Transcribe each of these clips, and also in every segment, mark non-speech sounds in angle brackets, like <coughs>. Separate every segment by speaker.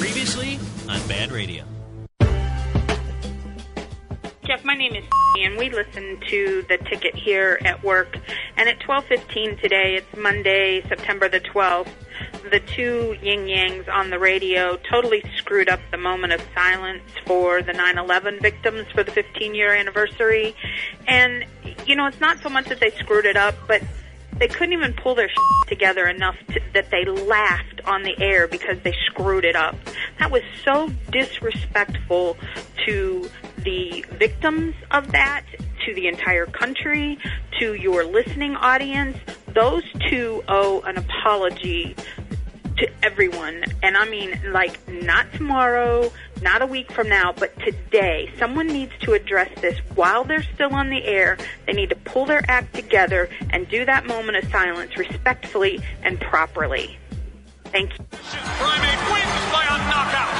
Speaker 1: Ashley on Bad Radio.
Speaker 2: Jeff, my name is and we listen to the ticket here at work. And at 12:15 today, it's Monday, September the 12th. The two yin yangs on the radio totally screwed up the moment of silence for the 9/11 victims for the 15-year anniversary. And you know, it's not so much that they screwed it up, but they couldn't even pull their <laughs> shit together enough to, that they laughed on the air because they screwed it up. That was so disrespectful to the victims of that, to the entire country, to your listening audience. Those two owe an apology to everyone. And I mean, like, not tomorrow, not a week from now, but today. Someone needs to address this while they're still on the air. They need to pull their act together and do that moment of silence respectfully and properly. Thank you.
Speaker 3: Primate wins by a knockout.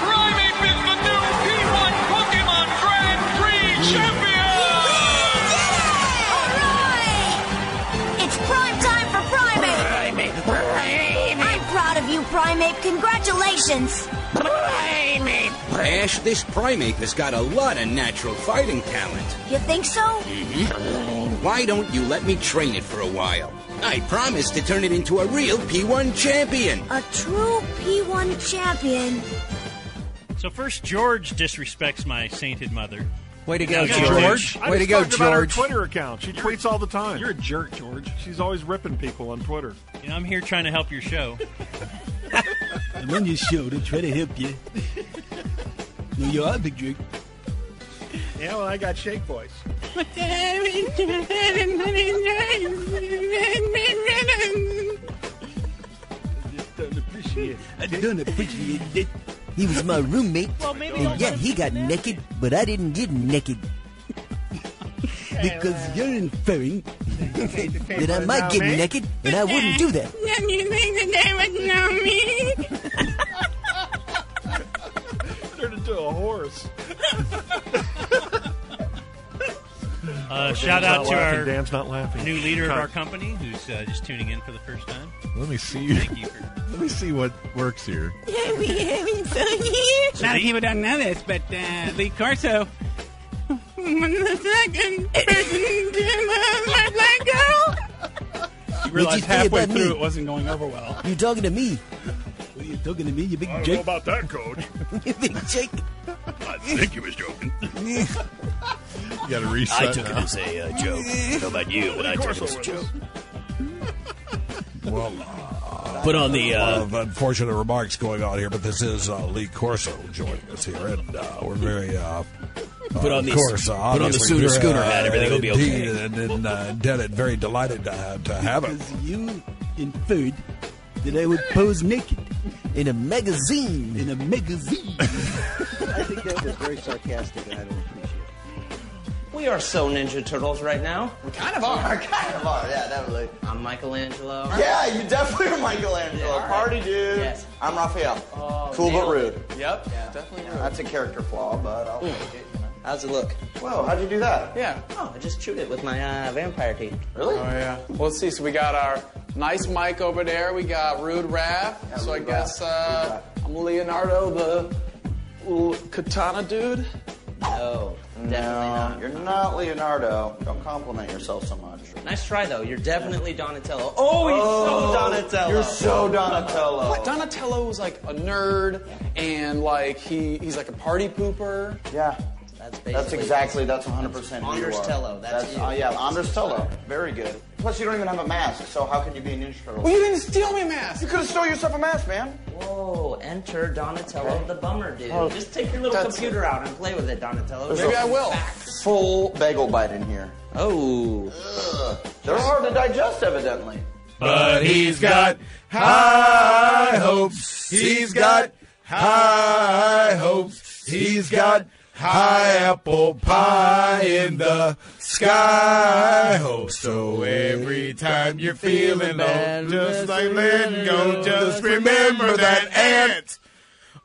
Speaker 3: Primate is the new P1 Pokemon Grand Prix champion.
Speaker 4: It's prime time for Primate! Primate! I'm proud of you, Primate. Congratulations! Primate!
Speaker 5: Ash, this primate has got a lot of natural fighting talent.
Speaker 4: You think so? Mm-hmm.
Speaker 5: Why don't you let me train it for a while? I promise to turn it into a real P1 champion.
Speaker 4: A true P1 champion.
Speaker 6: So first, George disrespects my sainted mother.
Speaker 7: Way to
Speaker 6: go,
Speaker 7: go,
Speaker 6: George.
Speaker 7: George.
Speaker 8: I
Speaker 7: Way to
Speaker 8: just
Speaker 7: go,
Speaker 8: talked about her
Speaker 7: George.
Speaker 8: Twitter account. She tweets all the time.
Speaker 6: You're a jerk, George.
Speaker 8: She's always ripping people on Twitter.
Speaker 6: You know, I'm here trying to help
Speaker 7: <laughs>
Speaker 6: your show.
Speaker 9: I'm on your show to oh, try to help you. No, you are a big jerk.
Speaker 8: Yeah, well, I got shake voice. Just don't appreciate
Speaker 9: I don't appreciate it. He was my roommate, and yet he got naked, but I didn't get naked. because you're inferring <laughs> that I might get naked, and I wouldn't do that.
Speaker 8: <laughs> Turned into a <laughs> horse.
Speaker 6: Uh, shout
Speaker 8: Dan's
Speaker 6: out
Speaker 8: not
Speaker 6: to
Speaker 8: laughing.
Speaker 6: our
Speaker 8: Dan's not laughing.
Speaker 6: new leader of
Speaker 8: Con-
Speaker 6: our company, who's uh, just tuning in for the first time.
Speaker 10: Let me see.
Speaker 6: Thank you for
Speaker 10: <laughs> Let me see what works here.
Speaker 11: A lot of people don't know this, but uh, Lee Corso was the second person to love my black girl.
Speaker 9: You
Speaker 11: Realized halfway through it
Speaker 9: me?
Speaker 11: wasn't going over well.
Speaker 9: You talking to me? What are you talking to me? You big jerk?
Speaker 8: about that, coach.
Speaker 9: <laughs> you big jerk?
Speaker 10: I think he
Speaker 9: <laughs>
Speaker 10: was joking. you got to reset.
Speaker 1: I took it as a uh, joke. I don't know about you, but I took it as a joke. Put on the uh,
Speaker 10: of unfortunate remarks going on here, but this is uh, Lee Corso joining us here, and uh, we're very. Uh,
Speaker 1: Put
Speaker 10: uh,
Speaker 1: on the-
Speaker 10: of course, uh,
Speaker 1: put on the
Speaker 10: obviously
Speaker 1: Sooner
Speaker 10: very,
Speaker 1: Scooter
Speaker 10: uh,
Speaker 1: hat, everything will be okay.
Speaker 10: indeed, And, and uh, indebted, very delighted to, have to have it.
Speaker 9: Because you inferred that I would pose naked in a magazine. In a magazine.
Speaker 12: I think that was very sarcastic, and I don't appreciate it.
Speaker 13: We are so Ninja Turtles right now. We kind of are. kind of are, yeah, definitely. I'm Michelangelo.
Speaker 12: Yeah, you definitely are Michelangelo.
Speaker 13: Yeah, all right.
Speaker 12: Party dude.
Speaker 13: Yes. Oh,
Speaker 12: I'm Raphael. cool but
Speaker 13: nailed
Speaker 12: rude.
Speaker 13: Yep, definitely. rude. Hmm.
Speaker 12: That's a character flaw, but I'll take it. You know.
Speaker 13: How's it look?
Speaker 12: Whoa, how'd you do that?
Speaker 13: Yeah. Oh, I just chewed it with my uh, vampire teeth.
Speaker 12: Really?
Speaker 11: Oh, yeah. Well, let's see. So we got our nice mic over there. We got Rude Raff.
Speaker 12: Yeah,
Speaker 11: so
Speaker 12: Rude
Speaker 11: I guess
Speaker 12: Raff.
Speaker 11: uh, I'm Leonardo, the little katana dude.
Speaker 13: No, definitely
Speaker 12: No,
Speaker 13: not.
Speaker 12: you're not Leonardo. Don't compliment yourself so much.
Speaker 13: Nice try, though. You're definitely Donatello. Oh, he's so Donatello.
Speaker 12: You're so Donatello.
Speaker 11: What? Donatello was like a nerd, and like he, he's like a party pooper.
Speaker 12: Yeah.
Speaker 13: That's basically.
Speaker 12: That's exactly, that's 100% who you are.
Speaker 13: Anders Tello, that's you.
Speaker 12: uh, yeah, Anders Tello. Very good. Plus, you don't even have a mask, so how could you be a Ninja Turtle?
Speaker 11: Well, you didn't steal my mask.
Speaker 12: You could have stole yourself a mask, man.
Speaker 13: Whoa, enter Donatello the bummer dude.
Speaker 12: Oh,
Speaker 13: just take your little
Speaker 12: that's-
Speaker 13: computer out and play with it, Donatello.
Speaker 12: Maybe I
Speaker 11: will.
Speaker 12: Full bagel bite in here.
Speaker 13: Oh.
Speaker 12: Ugh. They're hard to digest, evidently.
Speaker 10: But he's got high hopes. He's got high hopes. He's got high apple pie in the sky hopes. So every time you're feeling low, just like letting go, just remember that ant.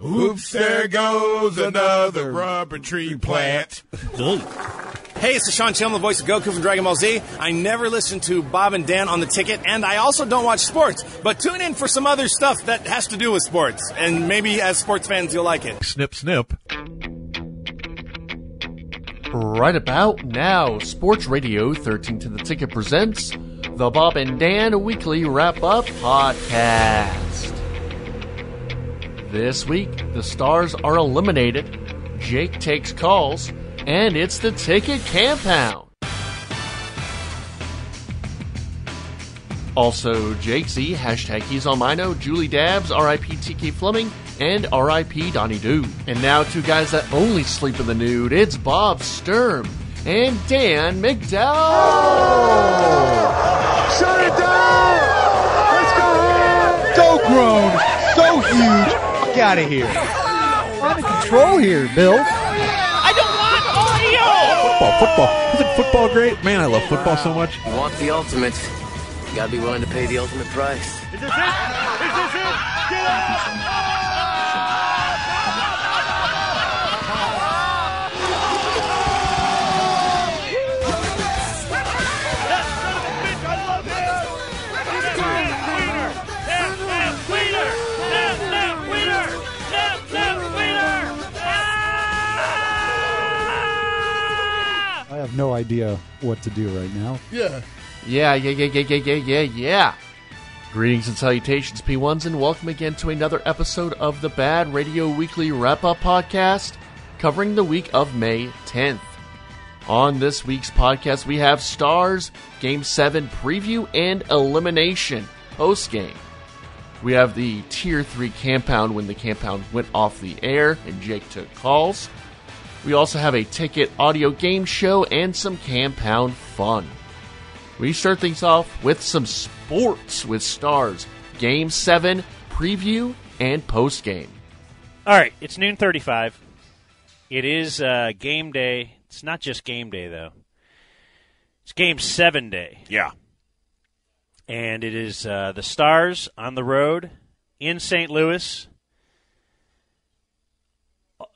Speaker 10: Oops, there goes another rubber tree plant.
Speaker 1: Ooh.
Speaker 14: Hey, it's Sean Chim, the voice of Goku from Dragon Ball Z. I never listen to Bob and Dan on the ticket, and I also don't watch sports. But tune in for some other stuff that has to do with sports, and maybe as sports fans, you'll like it.
Speaker 15: Snip, snip. Right about now, Sports Radio 13 to the Ticket presents the Bob and Dan Weekly Wrap Up Podcast. This week, the stars are eliminated, Jake takes calls, and it's the Ticket Campout. Also, Jake Z, hashtag he's on Mino, Julie Dabs, RIP TK Fleming, and RIP Donnie Doo. And now, two guys that only sleep in the nude, it's Bob Sturm and Dan McDowell. Shut it down! Let's go home!
Speaker 10: So grown, so huge. Fuck out of here. Out of control here, Bill.
Speaker 4: I don't want audio!
Speaker 5: Football, football. Isn't football great? Man, I love football so much.
Speaker 13: You want the ultimate. You gotta be willing to pay the ultimate price.
Speaker 4: Is this it? Is this it? Get out!
Speaker 16: I have no idea what to do right now.
Speaker 15: Yeah. Yeah, yeah, yeah, yeah, yeah, yeah, yeah, yeah. Greetings and salutations, P1s, and welcome again to another episode of the Bad Radio Weekly Wrap Up Podcast, covering the week of May 10th. On this week's podcast, we have Stars, Game 7 preview and elimination post game. We have the Tier 3 compound when the compound went off the air and Jake took calls. We also have a ticket audio game show and some compound fun. We start things off with some sports with stars. Game 7 preview and post game.
Speaker 6: All right, it's noon 35. It is uh, game day. It's not just game day, though. It's game seven day.
Speaker 14: Yeah.
Speaker 6: And it is uh, the Stars on the road in St. Louis.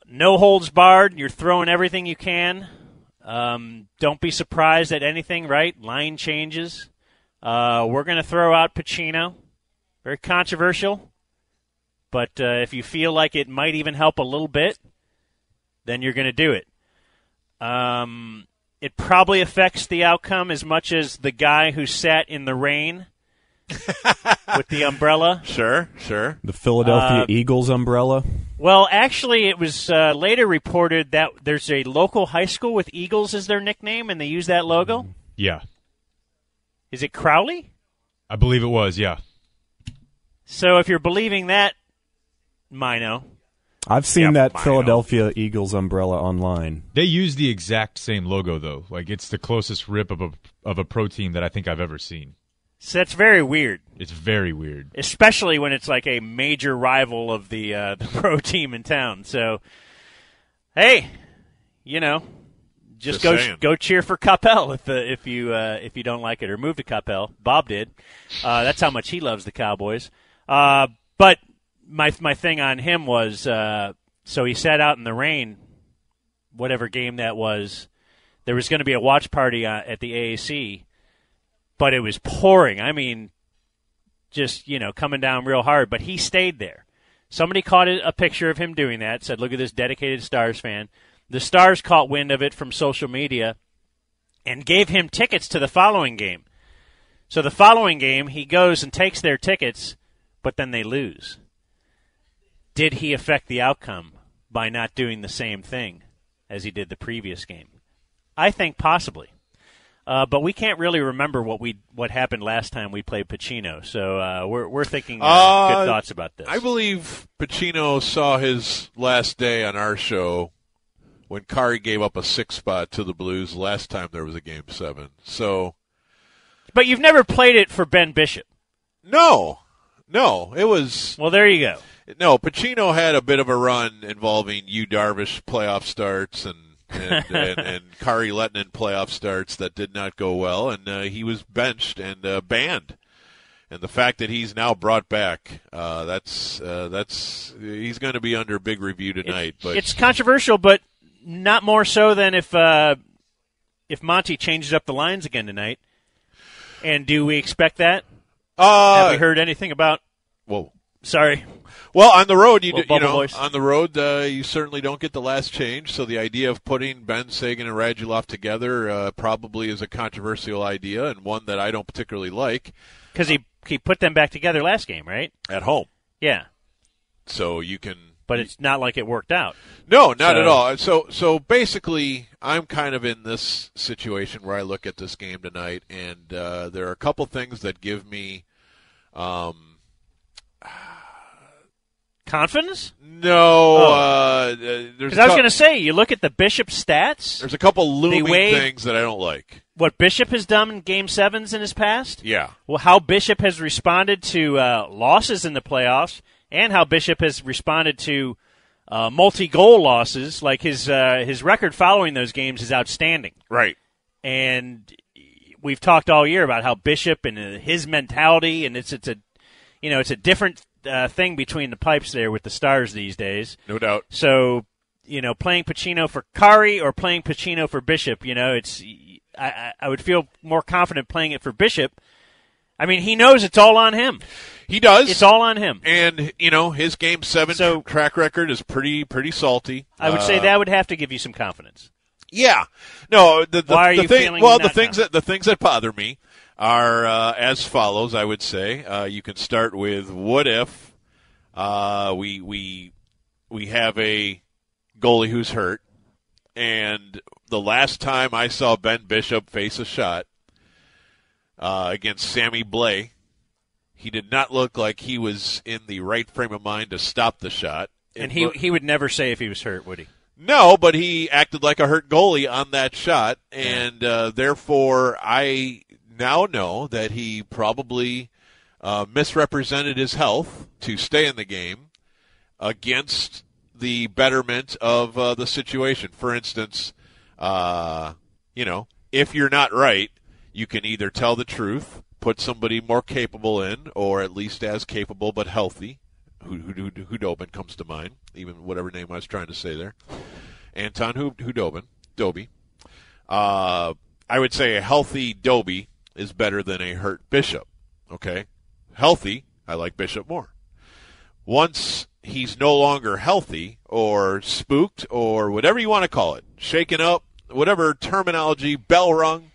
Speaker 6: No holds barred. You're throwing everything you can. Um, don't be surprised at anything, right? Line changes. Uh, we're going to throw out Pacino. Very controversial. But uh, if you feel like it might even help a little bit, then you're going to do it. Um, it probably affects the outcome as much as the guy who sat in
Speaker 14: <laughs>
Speaker 6: the rain with the umbrella.
Speaker 14: Sure, sure.
Speaker 5: The Philadelphia
Speaker 6: Uh,
Speaker 5: Eagles umbrella.
Speaker 6: Well, actually, it was uh, later reported that there's a local high school with Eagles as their nickname, and they use that logo.
Speaker 17: Yeah,
Speaker 6: Is it Crowley?
Speaker 17: I believe it was. Yeah,
Speaker 6: So if you're believing that, Mino,
Speaker 5: I've seen that Philadelphia Eagles umbrella online.
Speaker 17: they use the exact same logo though. Like it's the closest rip of a of a pro team that I think I've ever seen.
Speaker 6: so that's very weird,
Speaker 17: It's very weird.
Speaker 6: especially when it's like a major rival of the uh, <laughs> the pro team in town. So, hey, you know, just,
Speaker 17: Just
Speaker 6: go
Speaker 17: saying.
Speaker 6: go cheer for Capel if the, if you uh, if you don't like it, or move to Capel. Bob did. Uh, that's how much he loves the Cowboys. Uh, but my my thing on him was uh, so he sat out in the rain, whatever game that was. There was going to be a watch party uh, at the AAC, but it was pouring. I mean, just you know coming down real hard. But he stayed there. Somebody caught a a picture of him doing that. Said, "Look at this dedicated Stars fan." The Stars caught wind of it from social media and gave him tickets to the following game. So the following game, he goes and takes their tickets, but then they lose. Did he affect the outcome by not doing the same thing as he did the previous game? I think possibly. Uh, but we can't really remember what we what happened last time we played Pacino, so uh, we're we're thinking uh,
Speaker 18: Uh,
Speaker 6: good thoughts about this.
Speaker 18: I believe Pacino saw his last day on our show when Kari gave up a six spot to the Blues last time there was a game seven. So
Speaker 6: But you've never played it for Ben Bishop.
Speaker 18: no, no, it was.
Speaker 6: Well, there you go.
Speaker 18: No, Pacino had a bit of a run involving you Darvish playoff starts and.
Speaker 6: <laughs>
Speaker 18: and, and, and Kari Lettinen playoff starts that did not go well, and uh, he was benched and uh, banned. and the fact that he's now brought back, uh, that's uh, that's he's going to be under big review tonight. but
Speaker 6: it's controversial, but not more so than if uh, if Monty changes up the lines again tonight. And do we expect that?
Speaker 18: Uh,
Speaker 6: Have we heard anything about?
Speaker 18: Whoa,
Speaker 6: sorry.
Speaker 18: Well, on the road, you, do,
Speaker 6: Little
Speaker 18: you
Speaker 6: bubble
Speaker 18: know,
Speaker 6: voice.
Speaker 18: on the road, uh, you certainly don't get the last change. So the idea of putting Ben Sagan and Radulov together uh, probably is a controversial idea and one that I don't particularly like
Speaker 6: because he he put them back together last game, right?
Speaker 18: at home.
Speaker 6: Yeah,
Speaker 18: So you can
Speaker 6: but it's not like it worked out.
Speaker 18: No, not
Speaker 6: So-
Speaker 18: at all. So so basically, I'm kind of in this situation where I look at this game tonight, and uh, there are a couple things that give me um,
Speaker 6: confidence.
Speaker 18: No,
Speaker 6: Oh.
Speaker 18: uh, there's.
Speaker 6: Because
Speaker 18: a
Speaker 6: I was
Speaker 18: cou-
Speaker 6: going to say, you look at the Bishop stats.
Speaker 18: There's a couple
Speaker 6: the
Speaker 18: looming
Speaker 6: way-
Speaker 18: things that I don't like.
Speaker 6: What Bishop has done in Game Sevens in his past.
Speaker 18: Yeah.
Speaker 6: Well, how Bishop has responded to uh, losses in the playoffs, and how Bishop has responded to uh, multi-goal losses. Like his uh, his record following those games is outstanding.
Speaker 18: Right.
Speaker 6: And we've talked all year about how Bishop and uh, his mentality, and it's it's a you know it's a different uh, thing between the pipes there with the Stars these days.
Speaker 18: No doubt.
Speaker 6: So you know, playing Pacino for Kari or playing Pacino for Bishop, you know, it's I- I, I would feel more confident playing it for Bishop. I mean, he knows it's all on him.
Speaker 18: He does.
Speaker 6: It's all on him.
Speaker 18: And you know his game seven track record is pretty pretty salty.
Speaker 6: I would say
Speaker 18: Uh,
Speaker 6: that would have to give you some confidence.
Speaker 18: Yeah. No, the, the,
Speaker 6: Why are
Speaker 18: the
Speaker 6: you
Speaker 18: thing,
Speaker 6: feeling
Speaker 18: well,
Speaker 6: not
Speaker 18: the things that the things that bother me are uh, as follows. I would say uh, you can start with what if uh, we we we have a goalie who's hurt, and the last time I saw Ben Bishop face a shot uh, against Sammy Blay, he did not look like he was in the right frame of mind to stop the shot. It
Speaker 6: And he
Speaker 18: looked-
Speaker 6: he would never say if he was hurt, would he?
Speaker 18: no, but he acted like a hurt goalie on that shot, and uh, therefore I now know that he probably uh, misrepresented his health to stay in the game against the betterment of uh, the situation. For instance, uh, you know, if you're not right, you can either tell the truth, put somebody more capable in, or at least as capable but healthy. Hud- Hud- Hudobin comes to mind, even whatever name I was trying to say there. Anton Hud- Hudobin, Doby. Uh, I would say a healthy Doby is better than a hurt Bishop. Okay, healthy, I like Bishop more once he's no longer healthy or spooked or whatever you want to call it, shaken up, whatever terminology, bell rung,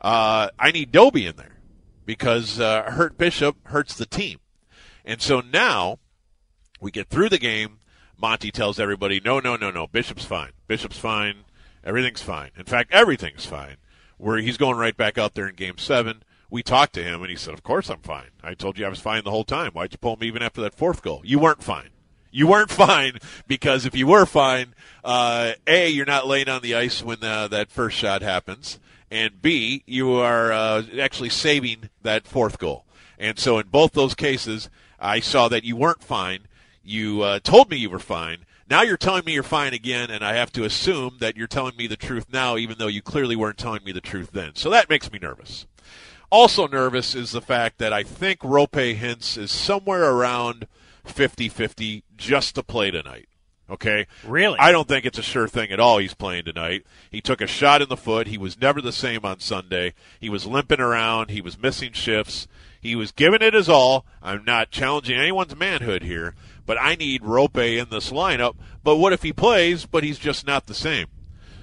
Speaker 18: uh, I need Doby in there because uh, Hurt Bishop hurts the team. And so now we get through the game. Monty tells everybody, no, no, no, no, Bishop's fine. Bishop's fine. Everything's fine. In fact, everything's fine. Where he's going right back out there in game seven. We talked to him, and he said, Of course I'm fine. I told you I was fine the whole time. Why'd you pull me even after that fourth goal? You weren't fine. You weren't <laughs> fine because if you were fine, uh, A, you're not laying on the ice when uh, that first shot happens, and B, you are uh, actually saving that fourth goal. And so in both those cases, I saw that you weren't fine. You uh, told me you were fine. Now you're telling me you're fine again, and I have to assume that you're telling me the truth now, even though you clearly weren't telling me the truth then. So that makes me nervous. Also nervous is the fact that I think Rope Hints is somewhere around 50-50 just to play tonight. Okay?
Speaker 6: Really?
Speaker 18: I don't think it's a sure thing at all he's playing tonight. He took a shot in the foot. He was never the same on Sunday. He was limping around. He was missing shifts. He was giving it his all. I'm not challenging anyone's manhood here, but I need Rope in this lineup. But what if he plays, but he's just not the same?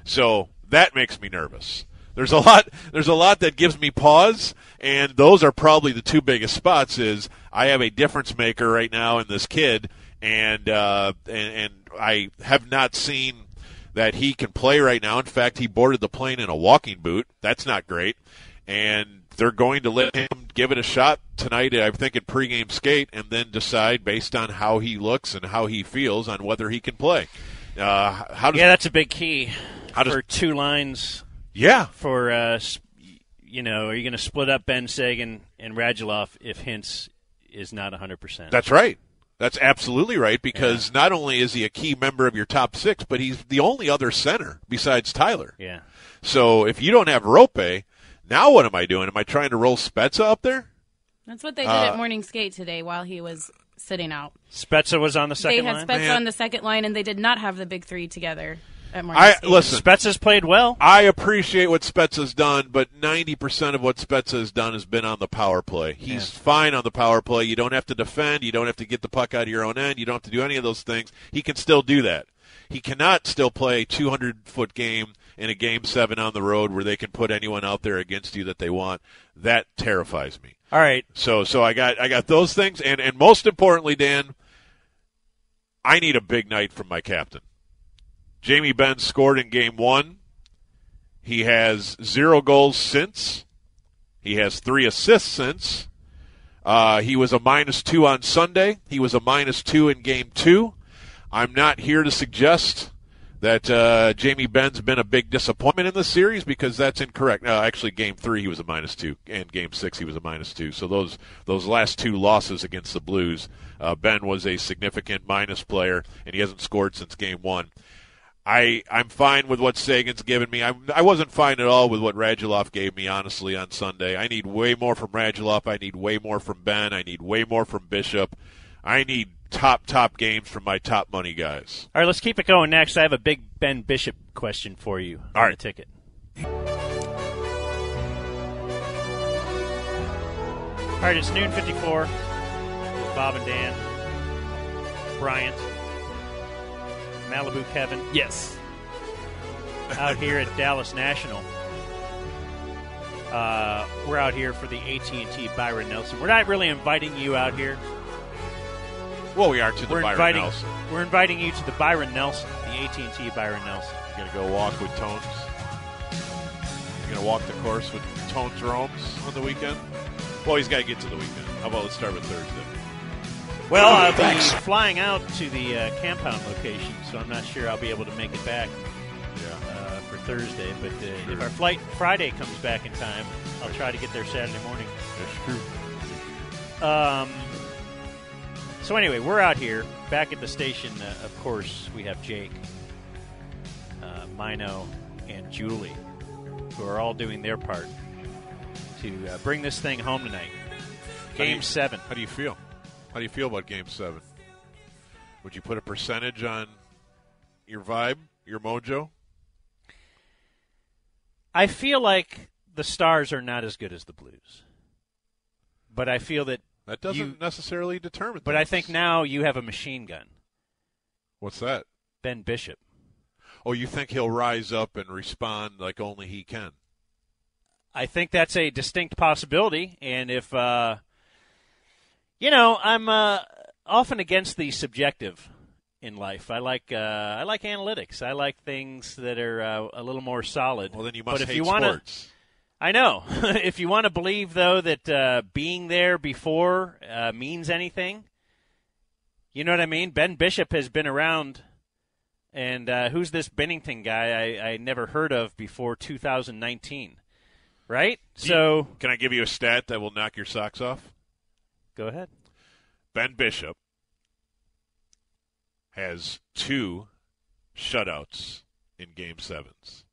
Speaker 18: So that makes me nervous. There's a <laughs> lot there's a lot that gives me pause and those are probably the two biggest spots is I have a difference maker right now in this kid and uh, and, and I have not seen that he can play right now. In fact, he boarded the plane in a walking boot. That's not great. And they're going to let him give it a shot tonight, I think, in pregame skate, and then decide based on how he looks and how he feels on whether he can play. Uh, how does
Speaker 6: yeah, that's a big key
Speaker 18: How does-
Speaker 6: for two lines.
Speaker 18: Yeah.
Speaker 6: For uh, s- you know, are you going to split up Ben Sagan and Radulov if Hints is not 100? percent
Speaker 18: That's right. That's absolutely right because not only is he a key member of your top six, but he's the only other center besides Tyler.
Speaker 6: Yeah.
Speaker 18: So if you don't have Rope, now what am I doing? Am I trying to roll Spezza up there?
Speaker 19: That's what they did
Speaker 18: Uh,
Speaker 19: at morning skate today while he was sitting out.
Speaker 6: Spezza was on the
Speaker 19: They
Speaker 6: second
Speaker 19: had
Speaker 6: line.
Speaker 19: Spezza on the second line, and they did not have the big three together at Martin
Speaker 18: I
Speaker 19: Stevens.
Speaker 18: listen.
Speaker 6: Spezza's played well.
Speaker 18: I appreciate what Spezza's done, but ninety percent of what Spezza's done has been on the power play. He's fine on the power play. You don't have to defend. You don't have to get the puck out of your own end. You don't have to do any of those things. He can still do that. He cannot still play a two hundred foot game in a game seven on the road where they can put anyone out there against you that they want. That terrifies me.
Speaker 6: All right.
Speaker 18: So so I got I got those things, and and most importantly, Dan, I need a big night from my captain. Jamie Benn scored in game one. He has zero goals since. He has three assists since. Uh, he was a minus two on Sunday. He was a minus two in game two. I'm not here to suggest that uh, Jamie Benn's been a big disappointment in the series because that's incorrect. No, actually, game three he was a minus two, and game six he was a minus two. So those those last two losses against the Blues, uh, Ben was a significant minus player, and he hasn't scored since game one. I I'm fine with what Sagan's given me. I I wasn't fine at all with what Radulov gave me honestly on Sunday. I need way more from Radulov. I need way more from Ben. I need way more from Bishop. I need top top games from my top money guys.
Speaker 6: All right, let's keep it going. Next, I have a big Ben Bishop question for you. All right, ticket. All right, it's noon fifty-four. with Bob and Dan, Bryant, Malibu Kevin. Yes. Out here at Dallas National. Uh, we're out here for the AT&T Byron Nelson. We're not really inviting you out here.
Speaker 18: Well, we are to the
Speaker 6: we're
Speaker 18: Byron
Speaker 6: inviting,
Speaker 18: Nelson.
Speaker 6: We're inviting you to the Byron Nelson, the AT&T Byron Nelson.
Speaker 18: You're gonna go walk with Tones. You're gonna walk the course with Tones Rome's on the weekend. Well, he's got to get to the weekend. How about let's start with Thursday?
Speaker 6: Well, I'll be
Speaker 18: Thanks.
Speaker 6: flying out to the uh, compound location, so I'm not sure I'll be able to make it back uh, for Thursday. But uh,
Speaker 18: Sure.
Speaker 6: if our flight Friday comes back in time, I'll try to get there Saturday morning.
Speaker 18: That's
Speaker 6: true. Um, so anyway, we're out here back at the station. Uh, of course, we have Jake, uh, Mino, and Julie, who are all doing their part to uh, bring this thing home tonight.
Speaker 18: How do
Speaker 6: Game
Speaker 18: you-
Speaker 6: seven.
Speaker 18: How do you feel? How do you feel about Game Seven? Would you put a percentage on your vibe, your mojo?
Speaker 6: I feel like the Stars are not as good as the Blues, but I feel that
Speaker 18: that doesn't
Speaker 6: you-
Speaker 18: necessarily determine.
Speaker 6: But I think now you have a machine gun,
Speaker 18: What's that?
Speaker 6: Ben Bishop.
Speaker 18: Oh, you think he'll rise up and respond like only he can?
Speaker 6: I think that's a distinct possibility, and if uh, you know, I'm uh, often against the subjective in life. I like uh, I like analytics. I like things that are uh, a little more solid. Well, then you
Speaker 18: must
Speaker 6: but if
Speaker 18: hate
Speaker 6: you wanna-
Speaker 18: sports.
Speaker 6: I know. <laughs> if you want to believe though that uh, being there before uh, means anything, you know what I mean. Ben Bishop has been around, and uh, who's this Bennington guy I, I never heard of before 2019, right? So
Speaker 18: can I give you a stat that will knock your socks off?
Speaker 6: go ahead.
Speaker 18: Ben Bishop has two shutouts in Game Sevens.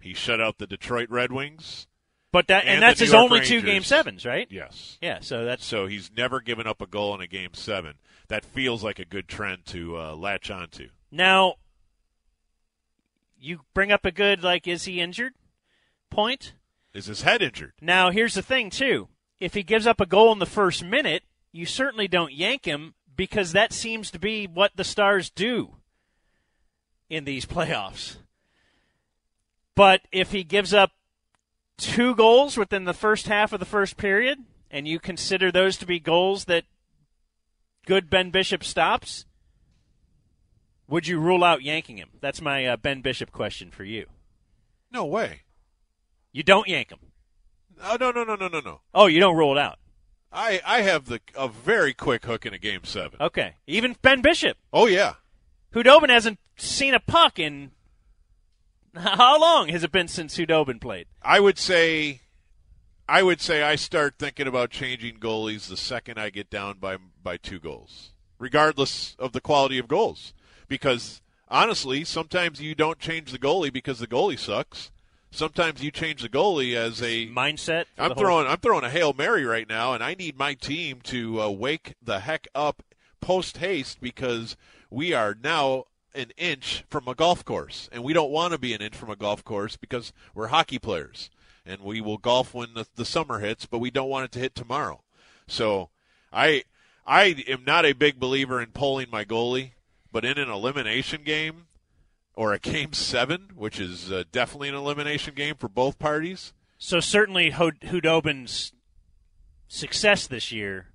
Speaker 18: He shut out the Detroit Red Wings,
Speaker 6: But that and,
Speaker 18: And
Speaker 6: that's
Speaker 18: the New
Speaker 6: his
Speaker 18: York
Speaker 6: only two
Speaker 18: Rangers.
Speaker 6: game sevens, right?
Speaker 18: Yes.
Speaker 6: Yeah. So that's
Speaker 18: so he's never given up a goal in a Game Seven. That feels like a good trend to uh, latch onto.
Speaker 6: now. You bring up a good like, is he injured? Point.
Speaker 18: Is his head injured?
Speaker 6: Now, here's the thing, too. If he gives up a goal in the first minute, you certainly don't yank him because that seems to be what the Stars do in these <laughs> playoffs. But if he gives up two goals within the first half of the first period, and you consider those to be goals that good Ben Bishop stops, would you rule out yanking him? That's my uh, Ben Bishop question for you.
Speaker 18: No way.
Speaker 6: You don't yank him.
Speaker 18: Oh no no no no no no.
Speaker 6: Oh, you don't rule it out.
Speaker 18: I I have the a very quick hook in a Game Seven.
Speaker 6: Okay. Even Ben Bishop.
Speaker 18: Oh yeah.
Speaker 6: Hudobin hasn't seen a puck in how long has it been since Hudobin played?
Speaker 18: I would say, I would say I start thinking about changing goalies the second I get down by by two goals, regardless of the quality of goals. Because honestly, sometimes you don't change the goalie because the goalie sucks. Sometimes you change the goalie as a
Speaker 6: mindset. for
Speaker 18: I'm
Speaker 6: the whole-
Speaker 18: throwing I'm throwing a hail mary right now, and I need my team to uh, wake the heck up post haste because we are now an inch from a golf course, and we don't want to be an inch from a golf course because we're hockey players, and we will golf when the, the summer hits, but we don't want it to hit tomorrow. So, I I am not a big believer in polling my goalie, but in an elimination game or a game seven, which is uh, definitely an elimination game for both parties.
Speaker 6: So certainly Hod- Hudobin's success this year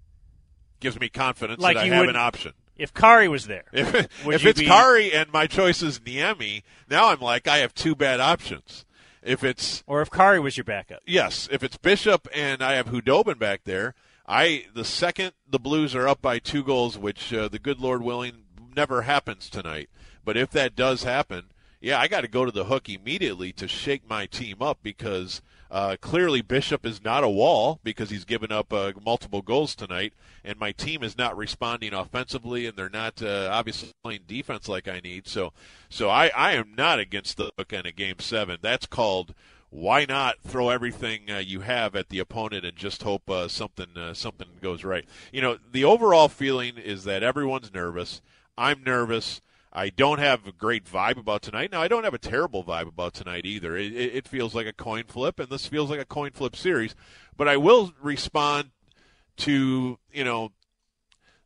Speaker 18: gives me confidence
Speaker 6: Like
Speaker 18: that I
Speaker 6: you
Speaker 18: have an
Speaker 6: wouldn't-
Speaker 18: option.
Speaker 6: If Kari was there,
Speaker 18: If,
Speaker 6: would
Speaker 18: if
Speaker 6: you
Speaker 18: it's
Speaker 6: be-
Speaker 18: Kari and my choice is Niemi, now I'm like I have two bad options. If it's
Speaker 6: or if Kari was your backup,
Speaker 18: yes, if it's Bishop and I have Hudobin back there, I the second the Blues are up by two goals, which uh, the good Lord willing never happens tonight. But if that does happen, yeah, I got to go to the hook immediately to shake my team up because uh, clearly Bishop is not a wall because he's given up uh, multiple goals tonight, and my team is not responding offensively, and they're not uh, obviously playing defense like I need. So, so I, I am not against the hook in a game seven. That's called why not throw everything uh, you have at the opponent and just hope uh, something uh, something goes right. You know, the overall feeling is that everyone's nervous. I'm nervous. I don't have a great vibe about tonight. Now, I don't have a terrible vibe about tonight either. It, it, it feels like a coin flip, and this feels like a coin flip series. But I will respond to you know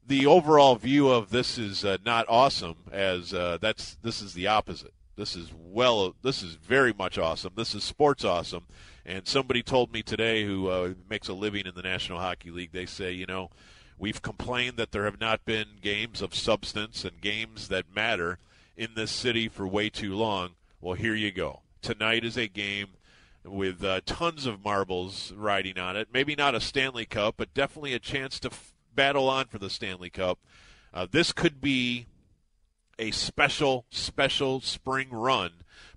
Speaker 18: the overall view of this is uh, not awesome as uh, that's this is the opposite. This is well, this is very much awesome. This is sports awesome. And somebody told me today who uh, makes a living in the National Hockey League, they say, you know, we've complained that there have not been games of substance and games that matter in this city for way too long. Well, here you go. Tonight is a game with uh, tons of marbles riding on it. Maybe not a Stanley Cup, but definitely a chance to f- battle on for the Stanley Cup. Uh, this could be a special, special spring run,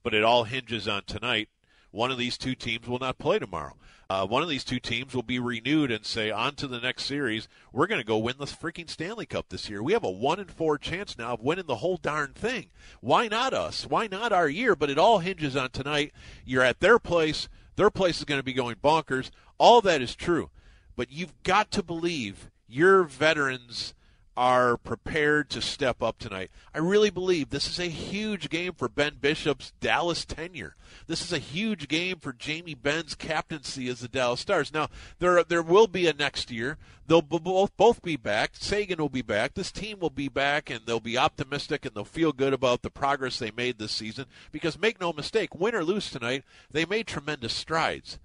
Speaker 18: but it all hinges on tonight. One of these two teams will not play tomorrow. Uh, one of these two teams will be renewed and say, on to the next series. We're going to go win the freaking Stanley Cup this year. We have a one in four chance now of winning the whole darn thing. Why not us? Why not our year? But it all hinges on tonight. You're at their place. Their place is going to be going bonkers. All that is true but you've got to believe your veterans are prepared to step up tonight. I really believe this is a huge game for Ben Bishop's Dallas tenure. This is a huge game for Jamie Ben's captaincy as the Dallas Stars. Now, there there will be a next year. They'll b- both both be back. Sagan will be back. This team will be back and they'll be optimistic and they'll feel good about the progress they made this season because make no mistake, win or lose tonight, they made tremendous strides.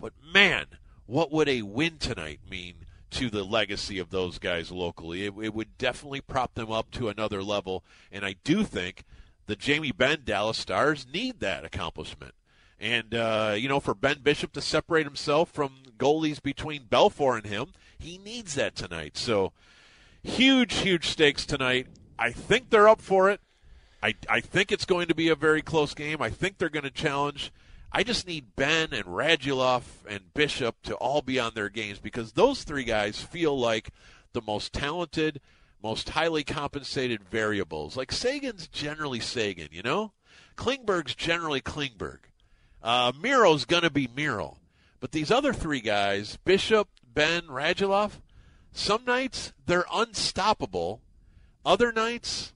Speaker 18: But man, what would a win tonight mean to the legacy of those guys locally? It, it would definitely prop them up to another level, and I do think the Jamie Ben Dallas Stars need that accomplishment. And uh, you know, for Ben Bishop to separate himself from goalies between Belfour and him, he needs that tonight. So huge, huge stakes tonight. I think they're up for it. I, I think it's going to be a very close game. I think they're going to challenge. I just need Ben and Radulov and Bishop to all be on their games because those three guys feel like the most talented, most highly compensated variables. Like Sagan's generally Sagan, you know? Klingberg's generally Klingberg. Uh, Miro's going to be Miro. But these other three guys, Bishop, Ben, Radulov, some nights they're unstoppable. Other nights,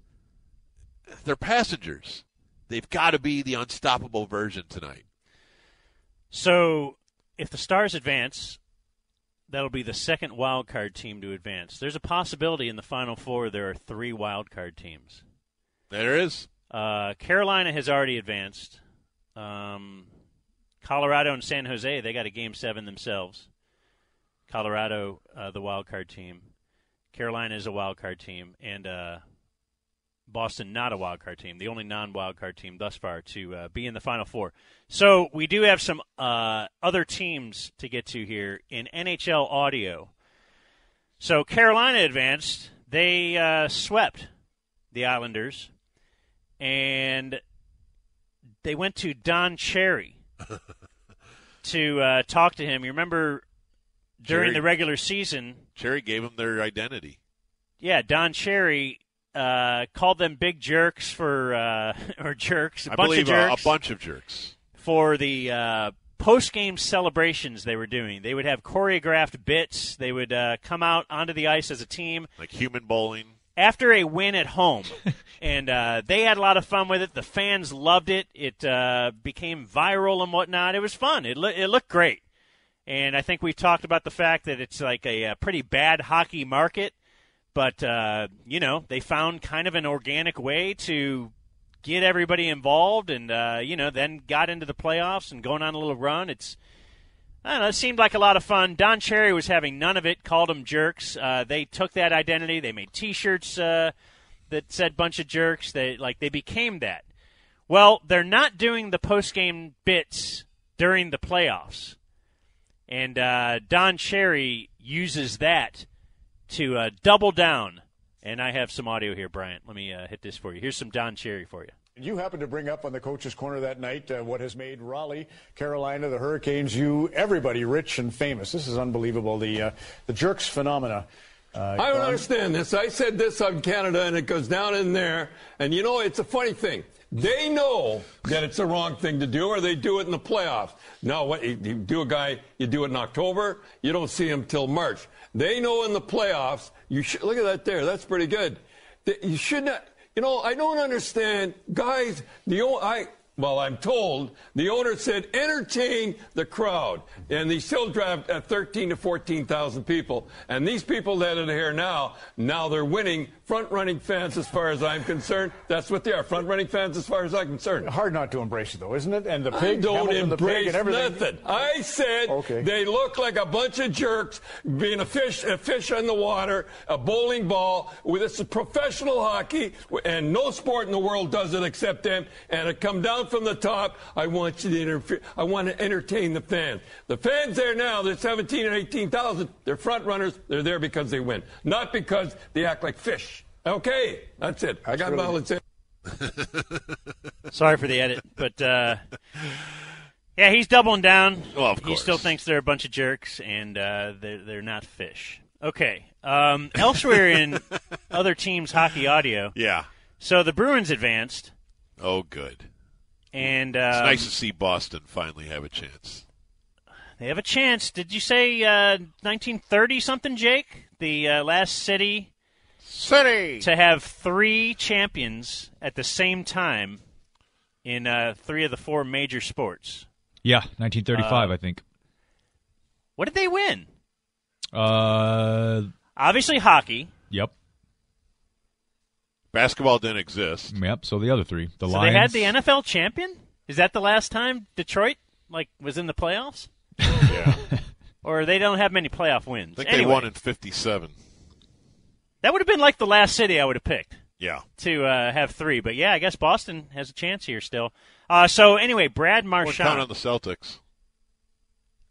Speaker 18: they're passengers. They've got to be the unstoppable version tonight.
Speaker 6: So if the Stars advance, that'll be the second wild card team to advance. There's a possibility in the Final Four there are three wild card teams.
Speaker 18: There is.
Speaker 6: Uh, Carolina has already advanced. Um, Colorado and San Jose they got a game seven themselves. Colorado, uh, the wild card team. Carolina is a wild card team, and uh, Boston not a wild card team, the only non wild card team thus far to uh, be in the Final Four. So we do have some uh, other teams to get to here in NHL audio. So Carolina advanced; they uh, swept the Islanders, and they went to Don Cherry to uh, talk to him. You remember during
Speaker 18: Cherry-
Speaker 6: the regular season?
Speaker 18: Cherry gave them their identity.
Speaker 6: Yeah, Don Cherry uh, called them big jerks for uh, <laughs> or jerks, a
Speaker 18: I
Speaker 6: bunch
Speaker 18: believe uh,
Speaker 6: of
Speaker 18: a-
Speaker 6: jerks
Speaker 18: A, bunch of jerks.
Speaker 6: for the uh, post game celebrations they were doing. They would have choreographed bits. They would uh, come out onto the ice as a team,
Speaker 18: like human bowling.
Speaker 6: after a win
Speaker 18: <laughs>
Speaker 6: at home, and uh, they had a lot of fun with it. The fans loved it. It uh, became viral and whatnot. It was fun. It, loo- it looked great. And I think we talked about the fact that it's like a, uh pretty bad hockey market, but uh, you know they found kind of an organic way to get everybody involved, and uh, you know then got into the playoffs and going on a little run. It's I don't know. It seemed like a lot of fun. Don Cherry was having none of it. Called them jerks. Uh, they took that identity. They made T-shirts uh, that said "bunch of jerks." They like they became that. Well, they're not doing the post-game bits during the playoffs, and uh, Don Cherry uses that to uh, double down. And I have some audio here, Bryant. Let me uh, hit this for you. Here's some Don Cherry for you.
Speaker 20: You happened to bring up on the coach's corner that night uh, what has made Raleigh, Carolina, the Hurricanes, you, everybody rich and famous. This is unbelievable. The uh, the jerks phenomena. Uh,
Speaker 21: I don't
Speaker 20: Don.
Speaker 21: understand this. I said this on Canada, and it goes down in there. And you know, it's a funny thing. They know that it's the wrong thing to do, or they do it in the playoffs. No, what you you do a guy, you do it in October. You don't see him till March. They know in the playoffs. You should, look at that there. That's pretty good. That You should not. You know, I don't understand, guys. The o- I well, I'm told the owner said entertain the crowd, and they still draft at 13 to 14 thousand people. And these people that are here now, now they're winning front running fans. As far as I'm concerned, that's what they are front running fans. As far as I'm concerned,
Speaker 20: Hard not to embrace it, though, isn't it? And the
Speaker 21: I
Speaker 20: pig,
Speaker 21: don't
Speaker 20: Hamilton, the pig,
Speaker 21: embrace
Speaker 20: and everything.
Speaker 21: nothing. I said they look like a bunch of jerks being a fish, a fish in the water, a bowling ball. Well, This is professional hockey, and no sport in the world does it except them. And it come down from the top. I want you to interfere. I want to entertain the fans. The fans there now, they're 17 and 18 thousand. They're front runners. They're there because they win, not because they act like fish. Okay, that's it. I got
Speaker 6: really-
Speaker 21: all it's in.
Speaker 10: <laughs>
Speaker 6: Sorry for the edit, but
Speaker 18: <laughs>
Speaker 6: uh, yeah, he's doubling down. Well,
Speaker 18: Oh, of
Speaker 6: he still thinks they're a bunch of jerks and uh, they're they're not fish. Okay. Um, elsewhere
Speaker 18: <laughs>
Speaker 6: in other teams' hockey audio,
Speaker 18: Yeah.
Speaker 6: So the Bruins advanced,
Speaker 18: Oh, good.
Speaker 6: and
Speaker 18: It's
Speaker 6: um,
Speaker 18: nice to see Boston finally have a chance.
Speaker 6: they have a chance. Did you say uh, 1930 something, Jake? The uh, last city
Speaker 18: city
Speaker 6: to have three champions at the same time in uh, three of the four major sports.
Speaker 17: Yeah, 1935,
Speaker 6: Uh,
Speaker 17: I think.
Speaker 6: What did they win?
Speaker 17: Uh,
Speaker 6: Obviously, hockey.
Speaker 17: yep,
Speaker 18: Basketball didn't exist.
Speaker 17: yep. So the other three, the
Speaker 6: so
Speaker 17: Lions.
Speaker 6: they had the NFL champion. Is that the last time Detroit like was in the playoffs?
Speaker 18: Yeah.
Speaker 6: <laughs> or they don't have many playoff wins.
Speaker 18: I think
Speaker 6: anyway,
Speaker 18: they won in 57.
Speaker 6: that would have been like the last city I would have picked.
Speaker 18: Yeah.
Speaker 6: To uh, have three, but yeah, I guess Boston has a chance here still. Uh, so anyway, Brad
Speaker 18: Wouldn't count on
Speaker 6: Marchand.
Speaker 18: the Celtics.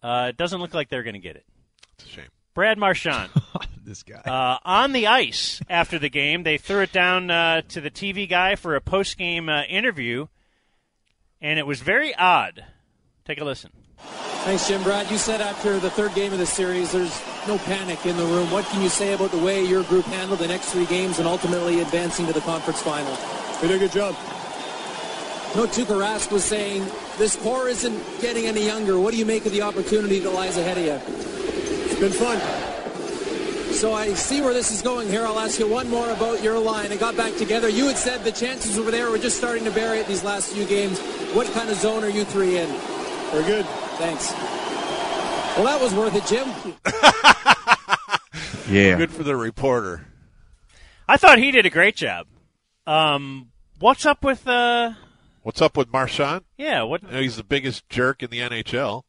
Speaker 6: Uh, it doesn't look like they're going to get it.
Speaker 18: It's a shame.
Speaker 6: Brad Marchand.
Speaker 17: <laughs> this guy.
Speaker 6: Uh, on the ice after the game, they threw it down uh, to the TV guy for a post game uh, interview, and it was very odd. Take a listen.
Speaker 11: Thanks, Jim. Brad, you said after the third game of the series, there's no panic in the room. What can you say about the way your group handled the next three games and ultimately advancing to the conference final? They did a good job. No, Tuukka Rask was saying this core isn't getting any younger. What do you make of the opportunity that lies ahead of you? It's been fun. So I see where this is going here. I'll ask you one more about your line. It got back together. You had said the chances over there were just starting to bury it these last few games. What kind of zone are you three in? We're good. Thanks. Well, that was worth it, Jim.
Speaker 22: Yeah.
Speaker 18: Good for the reporter.
Speaker 6: I thought he did a great job. Um, what's up with uh?
Speaker 18: What's up with Marchand?
Speaker 6: Yeah, what?
Speaker 18: You know, he's the biggest jerk in the NHL.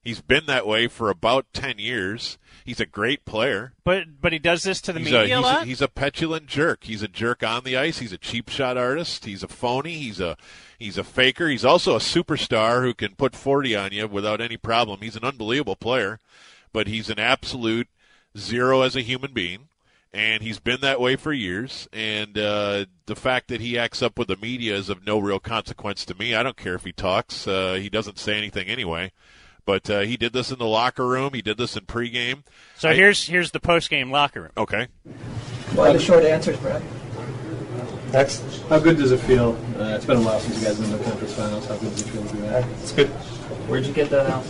Speaker 18: He's been that way for about 10 years. He's a great player.
Speaker 6: But but he does this to the
Speaker 18: he's
Speaker 6: media
Speaker 18: a,
Speaker 6: a
Speaker 18: he's a-
Speaker 6: lot.
Speaker 18: he's a petulant jerk. He's a jerk on the ice. He's a cheap shot artist. He's a phony. He's a he's a faker. He's also a superstar who can put forty on you without any problem. He's an unbelievable player, but he's an absolute zero as a human being, and he's been that way for years. And uh, the fact that he acts up with the media is of no real consequence to me. I don't care if he talks. Uh, he doesn't say anything anyway. But uh, he did this in the locker room. He did this in pregame.
Speaker 6: so
Speaker 18: I-
Speaker 6: here's here's the post game locker room.
Speaker 18: Okay.
Speaker 12: Why the short answers, Brad?
Speaker 9: That's how good does it feel? Uh, it's been a while since you guys have been in the conference finals. How good does it feel to be back? It's good.
Speaker 12: Where'd you get that out?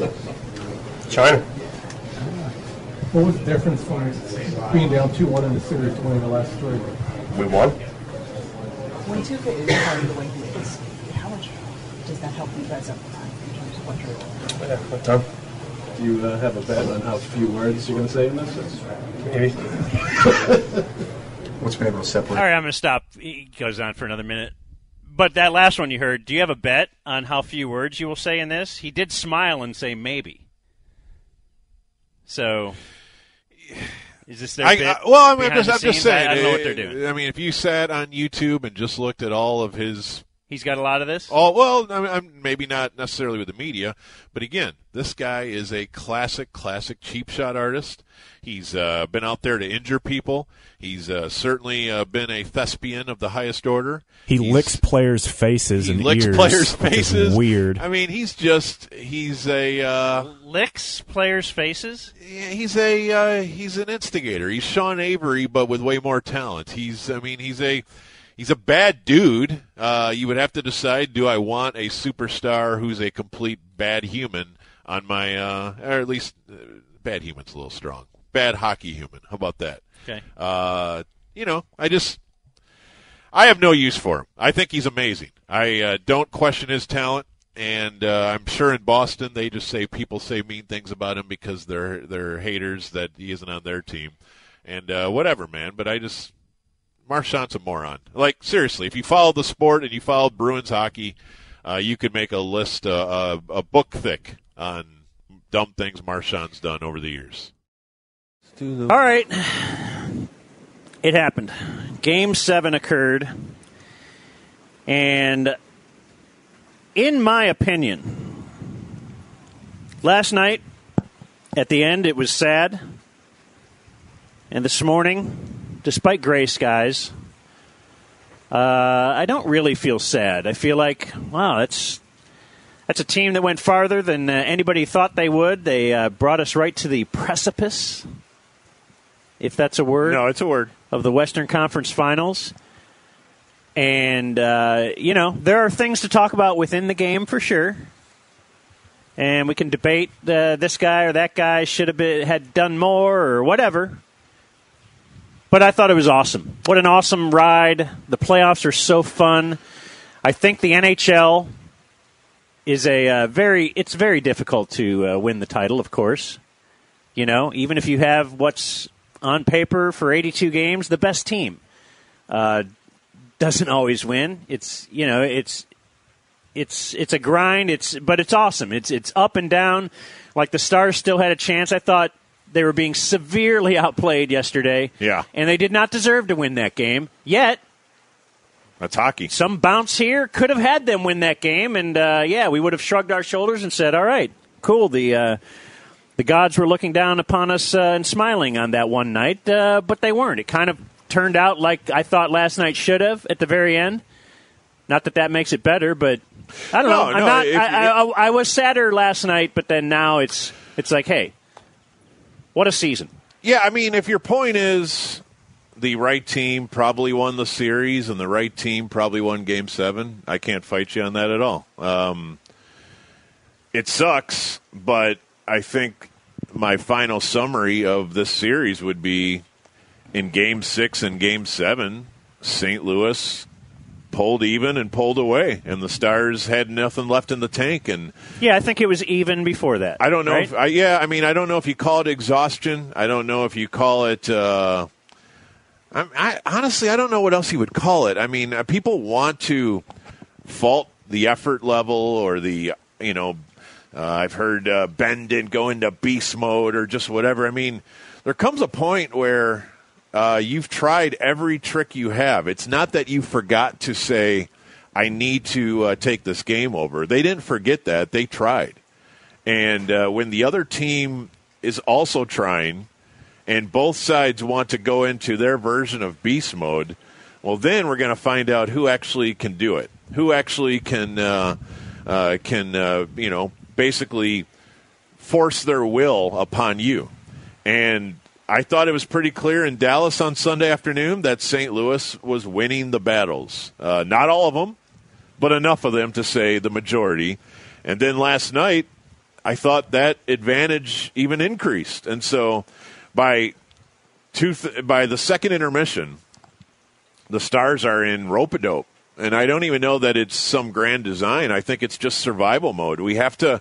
Speaker 9: China.
Speaker 8: <laughs> What was the difference from being down 2 1 in the series to winning the last three?
Speaker 23: We won.
Speaker 12: When Tuca is part of the way he is, how much does that help you guys up in terms of what you're
Speaker 8: Yeah, what time? Do you uh, have a bet on how few words you're going to say in this? Maybe.
Speaker 17: <laughs>
Speaker 8: What's been able to
Speaker 6: All
Speaker 8: separate?
Speaker 6: right, I'm going to stop. He goes on for another minute. But that last one you heard, do you have a bet on how few words you will say in this? He did smile and say maybe. So, is this their
Speaker 18: I,
Speaker 6: bit
Speaker 18: I, well, I mean, I'm
Speaker 6: behind
Speaker 18: just,
Speaker 6: the
Speaker 18: I'm just
Speaker 6: scenes? I-
Speaker 18: saying.
Speaker 6: I don't know what
Speaker 18: eh,
Speaker 6: they're doing.
Speaker 18: I mean, if you sat on YouTube and just looked at all of his,
Speaker 6: he's got a lot of this.
Speaker 18: Oh well, I mean, I'm maybe not necessarily with the media, but again, this guy is a classic, classic cheap shot artist. He's uh, been out there to injure people. He's uh, certainly uh, been a thespian of the highest order.
Speaker 14: He licks players' faces and
Speaker 18: Licks
Speaker 14: ears.
Speaker 18: players'
Speaker 14: which is
Speaker 18: faces.
Speaker 14: Weird.
Speaker 18: I mean, he's just he's a uh,
Speaker 6: licks players' faces.
Speaker 18: He's a uh, he's an instigator. He's Sean Avery, but with way more talent. He's I mean he's a he's a bad dude. Uh, you would have to decide: do I want a superstar who's a complete bad human on my uh, or at least uh, bad human's a little strong. Bad hockey human. How about that?
Speaker 6: Okay.
Speaker 18: Uh, you know, I just I have no use for him. I think he's amazing. I uh, don't question his talent, and uh, I'm sure in Boston they just say people say mean things about him because they're they're haters that he isn't on their team, and uh, whatever, man. But I just Marchand's a moron. Like seriously, if you follow the sport and you follow Bruins hockey, uh, you could make a list uh, a, a book thick on dumb things Marchand's done over the years.
Speaker 6: All right. It happened. Game seven occurred. And in my opinion, last night at the end, it was sad. And this morning, despite gray skies, uh, I don't really feel sad. I feel like, wow, that's that's a team that went farther than uh, anybody thought they would. They uh, brought us right to the precipice, if that's a word. No,
Speaker 18: it's a word.
Speaker 6: Of the Western Conference Finals. And, uh, you know, there are things to talk about within the game for sure. And we can debate uh, this guy or that guy should have been, had done more or whatever. But I thought it was awesome. What an awesome ride. The playoffs are so fun. I think the NHL is a uh, very it's very difficult to uh, win the title of course you know even if you have what's on paper for 82 games the best team uh, doesn't always win it's you know it's it's it's a grind it's but it's awesome it's it's up and down like the stars still had a chance i thought they were being severely <laughs> outplayed yesterday
Speaker 18: Yeah,
Speaker 6: and they did not deserve to win that game yet
Speaker 18: that's hockey.
Speaker 6: Some bounce here could have had them win that game, and uh, yeah, we would have shrugged our shoulders and said, "All right, cool." The uh, the gods were looking down upon us uh, and smiling on that one night, uh, but they weren't. It kind of turned out like I thought last night should have at the very end. Not that that makes it better, but I don't
Speaker 18: No,
Speaker 6: know. I'm
Speaker 18: no,
Speaker 6: not,
Speaker 18: if-
Speaker 6: I, I, I, I was sadder last night, but then now it's it's like, hey, what a season!
Speaker 18: Yeah, I mean, if your point is the right team probably won the series and the right team probably won Game Seven, I can't fight you on that at all. Um, it sucks, but I think my final summary of this series would be in Game Six and Game Seven, St. Louis pulled even and pulled away, and the Stars had nothing left in the tank, and
Speaker 6: Yeah, I think it was even before that.
Speaker 18: I don't know.
Speaker 6: right?
Speaker 18: If, I, yeah, I mean, I don't know if you call it exhaustion. I don't know if you call it. Uh, I'm, I honestly, I don't know what else you would call it. I mean, uh, people want to fault the effort level or the you know. Uh, I've heard uh, Ben didn't go into beast mode or just whatever. I mean, there comes a point where uh, you've tried every trick you have. It's not that you forgot to say, "I need to uh, take this game over." They didn't forget that. They tried. And uh, when the other team is also trying, and both sides want to go into their version of beast mode, well, then we're going to find out who actually can do it, who actually can uh, uh, can uh, you know basically force their will upon you. And I thought it was pretty clear in Dallas on Sunday afternoon that St. Louis was winning the battles. Uh, not all of them, but enough of them to say the majority. And then last night, I thought that advantage even increased. And so by two th- by the second intermission, the stars are in rope a dope, and I don't even know that it's some grand design. I think it's just survival mode. We have to.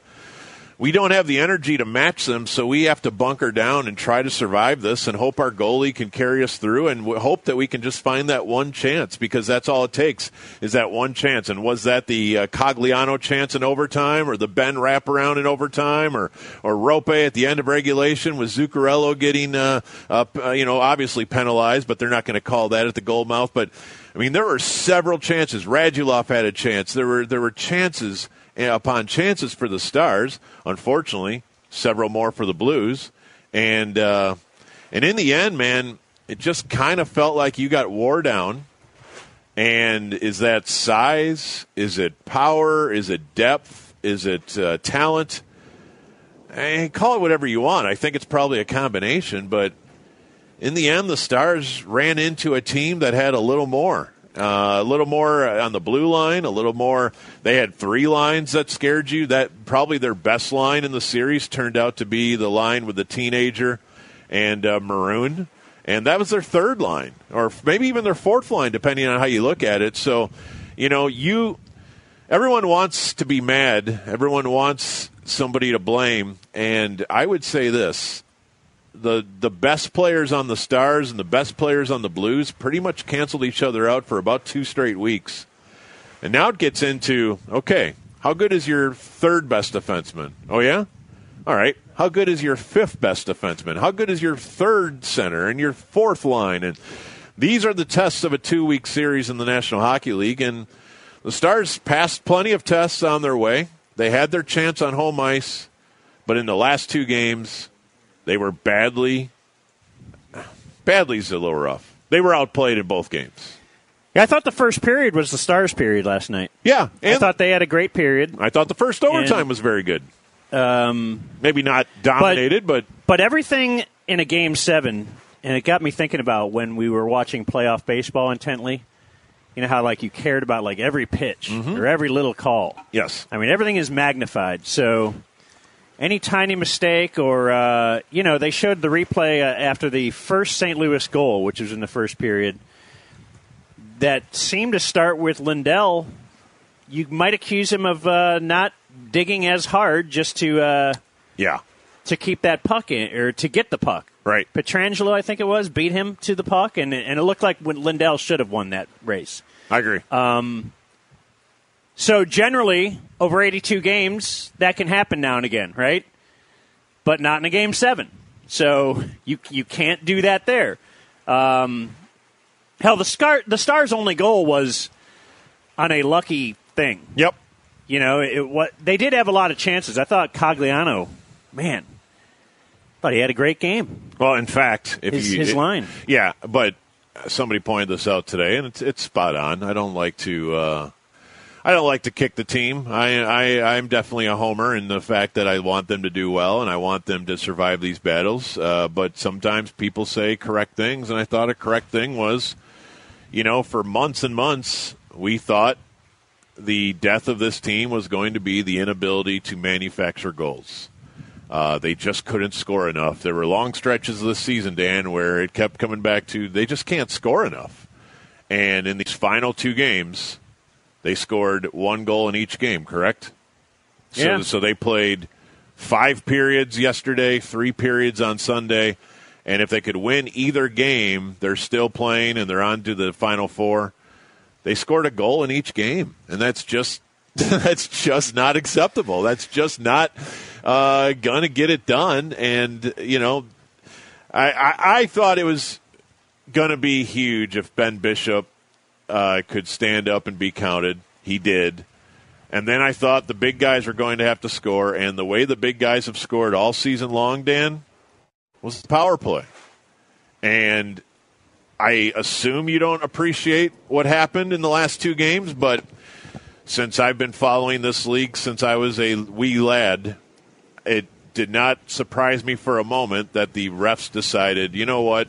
Speaker 18: We don't have the energy to match them, so we have to bunker down and try to survive this and hope our goalie can carry us through and w- hope that we can just find that one chance because that's all it takes is that one chance. And was that the uh, Cogliano chance in overtime or the Ben wraparound in overtime or, or Rope at the end of regulation? Was Zuccarello getting, uh, uh, p- uh, you know, obviously penalized, but they're not going to call that at the goal mouth. But, I mean, there were several chances. Radulov had a chance. There were, there were chances eh, upon chances for the Stars. Unfortunately, several more for the Blues, and uh, and in the end, man, it just kind of felt like you got wore down. And is that size? Is it power? Is it depth? Is it uh, talent? And call it whatever you want. I think it's probably a combination, but in the end, the Stars ran into a team that had a little more. Uh, a little more on the blue line, a little more. They had three lines that scared you. That probably their best line in the series turned out to be the line with the teenager and uh, maroon, and that was their third line, or maybe even their fourth line, depending on how you look at it. So, you know, you everyone wants to be mad. Everyone wants somebody to blame, and I would say this: the the best players on the Stars and the best players on the Blues pretty much canceled each other out for about two straight weeks. And now it gets into okay, how good is your third best defenseman? Oh yeah, all right. How good is your fifth best defenseman? How good is your third center and your fourth line? And these are the tests of a two week series in the National Hockey League. And the Stars passed plenty of tests on their way. They had their chance on home ice, but in the last two games, they were badly, badly's a little rough. They were outplayed in both games.
Speaker 6: Yeah, I thought the first period was the Stars' period last night.
Speaker 18: Yeah,
Speaker 6: I thought they had a great period.
Speaker 18: I thought the first overtime was very good.
Speaker 6: Um,
Speaker 18: Maybe not dominated, but,
Speaker 6: but everything in a game seven, and it got me thinking about when we were watching playoff baseball intently. You know how like you cared about like every pitch or every little call.
Speaker 18: Mm-hmm. Yes,
Speaker 6: I mean everything is magnified. So any tiny mistake or uh, you know they showed the replay uh, after the first St. Louis goal, which was in the first period, that seemed to start with Lindell. You might accuse him of uh, not digging as hard just to uh,
Speaker 18: yeah
Speaker 6: to keep that puck in or to get the puck.
Speaker 18: Right,
Speaker 6: Petrangelo, I think it was, beat him to the puck, and and it looked like when Lindell should have won that race.
Speaker 18: I agree.
Speaker 6: Um, so generally, over 82 games, that can happen now and again, right? But not in a game seven. So you you can't do that there. Um, hell, the scar the Stars' only goal was on a lucky thing.
Speaker 18: Yep.
Speaker 6: You know it, what they did have a lot of chances. I thought Cogliano, man, thought he had a great game.
Speaker 18: Well, in fact, if
Speaker 6: His-
Speaker 18: you,
Speaker 6: his
Speaker 18: it-
Speaker 6: line.
Speaker 18: yeah, but somebody pointed this out today, and it's, it's spot on. I don't like to, uh, I don't like to kick the team. I, I, I'm definitely a homer in the fact that I want them to do well and I want them to survive these battles. Uh, but sometimes people say correct things, and I thought a correct thing was, you know, for months and months we thought the death of this team was going to be the inability to manufacture goals. Uh, they just couldn't score enough. There were long stretches of the season, Dan, where it kept coming back to they just can't score enough. And in these final two games, they scored one goal in each game, correct?
Speaker 6: Yeah.
Speaker 18: So, so they played five periods yesterday, three periods on Sunday. And if they could win either game, they're still playing and they're on to the final four. They scored a goal in each game, and that's just <laughs> that's just not acceptable. That's just not uh, gonna get it done. And you know, I, I, I thought it was going to be huge if Ben Bishop uh, could stand up and be counted. He did. And then I thought the big guys were going to have to score. And the way the big guys have scored all season long, Dan, was the power play. And I assume you don't appreciate what happened in the last two games, but since I've been following this league since I was a wee lad, it did not surprise me for a moment that the refs decided, you know what?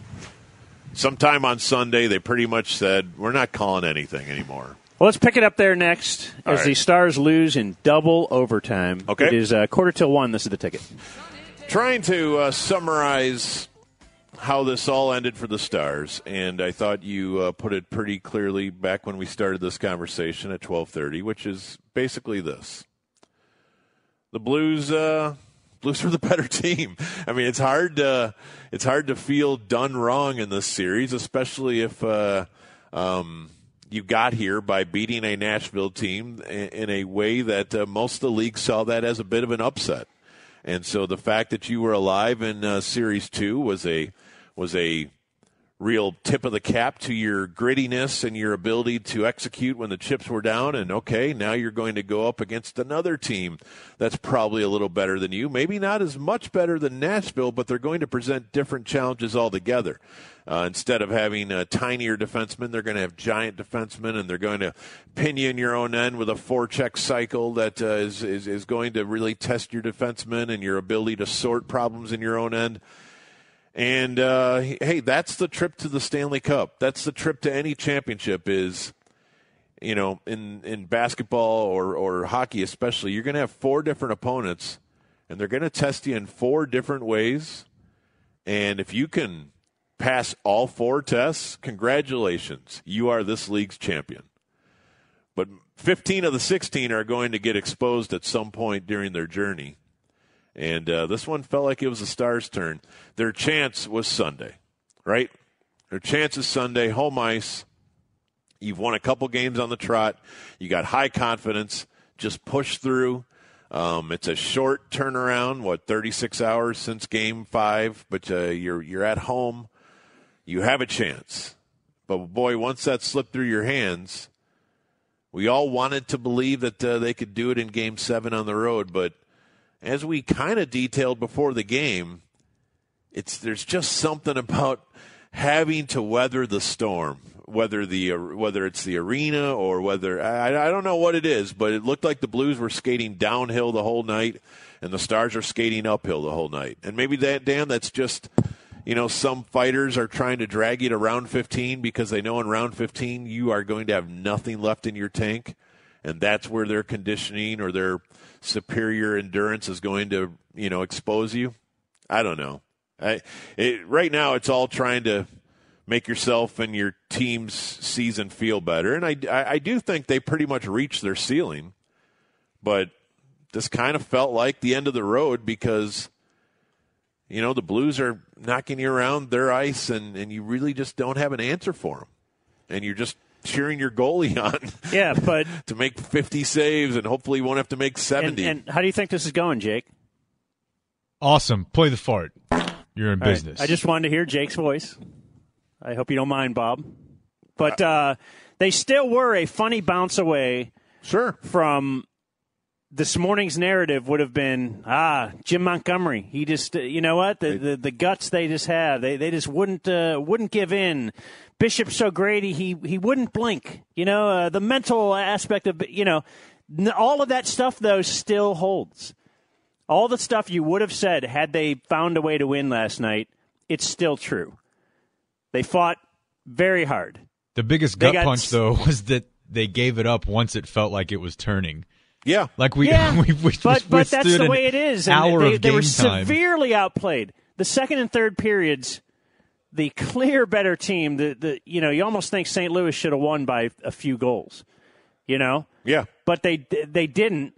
Speaker 18: Sometime on Sunday, they pretty much said, we're not calling anything anymore.
Speaker 6: Well, let's pick it up there next
Speaker 18: All
Speaker 6: as
Speaker 18: right.
Speaker 6: the Stars lose in double overtime.
Speaker 18: Okay.
Speaker 6: It is uh, quarter till one. This is the ticket.
Speaker 18: Trying to uh, summarize how this all ended for the Stars, and I thought you uh, put it pretty clearly back when we started this conversation at 12:30, which is basically this: the Blues, uh, Blues were the better <laughs> team. I mean, it's hard to it's hard to feel done wrong in this series, especially if uh, um, you got here by beating a Nashville team in, in a way that uh, most of the league saw that as a bit of an upset. And so the fact that you were alive in uh, Series Two was a was a real tip of the cap to your grittiness and your ability to execute when the chips were down. And okay, now you're going to go up against another team that's probably a little better than you. Maybe not as much better than Nashville, but they're going to present different challenges altogether. Uh, instead of having uh, tinier defensemen, they're going to have giant defensemen, and they're going to pin you in your own end with a four-check cycle that uh, is, is is going to really test your defensemen and your ability to sort problems in your own end. And uh, hey, that's the trip to the Stanley Cup. That's the trip to any championship. Is you know, in in basketball or or hockey especially, you're going to have four different opponents, and they're going to test you in four different ways. And if you can pass all four tests, congratulations, you are this league's champion. But 15 of the 16 are going to get exposed at some point during their journey. And uh, this one felt like it was the Stars' turn. Their chance was Sunday, right? Their chance is Sunday, home ice. You've won a couple games on the trot. You got high confidence. Just push through. Um, it's a short turnaround, what 36 hours since Game Five, but uh, you're you're at home. You have a chance, but boy, once that slipped through your hands, we all wanted to believe that uh, they could do it in Game Seven on the road, but as we kind of detailed before the game, it's there's just something about having to weather the storm, whether the uh, whether it's the arena or whether I, I don't know what it is, but it looked like the Blues were skating downhill the whole night, and the Stars are skating uphill the whole night. And maybe that Dan, that's just you know some fighters are trying to drag you to round 15 because they know in round 15 you are going to have nothing left in your tank and that's where their conditioning or their superior endurance is going to you know expose you i don't know I, it, right now it's all trying to make yourself and your team's season feel better and I, I, I do think they pretty much reached their ceiling but this kind of felt like the end of the road because you know the blues are knocking you around their ice and, and you really just don't have an answer for them and you're just cheering your goalie <laughs> on.
Speaker 6: Yeah, but
Speaker 18: <laughs> to make 50 saves and hopefully won't have to make 70.
Speaker 6: And, and how do you think this is going, Jake?
Speaker 17: Awesome. Play the fart. You're in
Speaker 6: All right.
Speaker 17: business.
Speaker 6: I just wanted to hear Jake's voice. I hope you don't mind, Bob. But uh, they still were a funny bounce away.
Speaker 18: Sure.
Speaker 6: From this morning's narrative would have been ah Jim Montgomery. He just uh, you know what the, the the guts they just have. They they just wouldn't uh, wouldn't give in. Bishop's so great he he, he wouldn't blink. You know uh, the mental aspect of you know n- all of that stuff though still holds. All the stuff you would have said had they found a way to win last night, it's still true. They fought very hard.
Speaker 17: the biggest
Speaker 6: They
Speaker 17: gut
Speaker 6: got
Speaker 17: punch
Speaker 6: s-
Speaker 17: though <laughs> was that they gave it up once it felt like it was turning.
Speaker 18: Yeah,
Speaker 17: like we <laughs>
Speaker 6: Yeah,
Speaker 17: we, we
Speaker 6: but but
Speaker 17: withstood
Speaker 6: that's the
Speaker 17: an
Speaker 6: way it is. And
Speaker 17: Hour
Speaker 6: they,
Speaker 17: of
Speaker 6: they
Speaker 17: game
Speaker 6: were
Speaker 17: time.
Speaker 6: severely outplayed. The second and third periods, the clear better team. The the you know you almost think St. Louis should have won by a few goals. You know.
Speaker 18: Yeah.
Speaker 6: But they they didn't,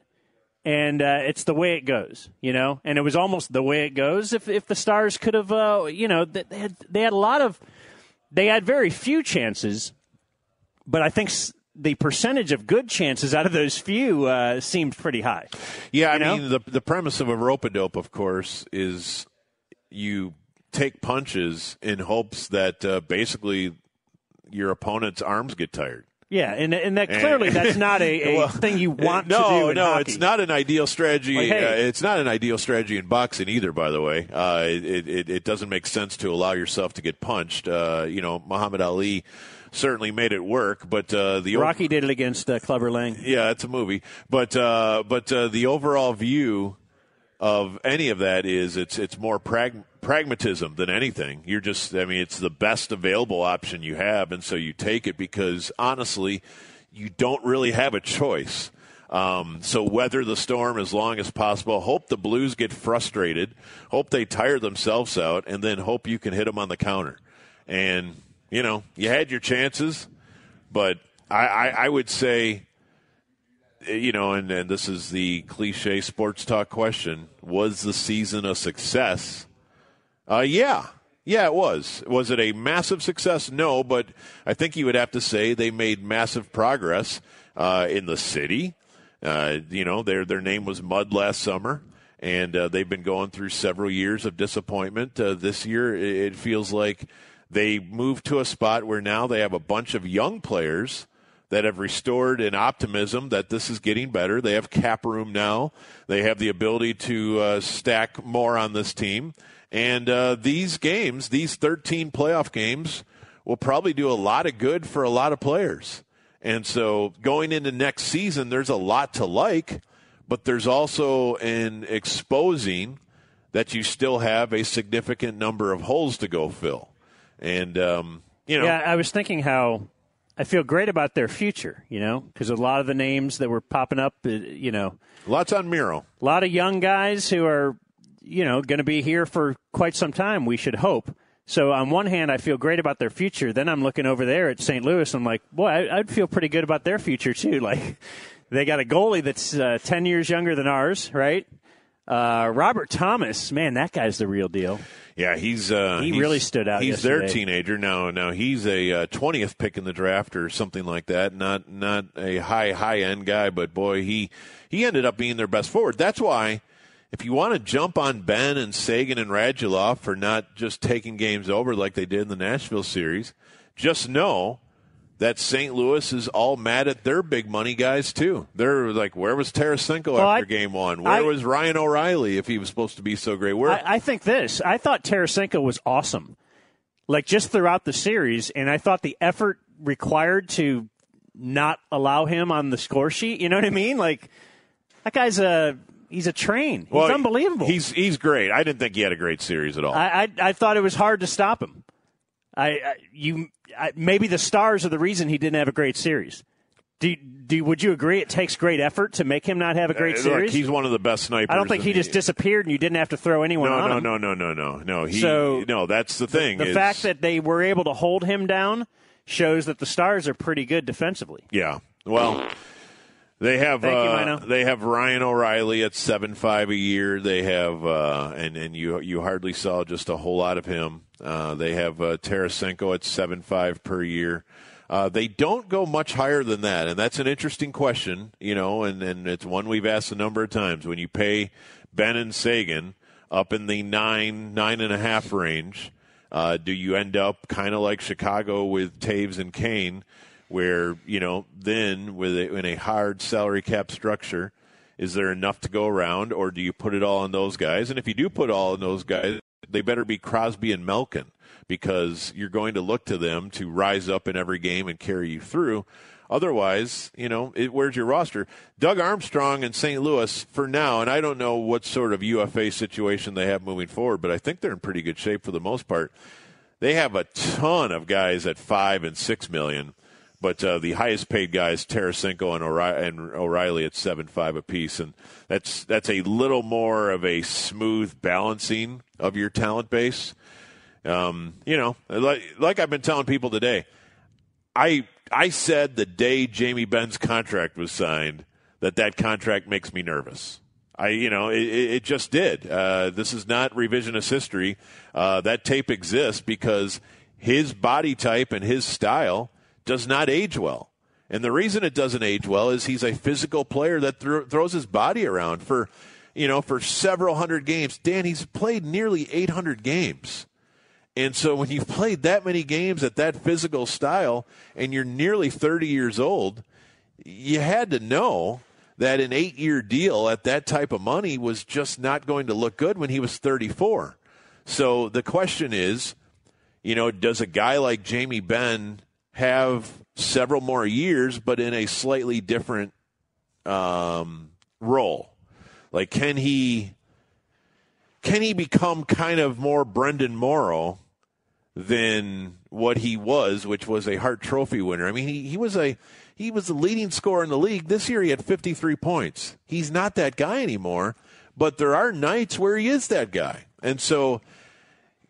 Speaker 6: and uh, it's the way it goes. You know, and it was almost the way it goes. If if the Stars could have, uh, you know, th- they had they had a lot of, they had very few chances but I think s- the percentage of good chances out of those few uh, seemed pretty high.
Speaker 18: Yeah, I mean the the premise of a rope a dope, of course, is you take punches in hopes that uh, basically your opponent's arms get tired.
Speaker 6: Yeah, and and that
Speaker 18: And-
Speaker 6: clearly that's not
Speaker 18: <laughs>
Speaker 6: a, a
Speaker 18: Eh. Well,
Speaker 6: thing you want
Speaker 18: no,
Speaker 6: to do. in
Speaker 18: no,
Speaker 6: hockey.
Speaker 18: it's not an ideal strategy.
Speaker 6: Like, hey.
Speaker 18: uh, it's not an ideal strategy in boxing either. By the way, uh, it, it it doesn't make sense to allow yourself to get punched. Uh, you know, Muhammad Ali certainly made it work, but uh, the old-
Speaker 6: Rocky did it against uh, Clever Lang.
Speaker 18: yeah, it's a movie. But uh, but uh, the overall view of any of that is it's it's more prag- pragmatism than anything. You're just I mean it's the best available option you have, and so you take it because honestly, you don't really have a choice. Um, so weather the storm as long as possible. Hope the Blues get frustrated. Hope they tire themselves out, and then hope you can hit them on the counter. And you know you had your chances, but I, I, I would say, uh, you know, and, and this is the cliche sports talk question: Was the season a success? Uh, yeah. Yeah, it was. Was it a massive success? No, but I think you would have to say they made massive progress uh, in the city. Uh, you know, their their name was Mud last summer, and uh, they've been going through several years of disappointment. Uh, this year, it, it feels like they moved to a spot where now they have a bunch of young players that have restored an optimism that this is getting better. They have cap room now. They have the ability to uh, stack more on this team. And uh, these games, these 13 playoff games, will probably do a lot of good for a lot of players. And so going into next season, there's a lot to like, but there's also an exposing that you still have a significant number of holes to go fill. And, um, you know,
Speaker 6: yeah, I was thinking how I feel great about their future, you know, because a lot of the names that were popping up, uh, you know,
Speaker 18: lots on Miro,
Speaker 6: a lot of young guys who are, you know, going to be here for quite some time. We should hope. So on one hand, I feel great about their future. Then I'm looking over there at St. Louis. I'm like, boy, I, I'd feel pretty good about their future too. <laughs> Like, they got a goalie that's uh, ten years younger than ours, right? Uh, Robert Thomas, man, that guy's the real deal.
Speaker 18: Yeah, he's uh,
Speaker 6: He
Speaker 18: he's-
Speaker 6: really stood out
Speaker 18: He's their
Speaker 6: yesterday.
Speaker 18: teenager now. Now he's a uh, twentieth pick in the draft or something like that. Not not a high high end guy, but boy, he he ended up being their best forward. That's why if you want to jump on Ben and Sagan and Radulov for not just taking games over like they did in the Nashville series, just know that St. Louis is all mad at their big money guys too. They're like, where was Tarasenko
Speaker 6: Well,
Speaker 18: after
Speaker 6: I-
Speaker 18: game one? Where
Speaker 6: I-
Speaker 18: was Ryan O'Reilly if he was supposed to be so great? Where
Speaker 6: I, I think this. I thought Tarasenko was awesome, like just throughout the series, and I thought the effort required to not allow him on the score sheet. You know what I mean? Like that guy's a he's a train. He's
Speaker 18: Well,
Speaker 6: unbelievable.
Speaker 18: He's he's great. I didn't think he had a great series at all.
Speaker 6: I, I I thought it was hard to stop him. I, I you I, maybe the stars are the reason he didn't have a great series. Do you- do you- would you agree? It takes great effort to make him not have a great
Speaker 18: Uh, look,
Speaker 6: series.
Speaker 18: he's one of the best snipers.
Speaker 6: I don't think
Speaker 18: in
Speaker 6: he
Speaker 18: the-
Speaker 6: just disappeared and you didn't have to throw anyone
Speaker 18: No,
Speaker 6: on
Speaker 18: no,
Speaker 6: him.
Speaker 18: no, no, no, no, no. He,
Speaker 6: So,
Speaker 18: no, that's the thing.
Speaker 6: The
Speaker 18: is-
Speaker 6: fact that they were able to hold him down shows that the Stars are pretty good defensively.
Speaker 18: Yeah. Well, they have
Speaker 6: Thank you,
Speaker 18: uh,
Speaker 6: Mino.
Speaker 18: they have Ryan O'Reilly at seven five a year. They have uh, and and you you hardly saw just a whole lot of him. Uh, they have uh, Tarasenko at seven five per year. Uh, they don't go much higher than that, and that's an interesting question, you know, and, and it's one we've asked a number of times. When you pay Ben and Sagan up in the nine nine and a half range, uh, do you end up kind of like Chicago with Taves and Kane, where you know then with a, in a hard salary cap structure, is there enough to go around, or do you put it all on those guys? And if you do put all on those guys, they better be Crosby and Melkin because you're going to look to them to rise up in every game and carry you through. Otherwise, you know, it, where's your roster? Doug Armstrong in St. Louis for now, and I don't know what sort of UFA situation they have moving forward, but I think they're in pretty good shape for the most part. They have a ton of guys at five and six million, but uh, the highest paid guys, Tarasenko and, O'Re- and O'Reilly at seven five apiece, and that's that's a little more of a smooth balancing of your talent base. Um, you know, like, like I've been telling people today, I I said the day Jamie Benn's contract was signed that that contract makes me nervous. I you know it, it it just did. Uh, this is not revisionist history. Uh, that tape exists because his body type and his style does not age well. And the reason it doesn't age well is he's a physical player that thro- throws his body around for, you know, for several hundred games. Dan, he's played nearly 800 games. And so when you've played that many games at that physical style and you're nearly 30 years old, you had to know that an eight year deal at that type of money was just not going to look good when he was 34. So the question is, you know, does a guy like Jamie Benn have several more years, but in a slightly different um, role? Like, can he can he become kind of more Brendan Morrow than what he was, which was a Hart Trophy winner. I mean, he, he was a he was the leading scorer in the league this year. He had 53 points. He's not that guy anymore. But there are nights where he is that guy, and so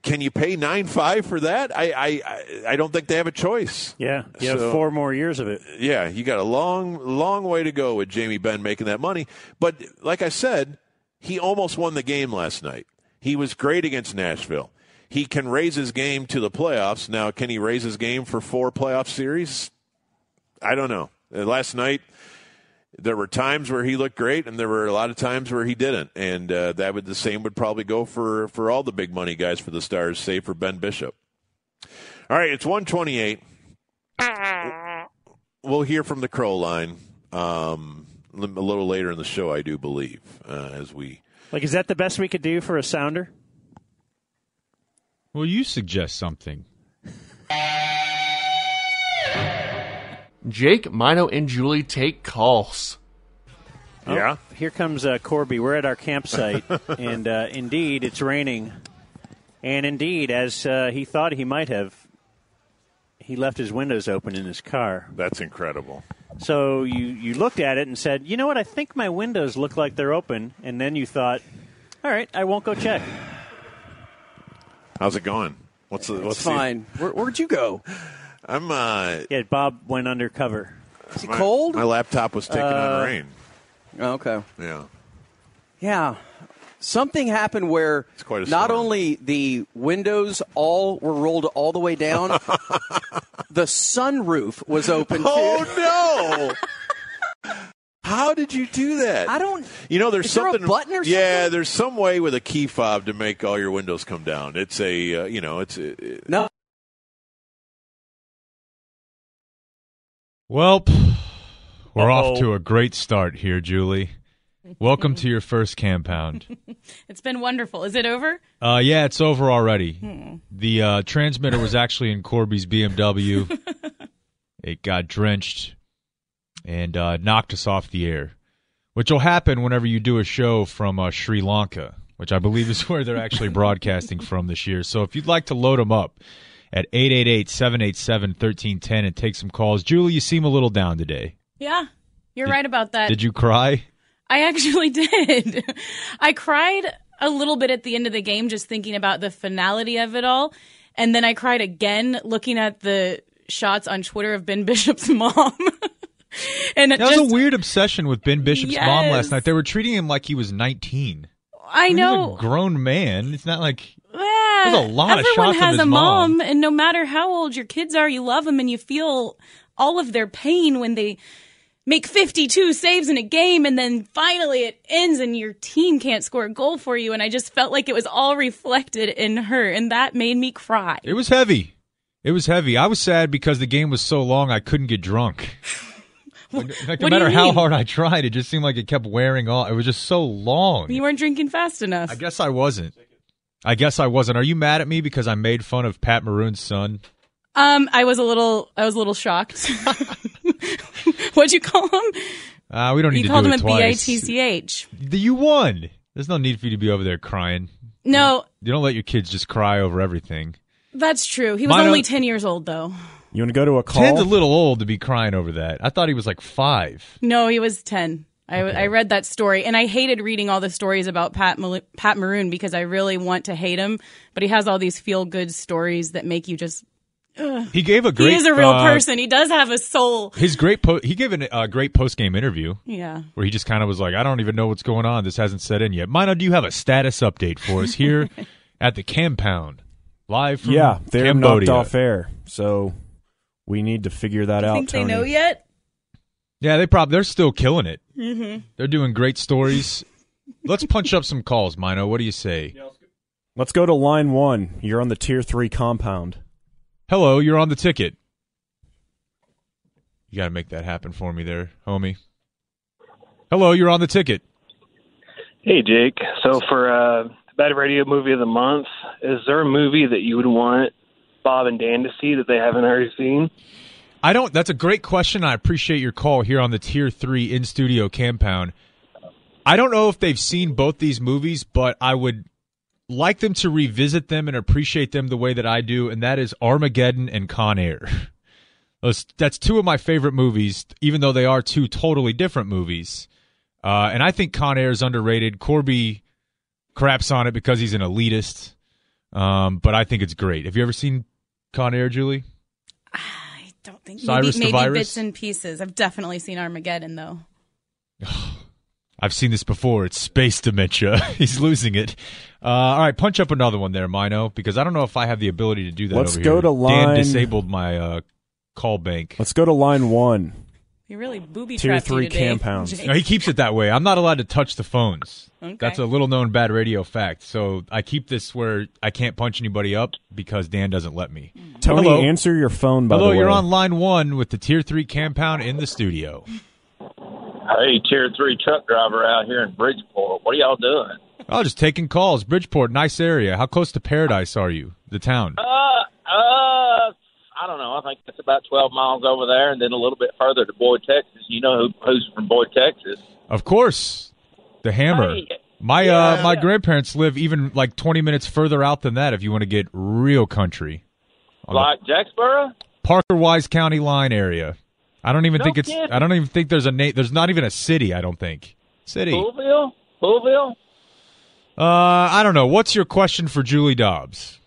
Speaker 18: can you pay nine five for that? I I I- I don't think they have a choice.
Speaker 12: Yeah, you
Speaker 18: So-
Speaker 12: have four more years of it.
Speaker 18: yeah, you got a long, long way to go with Jamie Benn making that money. But like I said, he almost won the game last night. He was great against Nashville. He can raise his game to the playoffs. Now, can he raise his game for four playoff series? I don't know. Uh, Last night, there were times where he looked great, and there were a lot of times where he didn't. And uh, that would the same would probably go for for all the big money guys for the Stars, save for Ben Bishop. All right, it's one twenty eight we'll hear from the crow line um, a little later in the show, I do believe, uh, as we.
Speaker 12: Like, is that the best we could do for a sounder?
Speaker 17: Well, you suggest something.
Speaker 15: Jake, Mino, and Julie take calls.
Speaker 12: Yeah. Oh, here comes uh, Corby. We're at our
Speaker 18: <laughs>
Speaker 12: campsite, and uh, indeed, it's raining. And indeed, as uh, he thought he might have, he left his windows open in his car.
Speaker 18: That's incredible.
Speaker 12: So you, you looked at it and said, you know what? I think my windows look like they're open. And then you thought, all right, I won't go check.
Speaker 18: How's it going? What's the? What's
Speaker 12: fine.
Speaker 18: The, Where, where'd you go? I'm. uh
Speaker 12: Yeah, Bob went undercover.
Speaker 18: Is
Speaker 12: it cold?
Speaker 18: My laptop was taking
Speaker 12: Uh,
Speaker 18: on rain.
Speaker 13: Oh, Okay.
Speaker 18: Yeah.
Speaker 13: Yeah. Something happened where
Speaker 18: quite a
Speaker 13: not
Speaker 18: storm.
Speaker 13: only the windows all were rolled all the way
Speaker 18: <laughs>
Speaker 13: down, the sunroof was open too.
Speaker 18: Oh no! How did you do that?
Speaker 13: I don't-
Speaker 18: You know, there's
Speaker 13: Is there a
Speaker 18: something.
Speaker 13: button or
Speaker 18: Yeah, there's some way with a key fob to make all your windows come down. It's a. Uh, you know, it's. It, it-
Speaker 13: no.
Speaker 17: Well, <sighs> we're off
Speaker 12: Uh-oh.
Speaker 17: to a great start here, Julie. Welcome to your first compound.
Speaker 19: <laughs> It's been wonderful. Is it over?
Speaker 17: Uh, yeah, it's over already.
Speaker 19: Hmm.
Speaker 17: The uh, transmitter was actually in Corby's
Speaker 19: <laughs>
Speaker 17: BMW. it got drenched and uh, knocked us off the air, which will happen whenever you do a show from uh, Sri Lanka, which I believe is where they're
Speaker 19: <laughs>
Speaker 17: actually broadcasting from this year. So if you'd like to load them up at 888 787 1310 and take some calls, Julie, you seem a little down today.
Speaker 19: Yeah, you're right about that.
Speaker 17: Did you cry?
Speaker 19: I actually <laughs> did. I cried a little bit at the end of the game just thinking about the finality of it all. And then I cried again looking at the shots on Twitter of Ben Bishop's <laughs> mom. and
Speaker 17: That was a weird obsession with Ben Bishop's mom
Speaker 19: Yes.
Speaker 17: last night. They were treating him like he was 19.
Speaker 19: I
Speaker 17: He's
Speaker 19: know.
Speaker 17: a grown man. It's not like
Speaker 19: Yeah.
Speaker 17: There's a lot of
Speaker 19: Everyone
Speaker 17: shots of
Speaker 19: has
Speaker 17: his
Speaker 19: a
Speaker 17: mom.
Speaker 19: and no matter how old your kids are, you love them and you feel all of their pain when they make 52 saves in a game and then finally it ends and your team can't score a goal for you and I just felt like it was all reflected in her and that made me cry. <laughs>
Speaker 17: it was heavy. It was heavy. I was sad because the game was so long. I couldn't get drunk. Like, like, no
Speaker 19: what do you
Speaker 17: matter how
Speaker 19: mean?
Speaker 17: hard I tried, it just seemed like it kept wearing off. It was just so long.
Speaker 19: You weren't drinking fast enough.
Speaker 17: I guess I wasn't. I guess I wasn't. Are you mad at me because I made fun of Pat Maroon's son?
Speaker 19: Um I was a little I was a little shocked. <laughs> What'd you call him?
Speaker 17: Uh, we don't need
Speaker 19: you
Speaker 17: to
Speaker 19: called
Speaker 17: do it
Speaker 19: him a B I
Speaker 17: twice.
Speaker 19: T C H.
Speaker 17: You won. There's no need for you to be over there crying.
Speaker 19: No,
Speaker 17: You don't let your kids just cry over everything.
Speaker 19: that's true. He was
Speaker 17: Mine
Speaker 19: only
Speaker 17: are-
Speaker 19: 10 years old though.
Speaker 17: You want to go to a
Speaker 20: call?
Speaker 17: Ten's a little old to be crying over that. I thought he was like five.
Speaker 19: No, he was 10. I, I read that story, and I hated reading all the stories about Pat Mal- Pat Maroon because I really want to hate him, but he has all these feel good stories that make you just. Ugh.
Speaker 17: He gave a great.
Speaker 19: he is a real
Speaker 17: uh,
Speaker 19: person. He does have a soul.
Speaker 17: His great po- he gave a great post game interview
Speaker 19: Yeah.
Speaker 17: where he just kind of was like, I don't even know what's going on. This hasn't set in yet. Mino, do you have a status update for us here at the compound live from
Speaker 20: yeah, they're
Speaker 17: Cambodia?
Speaker 20: knocked off air, so we need to figure that out. Tony.
Speaker 19: yet?
Speaker 17: Yeah, they probably they're still killing it.
Speaker 19: Mm-hmm.
Speaker 17: They're doing great stories. Let's punch up some calls, Mino. What do you say?
Speaker 20: Let's go to line one. You're on the tier three compound.
Speaker 17: Hello, you're on the ticket. You got to make that happen for me there, homie. Hello, you're on the ticket.
Speaker 2: Hey, Jake. So for uh, Bad Radio Movie of the Month, is there a movie that you would want Bob and Dan to see that they haven't already seen?
Speaker 17: I don't. That's a great question. I appreciate your call here on the Tier Three in studio compound. I don't know if they've seen both these movies, but I would like them to revisit them and appreciate them the way that I do, and that is Armageddon and Con Air. <laughs> Those, that's two of my favorite movies, even though they are two totally different movies. Uh, and I think Con Air is underrated. Corby craps on it because he's an elitist, um, but I think it's great. Have you ever seen Con Air, Julie?
Speaker 19: I don't think
Speaker 17: Cyrus the
Speaker 19: maybe, maybe
Speaker 17: Virus?
Speaker 19: bits and pieces. I've definitely seen Armageddon though.
Speaker 17: I've seen this before. It's space dementia. <laughs> He's losing it. Uh, all right, punch up another one there, Mino, because I don't know if I have the ability to do that.
Speaker 20: Let's
Speaker 17: over
Speaker 20: go
Speaker 17: here.
Speaker 20: to line-
Speaker 17: Dan disabled my uh, call bank.
Speaker 20: Let's go to line one.
Speaker 19: You really booby
Speaker 20: Tier
Speaker 19: trapped
Speaker 20: three
Speaker 19: you today,
Speaker 20: compounds.
Speaker 19: <laughs> Jake.
Speaker 17: No, he keeps it that way. I'm not allowed to touch the phones.
Speaker 19: Okay.
Speaker 17: That's a little known bad radio fact. So I keep this where I can't punch anybody up because Dan doesn't let me.
Speaker 20: Tony,
Speaker 17: Hello.
Speaker 20: answer your phone. By
Speaker 17: Hello,
Speaker 20: the way,
Speaker 17: you're on line one with the tier three compound in the
Speaker 19: <laughs>
Speaker 17: studio.
Speaker 1: Hey, tier three truck driver out here in Bridgeport. What are y'all doing?
Speaker 17: Oh, just taking calls. Bridgeport, nice area. How close to paradise are you? The town.
Speaker 1: Uh, uh, I don't know. I think that's about 12 miles over there and then a little bit further to Boyd, Texas. You know who, who's from Boyd, Texas.
Speaker 17: Of course, the hammer.
Speaker 1: Hey.
Speaker 17: My uh,
Speaker 1: Yeah.
Speaker 17: my grandparents live even like 20 minutes further out than that. If you want to get real country, On the
Speaker 1: Like Jacksboro?
Speaker 17: Parker Wise County line area. I don't even
Speaker 1: No
Speaker 17: think it's.
Speaker 1: kidding.
Speaker 17: I don't even think there's a name. There's not even a city. I don't think city.
Speaker 1: Louisville? Louisville?
Speaker 17: Uh, I don't know. What's your question for Julie Dobbs?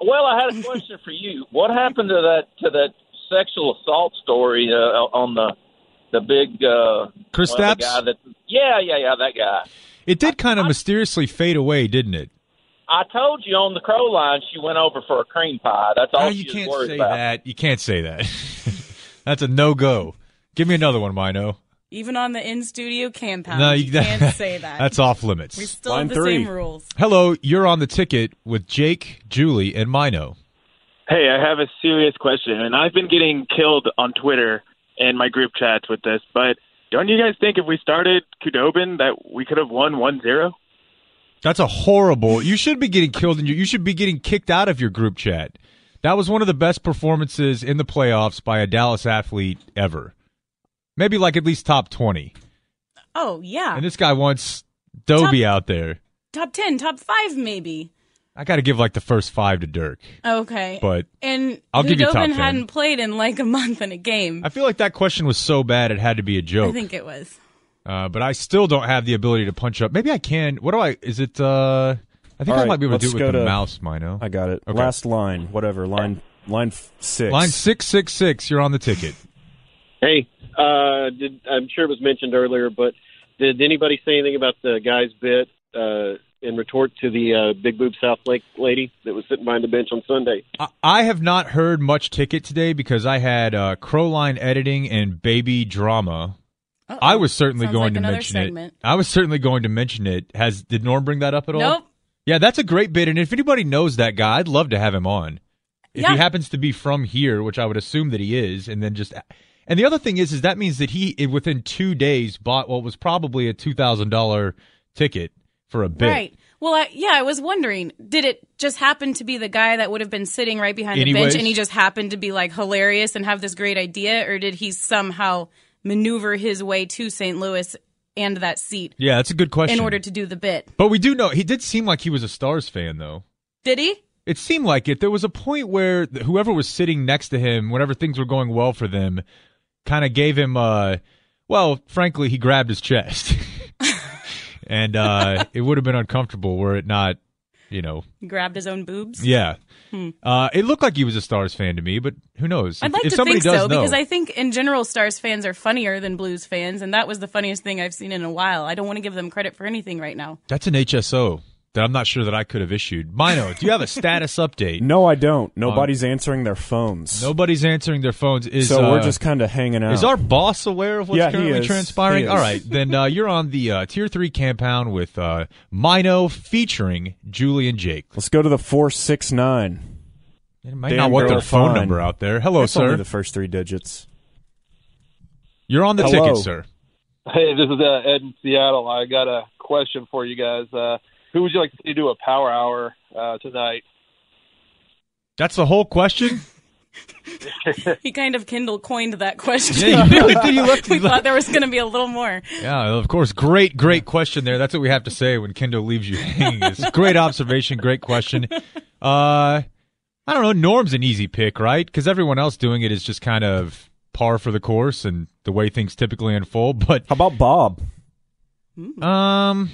Speaker 1: Well, I had a question for you. What happened to that to that sexual assault story uh, on the the big uh,
Speaker 17: Chris
Speaker 1: well,
Speaker 17: Stapps?
Speaker 1: the guy that yeah yeah yeah that guy.
Speaker 17: It did kind of mysteriously fade away, didn't it?
Speaker 1: I told you on the crow line she went over for a cream pie. That's all
Speaker 17: No,
Speaker 1: she
Speaker 17: Ah, you
Speaker 1: was
Speaker 17: can't
Speaker 1: worried
Speaker 17: say
Speaker 1: about.
Speaker 17: that. You can't say that. <laughs> That's a no go. Give me another one, Mino.
Speaker 19: Even on the in studio compound,
Speaker 17: No,
Speaker 19: Um, you,
Speaker 17: you- <laughs>
Speaker 19: can't say that.
Speaker 17: That's off limits.
Speaker 19: We still
Speaker 17: Line
Speaker 19: have the
Speaker 17: three.
Speaker 19: same rules.
Speaker 17: Hello, you're on the ticket with Jake, Julie, and Mino.
Speaker 24: Hey, I have a serious question, and I've been getting killed on Twitter and my group chats with this, but don't you guys think if we started Kudobin that we could have won 1 0?
Speaker 17: That's a horrible. You should be getting killed, and you you should be getting kicked out of your group chat. That was one of the best performances in the playoffs by a Dallas athlete ever. Maybe like at least top twenty.
Speaker 19: Oh yeah,
Speaker 17: And this guy wants Dobie out there.
Speaker 19: top ten, top five, maybe.
Speaker 17: I got to give like the first five to Dirk.
Speaker 19: Okay,
Speaker 17: But
Speaker 19: and
Speaker 17: I'll give you top
Speaker 19: Hudobin
Speaker 17: 10.
Speaker 19: hadn't played in like a month in a game.
Speaker 17: I feel like that question was so bad it had to be a
Speaker 19: I
Speaker 17: joke.
Speaker 19: think it was.
Speaker 17: Uh, but I still don't have the ability to punch up. Maybe I can. What do I? Is it? Uh, I think I might be able to do it with the mouse, Mino.
Speaker 20: I got it.
Speaker 17: Okay.
Speaker 20: Last line, whatever line, line f- six.
Speaker 17: Line six six six. You're on the ticket.
Speaker 9: Hey, uh, did, I'm sure it was mentioned earlier, but did anybody say anything about the guy's bit uh, in retort to the uh, big boob South Lake lady that was sitting behind the bench on Sunday?
Speaker 17: I- I have not heard much ticket today because I had uh, Crowline editing and baby drama. I was certainly
Speaker 19: Sounds
Speaker 17: going
Speaker 19: like
Speaker 17: to
Speaker 19: another
Speaker 17: mention
Speaker 19: segment.
Speaker 17: it. I was certainly going to mention it. Has did Norm bring that up at all?
Speaker 19: Nope.
Speaker 17: Yeah, that's a great bit, and if anybody knows that guy, I'd love to have him on. If
Speaker 19: Yeah.
Speaker 17: he happens to be from here, which I would assume that he is, and then just and the other thing is, is that means that he eh, within two days bought what was probably a two thousand dollar ticket for a bit.
Speaker 19: Right. Well, I, yeah, I was wondering, did it just happen to be the guy that would have been sitting right behind the
Speaker 17: Anyways.
Speaker 19: bench and he just happened to be like hilarious and have this great idea or did he somehow maneuver his way to St. Louis and that seat
Speaker 17: Yeah, that's a good question.
Speaker 19: in order to do the bit?
Speaker 17: but we do know he did seem like he was a Stars fan, though.
Speaker 19: Did he?
Speaker 17: It seemed like it. There was a point where th- whoever was sitting next to him, whenever things were going well for them, kind of gave him, uh, well, frankly, he grabbed his chest. <laughs> and
Speaker 19: <laughs>
Speaker 17: uh, it would have been uncomfortable were it not, you know.
Speaker 19: Grabbed his own boobs?
Speaker 17: Yeah.
Speaker 19: Hmm.
Speaker 17: Uh, it looked like he was a Stars fan to me, but who knows?
Speaker 19: I'd
Speaker 17: If-
Speaker 19: like
Speaker 17: if
Speaker 19: to
Speaker 17: somebody
Speaker 19: think
Speaker 17: does
Speaker 19: so
Speaker 17: know.
Speaker 19: because I think in general Stars fans are funnier than Blues fans and that was the funniest thing I've seen in a while. I don't want to give them credit for anything right now.
Speaker 17: That's an HSO that I'm not sure that I could have issued. Mino, do you have a
Speaker 19: <laughs>
Speaker 17: status update?
Speaker 20: No, I don't. Nobody's answering their phones.
Speaker 17: Nobody's answering their phones. Is
Speaker 20: so we're
Speaker 17: uh,
Speaker 20: just kind of hanging out.
Speaker 17: Is our boss aware of what's
Speaker 20: Yeah, he
Speaker 17: currently
Speaker 20: is. He
Speaker 17: transpiring?
Speaker 20: is.
Speaker 17: All right, then uh, you're on the uh, tier three compound with uh, Mino featuring Julie and Jake.
Speaker 20: Let's go to the four six nine.
Speaker 17: They might not want their phone number out there. Hello,
Speaker 20: That's
Speaker 17: sir.
Speaker 20: Only the first three digits.
Speaker 17: You're on the
Speaker 20: Hello.
Speaker 17: ticket, sir.
Speaker 24: Hey, this is uh, Ed in Seattle. I got a question for you guys. Uh, who would you like to see do a power hour uh, tonight?
Speaker 17: That's the whole question.
Speaker 19: <laughs> he kind of Kindle coined that question.
Speaker 17: Yeah, you really
Speaker 19: <laughs>
Speaker 17: did. You left-
Speaker 19: we thought there was going to be a little more.
Speaker 17: Yeah, of course. Great, great question there. That's what we have to say when Kendall leaves you hanging. It's a great observation, great question. Uh, I don't know. Norm's an easy pick, right? Because everyone else doing it is just kind of par for the course and the way things typically unfold. But how about Bob? Um,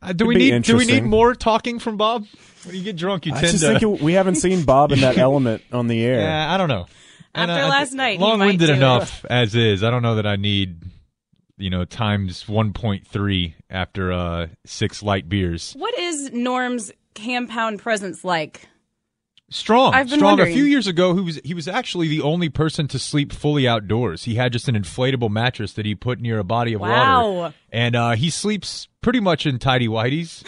Speaker 17: uh, do
Speaker 14: It'd
Speaker 17: we
Speaker 14: be
Speaker 17: need do we need
Speaker 14: interesting.
Speaker 17: more talking from Bob? When you get drunk, you
Speaker 14: I
Speaker 17: tend
Speaker 14: just
Speaker 17: to.
Speaker 14: think it- we haven't seen Bob in that
Speaker 17: <laughs>
Speaker 14: element on the air.
Speaker 17: Yeah, I don't know.
Speaker 19: After
Speaker 17: I
Speaker 19: last
Speaker 17: thi-
Speaker 19: night, you might
Speaker 17: long-winded
Speaker 19: do it.
Speaker 17: enough as is. I don't know that I need, you know, times 1.3 after uh six light beers.
Speaker 19: What is Norm's compound presence like?
Speaker 17: Strong,
Speaker 19: I've been
Speaker 17: strong.
Speaker 19: wondering.
Speaker 17: A few years ago, he was he was actually the only person to sleep fully outdoors. He had just an inflatable mattress that he put near a body of
Speaker 19: Wow.
Speaker 17: water, and uh, he sleeps pretty much in tidy whities.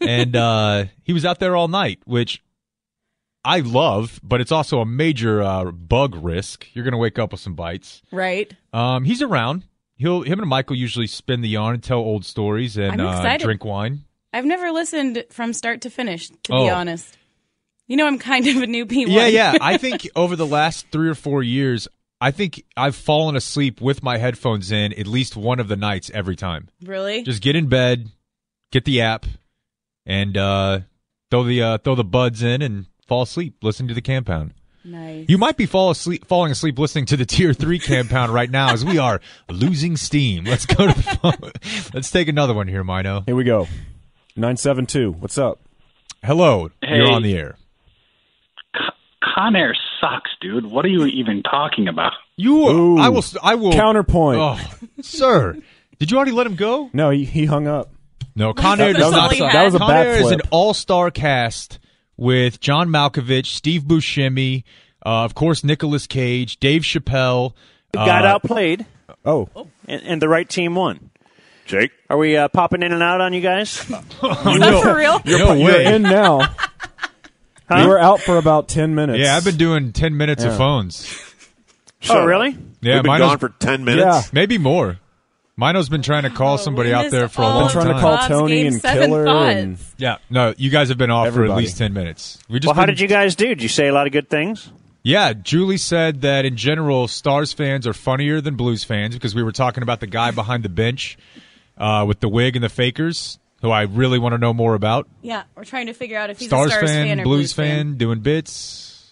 Speaker 17: <laughs> and uh, he was out there all night, which I love, but it's also a major uh, bug risk. You're gonna wake up with some bites.
Speaker 19: Right?
Speaker 17: Um, he's around. He'll him and Michael usually spin the yarn and tell old stories and
Speaker 19: I'm
Speaker 17: uh,
Speaker 19: excited.
Speaker 17: drink wine.
Speaker 19: I've never listened from start to finish, to
Speaker 17: Oh.
Speaker 19: be honest. You know, I'm kind of a newbie.
Speaker 17: Yeah, yeah.
Speaker 19: <laughs>
Speaker 17: I think over the last three or four years, I think I've fallen asleep with my headphones in at least one of the nights every time.
Speaker 19: really?
Speaker 17: Just get in bed, get the app, and uh, throw the uh, throw the buds in and fall asleep. Listen to the compound.
Speaker 19: nice.
Speaker 17: You might be fall asleep, falling asleep listening to the tier three compound right now as we are losing steam. Let's go to the phone. Let's take another one here, Mino.
Speaker 14: Here we go. 972. What's up?
Speaker 17: Hello. You're
Speaker 12: Hey.
Speaker 17: on the air.
Speaker 12: Con Air sucks, dude. What are you even talking about?
Speaker 17: You.
Speaker 14: Ooh.
Speaker 12: I will s- I will-
Speaker 14: Counterpoint.
Speaker 12: Oh,
Speaker 17: sir, did you already let him go?
Speaker 14: No, he, he hung up.
Speaker 17: No, Con Air
Speaker 14: that, was,
Speaker 17: does not
Speaker 14: a-
Speaker 17: suck.
Speaker 14: that was a
Speaker 17: Con Air
Speaker 14: bad
Speaker 17: is
Speaker 14: flip.
Speaker 17: an all-star cast with John Malkovich, Steve Buscemi, uh, of course Nicolas Cage, Dave Chappelle.
Speaker 6: Got
Speaker 17: uh,
Speaker 6: outplayed.
Speaker 14: Oh,
Speaker 6: and, and the right team won.
Speaker 18: Jake,
Speaker 6: are we uh, popping in and out on you guys?
Speaker 14: Is that for real? You're,
Speaker 6: No
Speaker 14: you're
Speaker 6: way.
Speaker 14: in
Speaker 17: <laughs>
Speaker 14: now. You were out for about 10 minutes.
Speaker 17: Yeah, I've been doing 10 minutes
Speaker 14: Yeah.
Speaker 17: of phones.
Speaker 6: Oh, Shut really? up.
Speaker 17: Yeah,
Speaker 18: We've been
Speaker 17: Mino's-
Speaker 18: gone for 10 minutes? Yeah.
Speaker 17: Maybe more. Mino's been trying to call somebody out there for a
Speaker 6: all
Speaker 17: long
Speaker 6: of
Speaker 17: time.
Speaker 6: Been trying to call Oh, Bob's Tony game and seven Killer and- thoughts.
Speaker 17: Yeah, no, you guys have been off for
Speaker 6: Everybody.
Speaker 17: at least 10 minutes. We just
Speaker 6: well, how
Speaker 17: been-
Speaker 6: did you guys do? Did you say a lot of good things?
Speaker 17: Yeah, Julie said that in general, Stars fans are funnier than Blues fans because we were talking about the guy behind the bench uh, with the wig and the fakers, who I really want to know more about.
Speaker 19: Yeah, we're trying to figure out if he's
Speaker 17: Stars,
Speaker 19: a Stars
Speaker 17: fan,
Speaker 19: or
Speaker 17: Blues, fan, doing bits.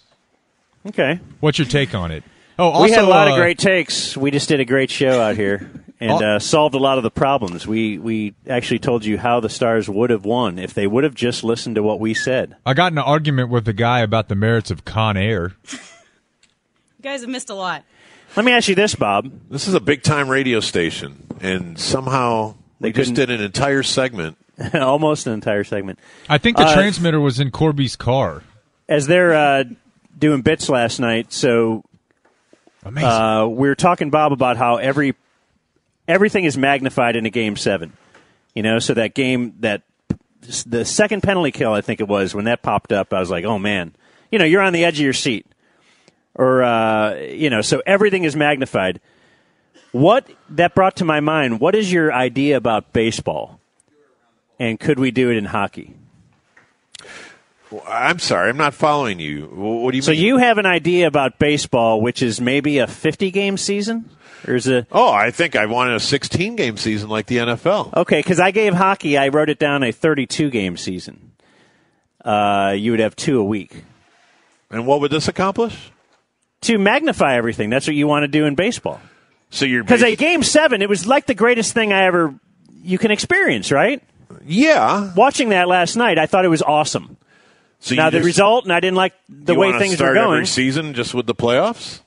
Speaker 6: Okay.
Speaker 17: What's your take on it? Oh, also,
Speaker 6: we had a lot
Speaker 17: uh,
Speaker 6: of great takes. We just did a great show
Speaker 17: <laughs>
Speaker 6: out here and
Speaker 17: Al-
Speaker 6: uh, solved a lot of the problems. We we actually told you how the Stars would have won if they would have just listened to what we said.
Speaker 17: I got in an argument with a guy about the merits of Con Air.
Speaker 19: You guys have missed a lot.
Speaker 6: Let me ask you this, Bob.
Speaker 18: This is a big time radio station, and somehow they just did an entire segment.
Speaker 6: <laughs> Almost an entire segment.
Speaker 17: I think the
Speaker 6: Uh,
Speaker 17: transmitter was in Corby's car.
Speaker 6: as they're uh, doing bits last night, so uh, we were talking Bob about how every everything is magnified in a game seven. You know, so that game that the second penalty kill, I think it was when that popped up, I was like, oh man, you know, you're on the edge of your seat, or uh, you know, so everything is magnified. What that brought to my mind? What is your idea about baseball? And could we do it in hockey?
Speaker 18: I'm sorry, I'm not following you. Wh- What do you
Speaker 6: So
Speaker 18: mean?
Speaker 6: you have an idea about baseball, which is maybe a 50 game season? Or is it?
Speaker 18: Oh, I think I wanted a 16 game season like the NFL.
Speaker 6: Okay, because I gave hockey, I wrote it down a 32 game season. Uh, you would have two a week.
Speaker 18: And what would this accomplish?
Speaker 6: To magnify everything. That's what you want to do in baseball.
Speaker 18: So you're
Speaker 6: Because at game seven, it was like the greatest thing I ever you can experience, right?
Speaker 18: Yeah.
Speaker 6: Watching that last night, I thought it was awesome.
Speaker 18: So you
Speaker 6: now the
Speaker 18: just-
Speaker 6: result, and I didn't like the
Speaker 18: you
Speaker 6: way
Speaker 18: wanna
Speaker 6: things
Speaker 18: start
Speaker 6: were going.
Speaker 18: every season just with the playoffs.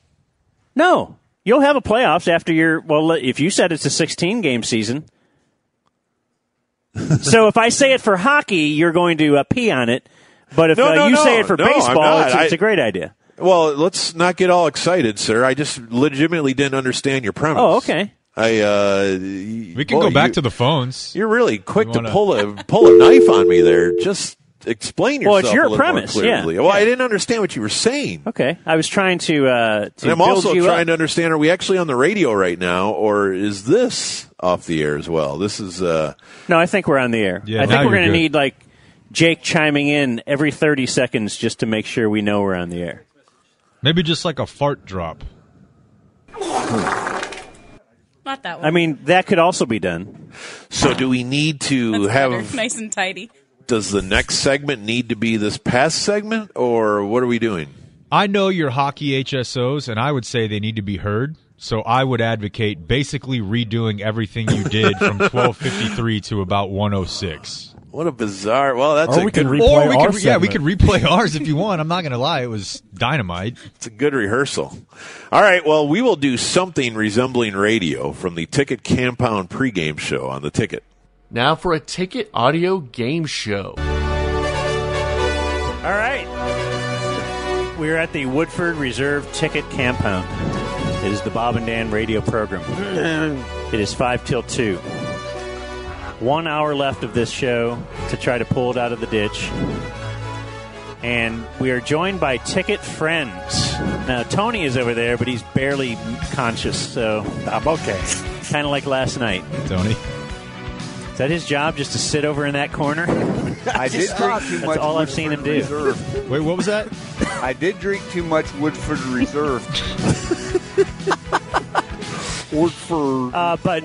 Speaker 6: No, you'll have a playoffs after your. Well, if you said it's a 16
Speaker 18: <laughs>
Speaker 6: game season. so if I say it for hockey, you're going to uh, pee on it. But if
Speaker 18: No,
Speaker 6: uh,
Speaker 18: no,
Speaker 6: you
Speaker 18: no.
Speaker 6: say it for
Speaker 18: No, I'm
Speaker 6: baseball,
Speaker 18: not.
Speaker 6: it's, it's
Speaker 18: I-
Speaker 6: a great idea.
Speaker 18: Well, let's not get all excited, sir. I just legitimately didn't understand your premise.
Speaker 6: Oh, okay.
Speaker 18: I uh, we
Speaker 17: can go back to the phones.
Speaker 18: You're really quick
Speaker 17: You
Speaker 18: to
Speaker 17: wanna-
Speaker 18: pull a pull a knife on me there. Just explain yourself.
Speaker 6: Well, it's your
Speaker 18: a little more
Speaker 6: premise, yeah.
Speaker 18: clearly. Well, I didn't understand what you were saying.
Speaker 6: Okay, I was trying to. Uh, to
Speaker 18: And I'm
Speaker 6: build
Speaker 18: also
Speaker 6: you
Speaker 18: trying
Speaker 6: up.
Speaker 18: to understand: Are we actually on the radio right now, or is this off the air as well? This is uh,
Speaker 6: No, I think we're on the air.
Speaker 18: Yeah,
Speaker 6: I
Speaker 18: now
Speaker 6: think we're
Speaker 18: you're
Speaker 6: going to
Speaker 18: good.
Speaker 6: need like Jake chiming in every 30 seconds just to make sure we know we're on the air.
Speaker 17: Maybe just like a fart drop.
Speaker 19: Not that one.
Speaker 6: I mean, that could also be done.
Speaker 18: So do we need to
Speaker 17: <laughs>
Speaker 18: have?
Speaker 19: Better. nice and tidy.
Speaker 18: Does the next segment need to be this past segment, or what are we doing?
Speaker 17: I know your hockey HSOs, and I would say they need to be heard. So I would advocate basically redoing everything you <laughs> did from 1253 to about 106.
Speaker 18: What a bizarre. Well, that's
Speaker 17: Or
Speaker 18: a
Speaker 17: we
Speaker 18: good,
Speaker 17: can replay Or we our could- yeah, we segment. could replay <laughs> ours if you want. I'm not going to lie, it was dynamite.
Speaker 18: It's a good rehearsal. All right, well, we will do something resembling radio from the Ticket Compound pregame show on the Ticket.
Speaker 15: Now for a ticket audio game show.
Speaker 6: All right. We're at the Woodford Reserve Ticket Compound. It is the Bob and Dan
Speaker 20: <clears throat>
Speaker 6: radio program. it is 5 till 2. One hour left of this show to try to pull it out of the ditch. And we are joined by ticket friends. Now, Tony is over there, but he's barely conscious, so. I'm okay. Kind of like last night.
Speaker 17: Tony.
Speaker 6: Is that his job, just to sit over in that corner?
Speaker 20: <laughs> I did drink
Speaker 6: <laughs>
Speaker 20: too much.
Speaker 6: That's all I've seen him
Speaker 20: Woodford
Speaker 6: do.
Speaker 20: Reserve.
Speaker 17: Wait, what was that?
Speaker 20: I did drink too much Woodford Reserve. Woodford.
Speaker 6: Uh, but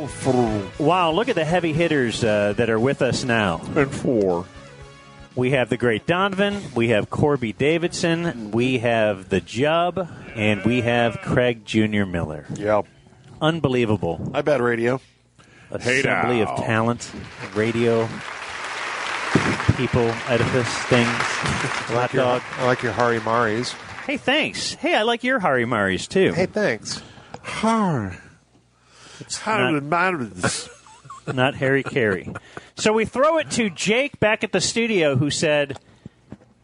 Speaker 6: wow, look at the heavy hitters uh, that are with us now.
Speaker 20: And four.
Speaker 6: We have the great Donovan. We have Corby Davidson. We have the Jub, and we have Craig Junior Miller.
Speaker 18: Yep.
Speaker 6: Unbelievable.
Speaker 18: I bet radio.
Speaker 6: Assembly
Speaker 18: Hey now.
Speaker 6: of talent, radio, people, edifice, things. hot
Speaker 10: your-
Speaker 6: dog.
Speaker 10: I like your Hari Maris.
Speaker 6: Hey, thanks. Hey, I like your Hari Maris too. Hey,
Speaker 10: thanks.
Speaker 6: Har. It's
Speaker 10: Hari
Speaker 6: Maris. <laughs> Not Harry Carey. So we throw it to Jake back at the studio, who said,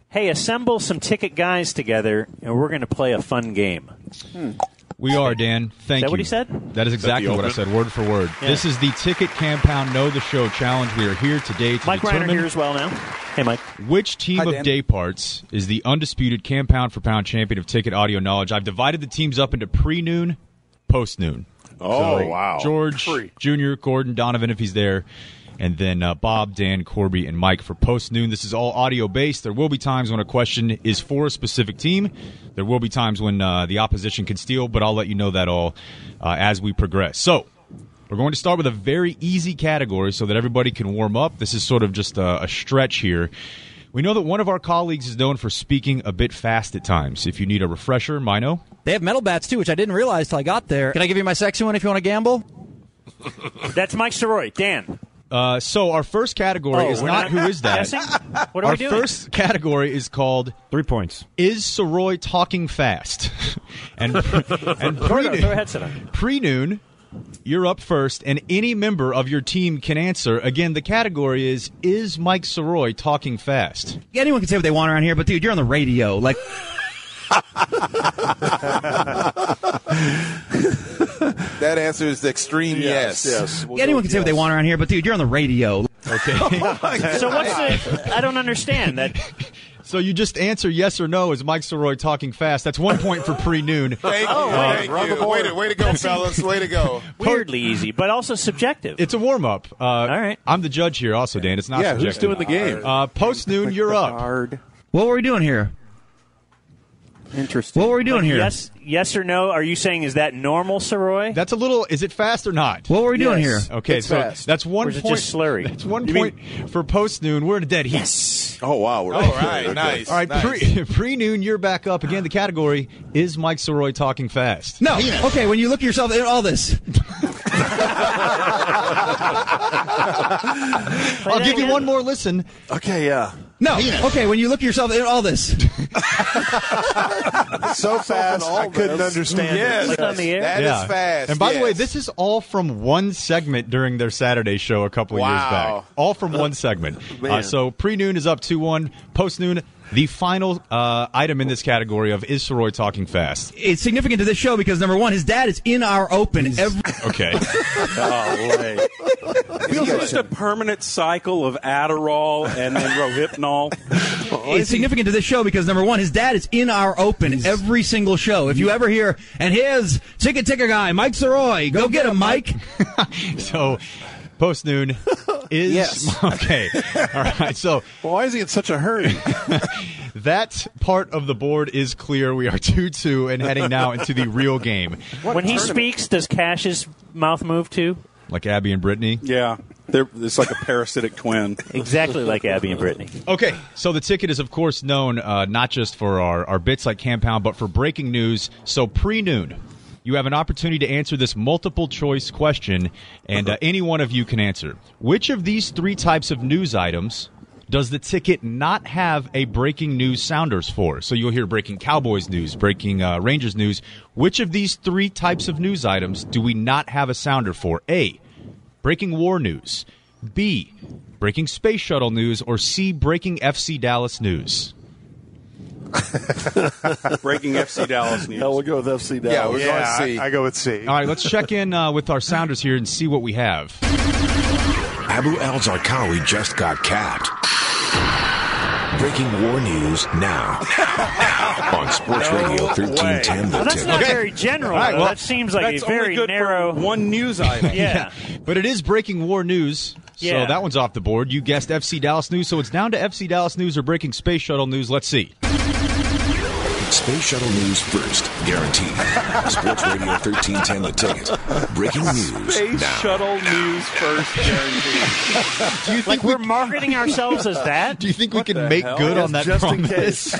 Speaker 6: "Hey, assemble some ticket guys together, and we're going to play a fun game."
Speaker 17: We are, Dan. Thank you.
Speaker 6: that what he said?
Speaker 17: That is
Speaker 6: Is that the
Speaker 17: exactly what I
Speaker 6: open?
Speaker 17: said, word for word.
Speaker 6: Yeah.
Speaker 17: This is the Ticket Compound Know the Show Challenge. We are here today to
Speaker 6: Mike Reiner
Speaker 17: determine
Speaker 6: here as well now. Hey, Mike.
Speaker 17: Which team
Speaker 6: Hi,
Speaker 17: of
Speaker 6: Dan.
Speaker 17: day parts is the undisputed Cam Pound for Pound champion of Ticket Audio Knowledge? I've divided the teams up into pre noon, post noon.
Speaker 18: Oh, wow.
Speaker 17: George Jr., Gordon, Donovan, if he's there, and then uh, Bob, Dan, Corby, and Mike for post noon. This is all audio based. There will be times when a question is for a specific team. There will be times when uh, the opposition can steal, but I'll let you know that all uh, as we progress. So. We're going to start with a very easy category so that everybody can warm up. This is sort of just a, a stretch here. We know that one of our colleagues is known for speaking a bit fast at times. If you need a refresher, Mino.
Speaker 5: They have metal bats too, which I didn't realize till I got there. Can I give you my sexy one if you want to gamble?
Speaker 6: That's Mike Soroy. Dan.
Speaker 17: Uh, so our first category
Speaker 6: Oh,
Speaker 17: is
Speaker 6: we're
Speaker 17: not, who is that.
Speaker 6: guessing? What are
Speaker 17: our
Speaker 6: we doing?
Speaker 17: first category is called
Speaker 25: three points.
Speaker 17: Is Soroy talking fast? <laughs>
Speaker 6: <laughs>
Speaker 17: and and
Speaker 6: Throw it on,
Speaker 17: pre-noon-
Speaker 6: throw a headset on.
Speaker 17: pre-noon, you're up first, and any member of your team can answer. Again, the category is Is Mike Soroy talking fast?
Speaker 5: Anyone can say what they want around here, but dude, you're on the radio. Like,
Speaker 10: That answer is the extreme yes.
Speaker 5: yes. anyone can say what they want around here, but dude, you're on the radio.
Speaker 10: Okay.
Speaker 6: <laughs> <laughs> so what's the? I don't understand that.
Speaker 17: <laughs> So you just answer yes or no. Is Mike Soroy talking fast? That's one point for
Speaker 6: <laughs>
Speaker 17: pre-noon.
Speaker 10: Thank
Speaker 6: Oh,
Speaker 10: you. thank you. Way to, way to go, fellas. Way to go.
Speaker 6: Weirdly easy, but also subjective.
Speaker 17: It's a warm up. Uh, All
Speaker 6: right.
Speaker 17: I'm the judge here, also, Dan. It's not.
Speaker 10: Yeah, who's
Speaker 17: subjective.
Speaker 10: doing the game?
Speaker 17: Uh, Post noon, you're up.
Speaker 5: What were we doing here?
Speaker 26: Interesting.
Speaker 5: What were we doing
Speaker 6: Like,
Speaker 5: here?
Speaker 6: Yes, yes or no? Are you saying is that normal, Soroy?
Speaker 17: That's a little. Is it fast or not?
Speaker 5: What were we doing here?
Speaker 17: Okay, so that's one
Speaker 6: or is it
Speaker 17: point.
Speaker 6: just slurry.
Speaker 17: <laughs> That's one point for post noon. We're in a dead heat.
Speaker 18: Oh, wow. We're
Speaker 10: All right, nice,
Speaker 17: All right,
Speaker 10: nice.
Speaker 17: pre <laughs> pre noon, you're back up again. The category is Mike Soroy talking fast.
Speaker 5: No. Okay, when you look at yourself at all this,
Speaker 17: I'll give you one more listen.
Speaker 18: Okay, yeah.
Speaker 5: No. Okay, when you look at yourself at all this. <laughs>
Speaker 10: so fast, I couldn't understand
Speaker 17: Yes.
Speaker 10: it.
Speaker 17: Like on the air?
Speaker 10: That is
Speaker 17: Yeah.
Speaker 10: fast.
Speaker 17: And by the way,
Speaker 10: yes.
Speaker 17: this is all from one segment during their Saturday show a couple of
Speaker 10: Wow.
Speaker 17: years back. All from one
Speaker 10: <laughs>
Speaker 17: segment.
Speaker 10: Man.
Speaker 17: Uh, so pre noon is up 2 1. Post noon, the final uh, item in this category of Is Soroy Talking Fast?
Speaker 5: It's significant to this show because number one, his dad is in our open every.
Speaker 17: Okay.
Speaker 10: <laughs>
Speaker 14: Oh,
Speaker 18: <laughs>
Speaker 14: Feels just a permanent cycle of Adderall and then
Speaker 18: <laughs>
Speaker 14: Rohypnol.
Speaker 5: It's significant to this show because number one, his dad is in our open every single show. If you ever hear, and here's ticket ticker guy, Mike Soroy, go get him, Mike.
Speaker 17: so
Speaker 5: <laughs>
Speaker 17: post noon <laughs>
Speaker 10: <laughs>
Speaker 17: is. Yes. Okay. All right. So.
Speaker 18: Why is he in such a hurry?
Speaker 17: <laughs> That part of the board is clear. We are 2 2 and heading now into the real game.
Speaker 6: when he speaks, does Cash's mouth move
Speaker 8: <laughs>
Speaker 6: too?
Speaker 17: Like Abby and Brittany?
Speaker 14: Yeah. They're, it's like a parasitic twin.
Speaker 6: Exactly like Abby and Brittany.
Speaker 17: Okay, so the ticket is, of course, known uh, not just for our, our bits like Campound, but for breaking news. So, pre noon, you have an opportunity to answer this multiple choice question, and uh, any one of you can answer. Which of these three types of news items does the ticket not have a breaking news sounders for? So, you'll hear breaking Cowboys news, breaking uh, Rangers news. Which of these three types of news items do we not have a sounder for? A breaking war news, B, breaking space shuttle news, or C, breaking FC Dallas news?
Speaker 14: Breaking FC Dallas news.
Speaker 8: Yeah, we'll go with FC Dallas.
Speaker 17: Yeah, we're going C.
Speaker 8: I, I go with C.
Speaker 17: All right, let's check in uh, with our sounders here and see what we have.
Speaker 10: Abu Al
Speaker 17: <laughs>
Speaker 10: Zarqawi just got capped. Breaking war news now. Now. On Sports Radio 1310, the
Speaker 6: Well, that's
Speaker 10: ticket.
Speaker 6: not very general.
Speaker 17: All right,
Speaker 6: though.
Speaker 17: well,
Speaker 6: that seems like
Speaker 14: that's
Speaker 6: a
Speaker 14: only
Speaker 6: very
Speaker 14: good for
Speaker 6: narrow
Speaker 14: one news
Speaker 6: <laughs>
Speaker 14: item.
Speaker 6: yeah.
Speaker 17: But it is breaking war news.
Speaker 6: Yeah.
Speaker 17: So that one's off the board. You guessed FC Dallas news, so it's down to FC Dallas news or breaking space shuttle news. Let's see.
Speaker 10: Space Shuttle news first, guaranteed. Sports Radio 1310, the ticket. Breaking news
Speaker 14: Space
Speaker 10: now.
Speaker 14: shuttle news first guaranteed.
Speaker 6: like we're marketing ourselves as that?
Speaker 17: Do you think
Speaker 6: we
Speaker 17: can make good on that promise?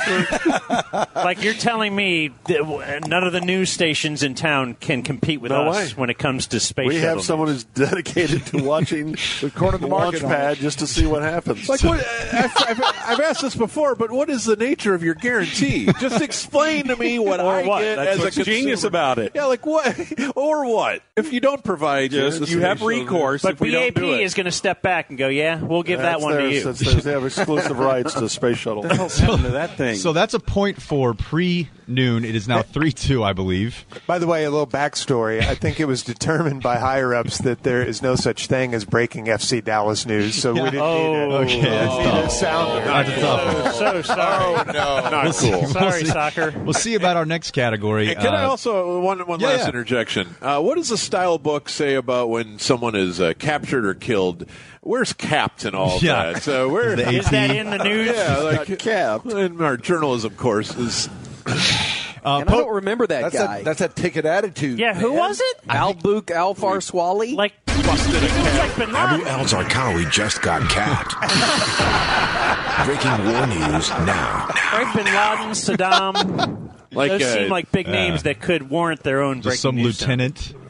Speaker 6: like you're telling me that w- none of the news stations in town can compete with
Speaker 8: No
Speaker 6: us
Speaker 8: way.
Speaker 6: when it comes to space
Speaker 8: we
Speaker 6: shuttle
Speaker 8: have someone who's dedicated
Speaker 18: <laughs>
Speaker 8: to watching the corner
Speaker 6: of the
Speaker 8: launch
Speaker 6: market on
Speaker 8: pad just to see what happens.
Speaker 18: Like what, I've, I've, I've asked this before, but what is the nature of your guarantee? Just explain to me what
Speaker 14: Or
Speaker 18: I
Speaker 14: what?
Speaker 18: get
Speaker 14: That's
Speaker 18: as
Speaker 14: what's
Speaker 18: a consumer.
Speaker 14: genius about it.
Speaker 18: Yeah, like <laughs> what or what? If you don't provide,
Speaker 14: Just
Speaker 18: this,
Speaker 14: you have recourse
Speaker 6: But
Speaker 14: if we don't
Speaker 6: BAP
Speaker 14: do it.
Speaker 6: is going to step back and go, yeah, we'll give that
Speaker 8: That's
Speaker 6: one to
Speaker 8: theirs,
Speaker 6: you.
Speaker 8: that's theirs.
Speaker 6: <laughs>
Speaker 8: they have exclusive rights to the space shuttle.
Speaker 17: <laughs>
Speaker 14: that
Speaker 8: <laughs>
Speaker 14: thing?
Speaker 17: So that's a point for pre noon. It is now 3 2, I believe.
Speaker 27: By the way, a little backstory. I think it was determined by higher ups that there is no such thing as breaking FC Dallas news, so we didn't
Speaker 6: Oh,
Speaker 8: need it.
Speaker 17: Okay, that's
Speaker 8: We
Speaker 17: tough.
Speaker 8: need a sounder.
Speaker 17: That's tough.
Speaker 6: so sorry.
Speaker 8: Oh, no.
Speaker 17: We'll
Speaker 8: Not
Speaker 17: see-
Speaker 8: cool.
Speaker 17: we'll
Speaker 18: Sorry,
Speaker 17: see-
Speaker 18: soccer.
Speaker 17: We'll see about our next category.
Speaker 18: Hey, can I
Speaker 17: Uh,
Speaker 18: also one one
Speaker 17: yeah,
Speaker 18: last
Speaker 17: yeah.
Speaker 18: interjection? Uh, what does the style book say about when someone is uh, captured or killed? Where's capped and all
Speaker 17: Yeah.
Speaker 18: that?
Speaker 17: <laughs>
Speaker 18: So where
Speaker 17: The Is
Speaker 10: <laughs>
Speaker 17: that AP? in the news?
Speaker 18: Yeah, like capped in our journalism courses.
Speaker 17: Uh,
Speaker 13: and I don't remember that
Speaker 18: That's a-
Speaker 13: guy. that's
Speaker 18: a ticket attitude.
Speaker 13: Yeah,
Speaker 18: who was
Speaker 13: it? <laughs> Al Book Alfar Swali?
Speaker 6: Like
Speaker 13: busted a cat. Like
Speaker 10: Abu Al Zarqawi just got capped.
Speaker 17: <laughs>
Speaker 10: Breaking war news now.
Speaker 6: Eric Bin Laden,
Speaker 14: <laughs>
Speaker 6: Saddam.
Speaker 18: Like,
Speaker 6: those
Speaker 18: uh,
Speaker 6: seem like big names that could warrant their own breaking news sound.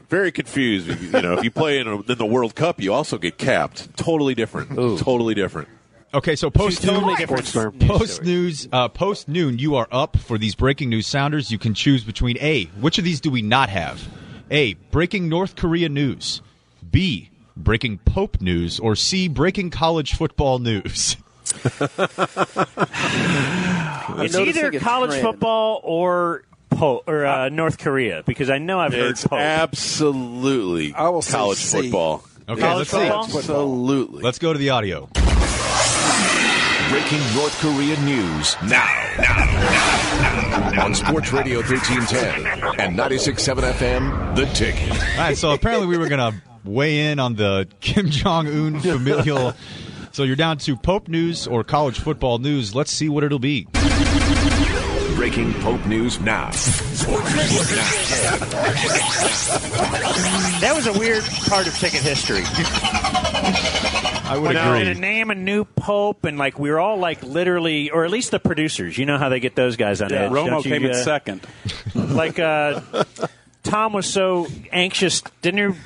Speaker 18: Very confused. You you know, if you play in, a, in the World Cup, you also get capped. Totally different. Totally different.
Speaker 17: Okay, so post
Speaker 18: Two
Speaker 17: noon,
Speaker 18: totally different Sports news
Speaker 17: post news, uh, post noon, you are up for these breaking news sounders. You can choose between A. Which of these do we not have? A. Breaking North Korea news. B. Breaking Pope news, or C. Breaking college football news.
Speaker 6: It's either college football or po- or uh, North Korea because I know I've heard
Speaker 18: It's
Speaker 6: Pope.
Speaker 18: absolutely college
Speaker 6: C.
Speaker 18: football.
Speaker 17: Okay,
Speaker 18: College
Speaker 17: let's see.
Speaker 18: football? Absolutely.
Speaker 17: Let's go to the audio.
Speaker 10: Breaking North Korea news now. Now. now. On Sports Radio 1310 and 96.7 FM, the ticket.
Speaker 17: All right, so apparently we were going to weigh in on the Kim Jong Un familial. So you're down to Pope news or college football news. Let's see what it'll be.
Speaker 10: Breaking Pope news now.
Speaker 6: That was a weird part of ticket history.
Speaker 17: I
Speaker 6: like, we're gonna name a new pope, and like we were all like literally, or at least the producers. You know how they get those guys on edge.
Speaker 14: Romo
Speaker 6: don't you,
Speaker 14: came in
Speaker 6: uh,
Speaker 14: second.
Speaker 6: Like uh, Tom was so anxious, didn't you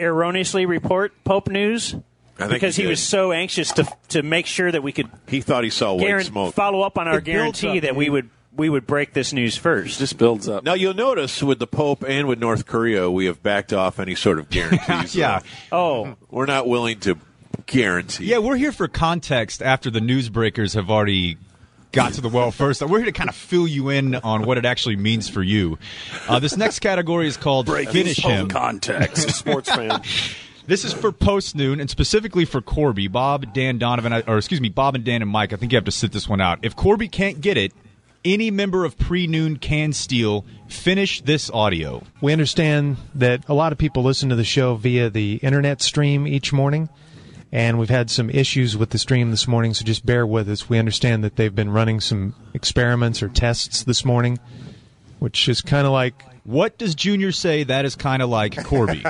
Speaker 6: erroneously report pope news?
Speaker 18: think
Speaker 6: because
Speaker 18: he
Speaker 6: he,
Speaker 18: did.
Speaker 6: was so anxious to to make sure that we could
Speaker 18: He thought he saw white
Speaker 6: guaran-
Speaker 18: smoke.
Speaker 6: <laughs> follow up on our
Speaker 18: It builds
Speaker 6: guarantee
Speaker 18: up,
Speaker 6: that we would we would break this news first.
Speaker 18: Just builds up. Now you'll notice with the Pope and with North Korea, we have backed off any sort <laughs> of guarantees.
Speaker 17: Yeah.
Speaker 6: Oh.
Speaker 18: We're not willing to guarantee.
Speaker 17: Yeah, we're here for context after the newsbreakers have already got to the well first. We're here to kind of fill you in on what it actually means for you. Uh, this next category is called Finish Him.
Speaker 14: Context.
Speaker 8: Sports fan.
Speaker 17: <laughs> This is for post noon and specifically for Corby, Bob, Dan, Donovan, I- or excuse me, Bob and Dan and Mike. I think you have to sit this one out. If Corby can't get it, any member of pre noon can steal. Finish this audio.
Speaker 28: We understand that a lot of people listen to the show via the internet stream each morning.
Speaker 29: and we've had some issues with the stream this morning, so just bear with us. We understand that they've been running some experiments or tests this morning, which is kind of like.
Speaker 17: What does Junior say that is kind of
Speaker 29: <laughs>
Speaker 17: like Corby?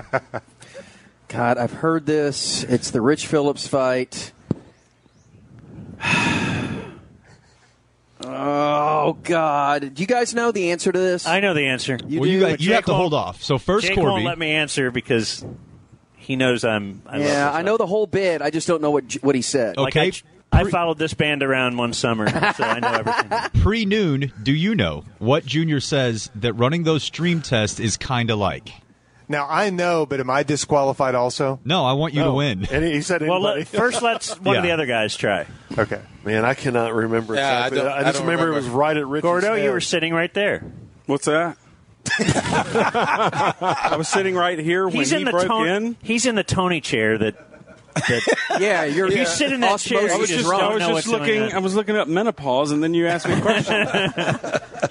Speaker 13: God, I've heard this. It's the Rich Phillips fight. <sighs> Oh God! Do you guys know the answer to this?
Speaker 6: I know the answer.
Speaker 13: You
Speaker 17: well,
Speaker 13: do.
Speaker 17: you, got,
Speaker 13: but
Speaker 17: you have
Speaker 13: Jake
Speaker 17: to hold
Speaker 13: won't-
Speaker 17: off. So first,
Speaker 6: Jake
Speaker 17: Corby.
Speaker 6: won't let me answer because he knows I'm. I love
Speaker 13: yeah,
Speaker 6: this.
Speaker 13: I know the whole bit. I just don't know what what he said.
Speaker 6: Like, I, I followed this band around one summer, so
Speaker 17: <laughs>
Speaker 6: I know everything.
Speaker 17: Pre noon, do you know what Junior says that running those stream tests is kind of like?
Speaker 27: Now I know, but am I disqualified also?
Speaker 17: No, I want you to
Speaker 27: No.
Speaker 17: win.
Speaker 27: And he said
Speaker 6: Well, let,
Speaker 27: <laughs>
Speaker 6: first let's one of
Speaker 17: Yeah.
Speaker 6: the other guys try.
Speaker 27: Okay.
Speaker 8: Man, I cannot remember.
Speaker 6: Yeah, I
Speaker 8: exactly.
Speaker 6: don't-
Speaker 8: I,
Speaker 6: I
Speaker 8: just
Speaker 6: don't
Speaker 8: remember, it
Speaker 6: remember.
Speaker 8: was right at Rich's.
Speaker 6: Gordo, you
Speaker 8: head.
Speaker 6: were sitting right there.
Speaker 14: What's that? <laughs> I was sitting right here when
Speaker 6: He's in
Speaker 14: he
Speaker 6: the
Speaker 14: broke
Speaker 6: Tony.
Speaker 14: in.
Speaker 6: He's in the Tony chair that. that
Speaker 13: yeah,
Speaker 6: you're- You sit in that osmosis chair,
Speaker 14: I
Speaker 6: you
Speaker 14: was
Speaker 6: just
Speaker 14: just,
Speaker 6: don't
Speaker 14: I was
Speaker 6: know
Speaker 14: just
Speaker 6: what's going
Speaker 14: looking.
Speaker 6: on.
Speaker 14: I was looking up menopause, and then you asked me a question.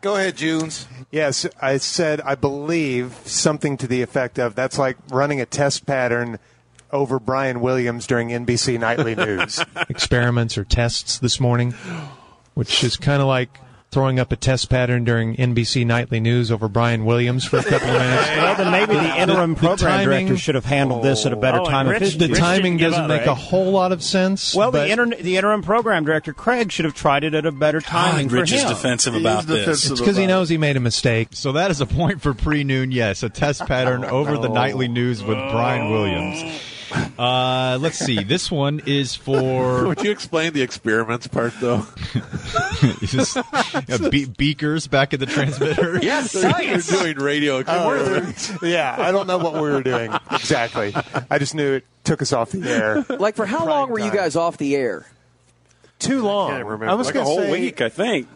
Speaker 27: Go ahead, Junes. Yes, I said I believe something to the effect of that's like running a test pattern over Brian Williams during NBC
Speaker 17: <laughs>
Speaker 27: Nightly News.
Speaker 29: experiments or tests this morning, which is kind of like throwing up a test pattern during NBC Nightly News over Brian Williams for a couple of minutes.
Speaker 30: <laughs> Well, then maybe the interim program director should have handled this at a better
Speaker 29: Oh,
Speaker 30: time.
Speaker 29: and
Speaker 30: if his-
Speaker 29: Rich- The Rich timing didn't give doesn't up, make a right? whole lot of sense.
Speaker 30: Well,
Speaker 29: but-
Speaker 30: the, inter- the interim program director Craig should have tried it at a better timing. for him.
Speaker 29: It's because he knows he made a mistake.
Speaker 17: So that is a point for pre noon, yes.
Speaker 10: <laughs>
Speaker 17: A
Speaker 10: Oh,
Speaker 17: test pattern over the nightly news with Brian Williams. Uh, let's see. This one is
Speaker 10: <laughs>
Speaker 17: for
Speaker 10: Would you explain the experiments part though?
Speaker 17: <laughs> Just,
Speaker 30: <laughs>
Speaker 17: uh, be- beakers back at the transmitter.
Speaker 10: <laughs>
Speaker 27: Yes,
Speaker 10: They're-
Speaker 27: science.
Speaker 10: they're doing radio experiments.
Speaker 27: Oh, <laughs> yeah, I don't know what we were doing exactly. I just knew it took us off the air.
Speaker 13: <laughs> Like for how long were you guys off the air?
Speaker 27: Too long.
Speaker 13: can't remember.
Speaker 27: I was
Speaker 14: like a
Speaker 27: gonna
Speaker 14: whole
Speaker 27: say, uh,
Speaker 14: week, I think.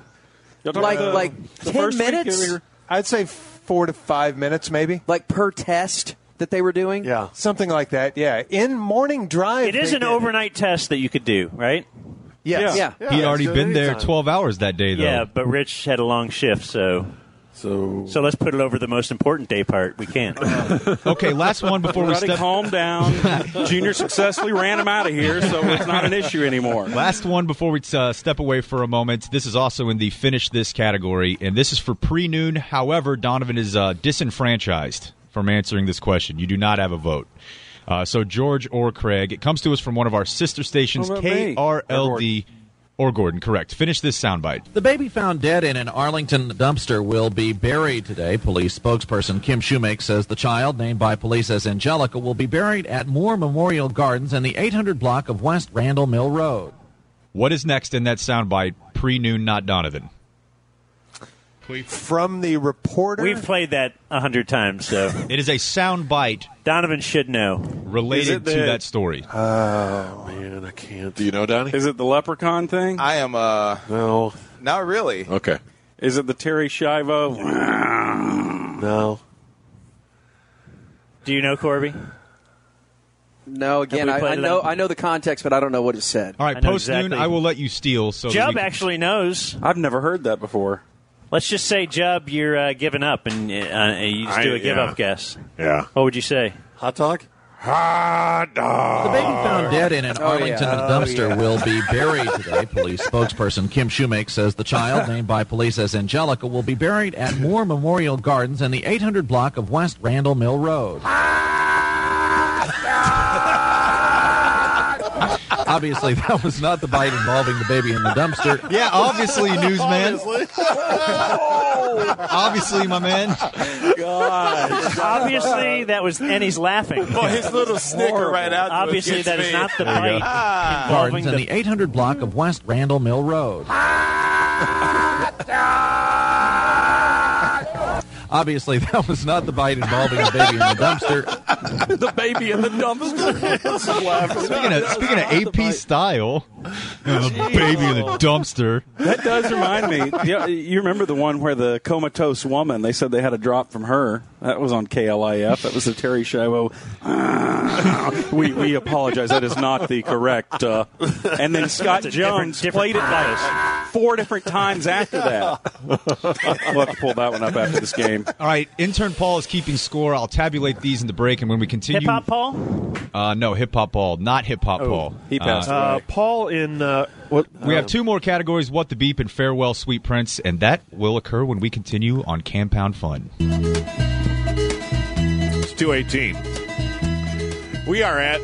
Speaker 14: Y'all talking
Speaker 13: Like
Speaker 14: about the-
Speaker 13: like
Speaker 14: the
Speaker 13: ten
Speaker 14: first week
Speaker 13: minutes.
Speaker 14: we were-
Speaker 27: I'd say four to five minutes, maybe.
Speaker 13: Like per test that they were doing.
Speaker 27: Yeah, something like that. Yeah, in morning drive.
Speaker 6: It is
Speaker 27: they
Speaker 6: an
Speaker 27: did
Speaker 6: overnight test that you could do, right?
Speaker 27: Yes. Yeah.
Speaker 17: He'd already been there 12 hours that day, though.
Speaker 6: Yeah, but Rich had a long shift, so
Speaker 8: so
Speaker 6: so let's put it over the most important day part we
Speaker 27: <laughs>
Speaker 6: can.
Speaker 17: Okay, last one before we
Speaker 14: Everybody
Speaker 17: step.
Speaker 14: calm
Speaker 17: <laughs>
Speaker 14: down. Junior successfully ran him out of here, so it's not an issue anymore.
Speaker 17: Last one before we uh, step away for a moment. This is also in the finish this category, and this is for pre noon. However, Donovan is uh, disenfranchised from answering this question. You do not have a vote. Uh, so, George or Craig, it comes to us from one of our sister stations,
Speaker 31: What about me?
Speaker 17: KRLD or Gordon. Correct. Finish this soundbite.
Speaker 31: The baby found dead in an Arlington dumpster will be buried today. Police spokesperson Kim Shoemake says the child, named by police as Angelica, will be buried at Moore Memorial Gardens in the 800 block of West Randall Mill Road.
Speaker 17: What is next in that soundbite? Pre noon, not Donovan.
Speaker 27: From the reporter.
Speaker 6: We've played that a hundred times, so
Speaker 17: <laughs> it is a sound bite.
Speaker 6: Donovan should know
Speaker 17: Related
Speaker 6: Is it
Speaker 17: to
Speaker 6: the-
Speaker 17: that story.
Speaker 8: Oh man, I can't.
Speaker 10: Do you know Donnie?
Speaker 14: Is it the leprechaun thing?
Speaker 32: I am. uh
Speaker 8: No.
Speaker 32: Not really.
Speaker 10: Okay.
Speaker 14: Is it the Terry Shivo?
Speaker 8: No.
Speaker 6: Do you know Corby?
Speaker 13: No, again,
Speaker 6: we
Speaker 13: I,
Speaker 6: played
Speaker 13: I
Speaker 6: it
Speaker 13: know
Speaker 6: out?
Speaker 13: I know the context, but I don't know what it said.
Speaker 17: All right, post noon, I
Speaker 6: <laughs>
Speaker 17: will let you steal. So that we
Speaker 6: Jubb
Speaker 17: can-
Speaker 6: actually knows.
Speaker 14: I've never heard that before.
Speaker 6: Let's just say, Jubb, you're uh, giving up, and uh, you just
Speaker 14: I-
Speaker 6: do a give
Speaker 14: yeah.
Speaker 6: up guess.
Speaker 10: Yeah.
Speaker 6: What would you say?
Speaker 8: Hot dog.
Speaker 31: Hot dog. The baby found dead in an Oh, Arlington yeah. dumpster Oh, yeah. will <laughs> be buried today. Police spokesperson Kim Shoemake says the child, named by police as Angelica, will be buried at Moore Memorial Gardens in the 800 block of West Randall Mill Road. Obviously, that was not the bite involving the baby in the dumpster.
Speaker 17: Yeah, obviously, newsman. obviously, my man.
Speaker 14: God.
Speaker 6: Obviously, that was, and he's laughing.
Speaker 31: Well, his
Speaker 14: little snicker right out to it
Speaker 6: Obviously,
Speaker 14: gets
Speaker 6: that is
Speaker 14: me.
Speaker 6: not the
Speaker 31: There you go. Ah.
Speaker 6: bite involving
Speaker 31: Gardens in
Speaker 6: the
Speaker 31: the 800 block of West Randall Mill Road. <laughs> Obviously, that was not the bite involving the baby in the dumpster.
Speaker 14: <laughs> the baby in the dumpster.
Speaker 17: Speaking of, speaking of AP style, uh, <laughs> baby in a dumpster.
Speaker 14: That does remind
Speaker 6: <laughs>
Speaker 14: me. You, you remember the one where the comatose woman? They said they had a drop from her. That was on KLIF. That was the Terry Shivo. we we apologize. That is not the correct. Uh, and then Scott
Speaker 6: That's a
Speaker 14: Jones
Speaker 6: different-
Speaker 14: played it
Speaker 6: different
Speaker 14: like four different times after that.
Speaker 6: <laughs>
Speaker 14: we'll have to pull that one up after this game.
Speaker 17: All right, intern Paul is keeping score. I'll tabulate these in the break, and when we continue,
Speaker 6: Hip Hop Paul?
Speaker 17: Uh, no, hip hop Paul, not hip hop Paul.
Speaker 14: Oh, he passed
Speaker 17: Uh,
Speaker 14: away.
Speaker 17: Paul in uh, what? We have two more categories: what the beep and farewell, sweet prince, and that will occur when we continue on Compound Fun.
Speaker 18: It's 218. We are at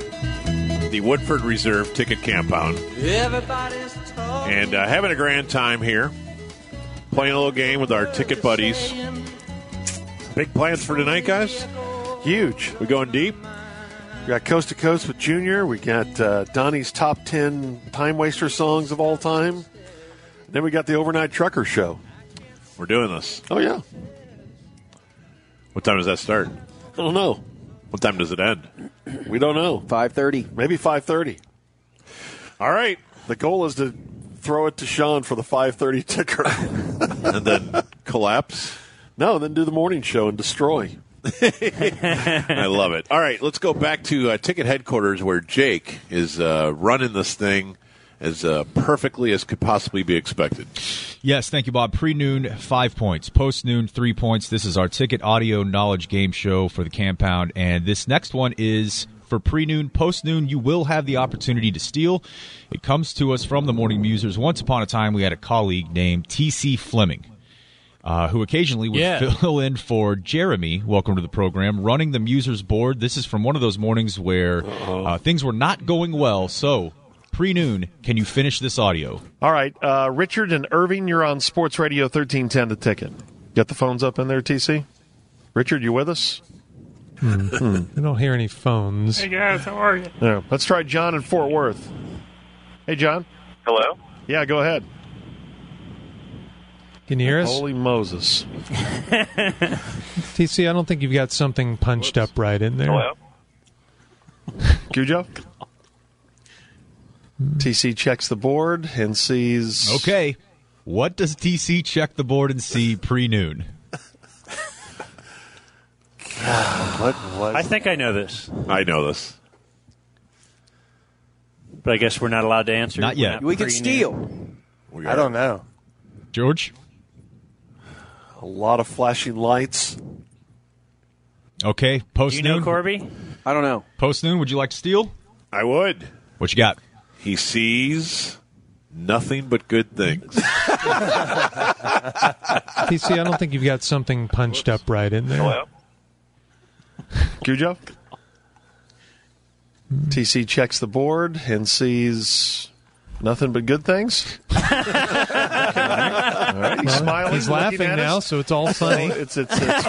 Speaker 18: the Woodford Reserve Ticket Compound
Speaker 33: Everybody's
Speaker 18: and uh, having a grand time here. Playing a little game with our ticket buddies. Big plans for tonight, guys? Huge. We going deep?
Speaker 8: We got Coast to Coast with Junior. We got uh, Donnie's top 10 time waster songs of all time. Then we got the Overnight Trucker Show.
Speaker 18: We're doing this.
Speaker 8: Oh, yeah.
Speaker 18: What time does that start?
Speaker 8: I don't know.
Speaker 18: What time does it end?
Speaker 8: We don't know. 5.30. Maybe 5.30.
Speaker 18: All right.
Speaker 8: The goal is to throw it to Sean for the 5.30 ticker.
Speaker 18: <laughs> and then collapse?
Speaker 8: No, then do the morning show and destroy.
Speaker 18: <laughs> I love it. All right, let's go back to uh, ticket headquarters where Jake is uh, running this thing as uh, perfectly as could possibly be expected.
Speaker 17: Yes, thank you, Bob. Pre noon, five points. Post noon, three points. This is our ticket audio knowledge game show for the compound. And this next one is for pre noon. Post noon, you will have the opportunity to steal. It comes to us from the Morning Musers. Once upon a time, we had a colleague named T.C. Fleming. Uh, who occasionally would
Speaker 34: Yeah.
Speaker 17: <laughs> fill in for Jeremy. Welcome to the program. Running the Musers board. This is from one of those mornings where uh, things were not going well. So, pre noon, can you finish this audio?
Speaker 8: All right, uh, Richard and Irving, you're on Sports Radio 1310 The Ticket. Got the phones up in there, TC? Richard, you with us?
Speaker 27: Hmm. I don't hear any phones.
Speaker 8: guys, how are you? Yeah. Let's try John in Fort Worth. Hey, John.
Speaker 35: Hello?
Speaker 8: Yeah, go ahead.
Speaker 27: Can you hear us?
Speaker 8: Holy
Speaker 27: <laughs>
Speaker 8: Moses.
Speaker 27: TC, I don't think you've got something punched up right in there.
Speaker 8: Hello? <laughs> Cujo? TC checks the board and sees.
Speaker 17: Okay. What does TC check the board and see pre noon?
Speaker 8: What was
Speaker 6: I think I know this,
Speaker 18: I know this.
Speaker 6: but I guess we're not allowed to answer.
Speaker 17: Not
Speaker 6: We're
Speaker 17: yet. We can
Speaker 6: pre-nude.
Speaker 17: steal.
Speaker 8: I don't know.
Speaker 17: George?
Speaker 8: A lot of flashing
Speaker 17: <laughs>
Speaker 8: lights.
Speaker 17: Okay. Post
Speaker 6: you
Speaker 17: noon.
Speaker 6: know Corby?
Speaker 17: I don't know. Post noon, would you like to steal?
Speaker 18: I would.
Speaker 17: What you got?
Speaker 18: He sees nothing but good things.
Speaker 27: TC, I don't think you've got something punched up right in there.
Speaker 8: <laughs> Cujo? TC checks the board and sees nothing but good things. <laughs> All right, he's
Speaker 27: Well,
Speaker 8: smiling.
Speaker 27: he's
Speaker 8: looking
Speaker 27: laughing
Speaker 8: at
Speaker 27: now,
Speaker 8: us.
Speaker 27: so it's all funny.
Speaker 8: So it's, it's, it's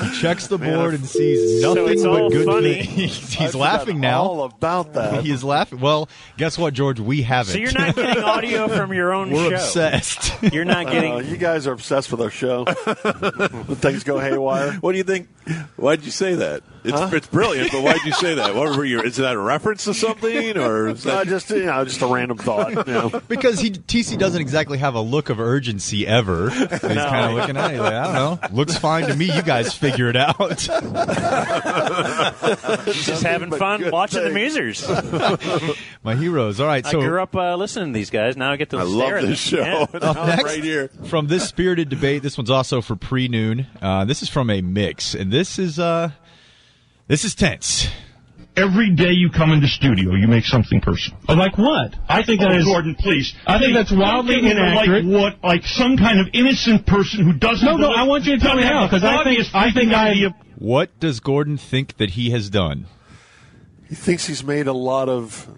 Speaker 17: He checks the board and sees
Speaker 8: So
Speaker 17: nothing
Speaker 8: it's
Speaker 17: but
Speaker 8: all
Speaker 17: good
Speaker 8: funny.
Speaker 17: things. <laughs>
Speaker 8: I
Speaker 17: He's
Speaker 8: forgot
Speaker 17: laughing now.
Speaker 8: all about that.
Speaker 17: he is laughing. Well, guess what, George? We have it.
Speaker 6: So you're not getting audio from your own
Speaker 17: <laughs> We're
Speaker 6: show.
Speaker 17: obsessed.
Speaker 6: You're not getting.
Speaker 8: Oh, you guys are obsessed with our show. When things go haywire.
Speaker 18: What do you think? Why'd you say that? It's, it's brilliant, but why'd you say that? What were you? Is that a reference to something, or is
Speaker 8: No,
Speaker 18: that
Speaker 8: just you know, just a random thought. You know.
Speaker 17: because he TC doesn't exactly have a look of
Speaker 8: <laughs>
Speaker 17: urgency ever. And He's
Speaker 8: No.
Speaker 17: kind of looking at you like, I don't know. Looks fine to me. You guys figure it out. <laughs>
Speaker 6: He's just having fun watching the Musers.
Speaker 17: My heroes. All right, so
Speaker 6: I grew up uh, listening to these guys. Now I get to
Speaker 17: I
Speaker 6: stare
Speaker 17: love
Speaker 6: at
Speaker 17: this
Speaker 6: them.
Speaker 17: show.
Speaker 6: Yeah.
Speaker 17: Up next, from this spirited debate, this one's also for pre noon. Uh, this is from a mix, and this is uh, this is tense.
Speaker 10: Every day you come into studio, you make something personal. Like what? I think that
Speaker 9: Oh,
Speaker 10: is
Speaker 9: Gordon,
Speaker 10: please.
Speaker 9: I think that's wildly inaccurate.
Speaker 10: Like what? Like some kind of innocent person who doesn't.
Speaker 9: No, no, I want you to tell me how, 'cause I think- I think I-
Speaker 17: What does Gordon think that he has done?
Speaker 8: He thinks he's made a lot of.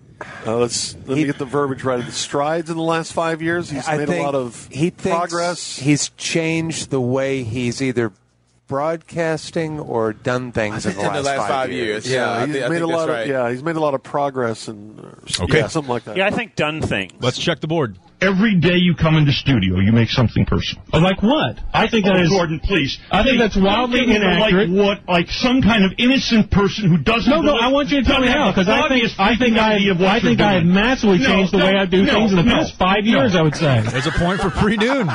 Speaker 8: Uh, let's let me get the verbiage right. The strides in the last five years, he's
Speaker 36: I
Speaker 8: made a
Speaker 36: think
Speaker 8: lot of
Speaker 36: he thinks
Speaker 8: progress.
Speaker 36: He's changed the way he's either broadcasting or done things
Speaker 8: <laughs>
Speaker 36: in the last, five, years.
Speaker 8: Yeah, he's made a lot. Of, yeah, he's made a lot of progress and
Speaker 10: Okay.
Speaker 8: yeah, something like that.
Speaker 6: Yeah, I think done things.
Speaker 10: Let's
Speaker 17: check the board.
Speaker 10: Every day you come into studio, you make something personal.
Speaker 8: Oh,
Speaker 10: Like what? I think that
Speaker 9: Oh,
Speaker 10: is
Speaker 9: Gordon,
Speaker 10: please. I think that's wildly
Speaker 9: Like
Speaker 10: inaccurate. Like what? Like some kind of innocent person who doesn't.
Speaker 9: No, no, I want you to tell me how, 'cause I think- I think I- I think I have massively changed the way I do things in the past five years, I would say.
Speaker 17: There's a point for pre noon.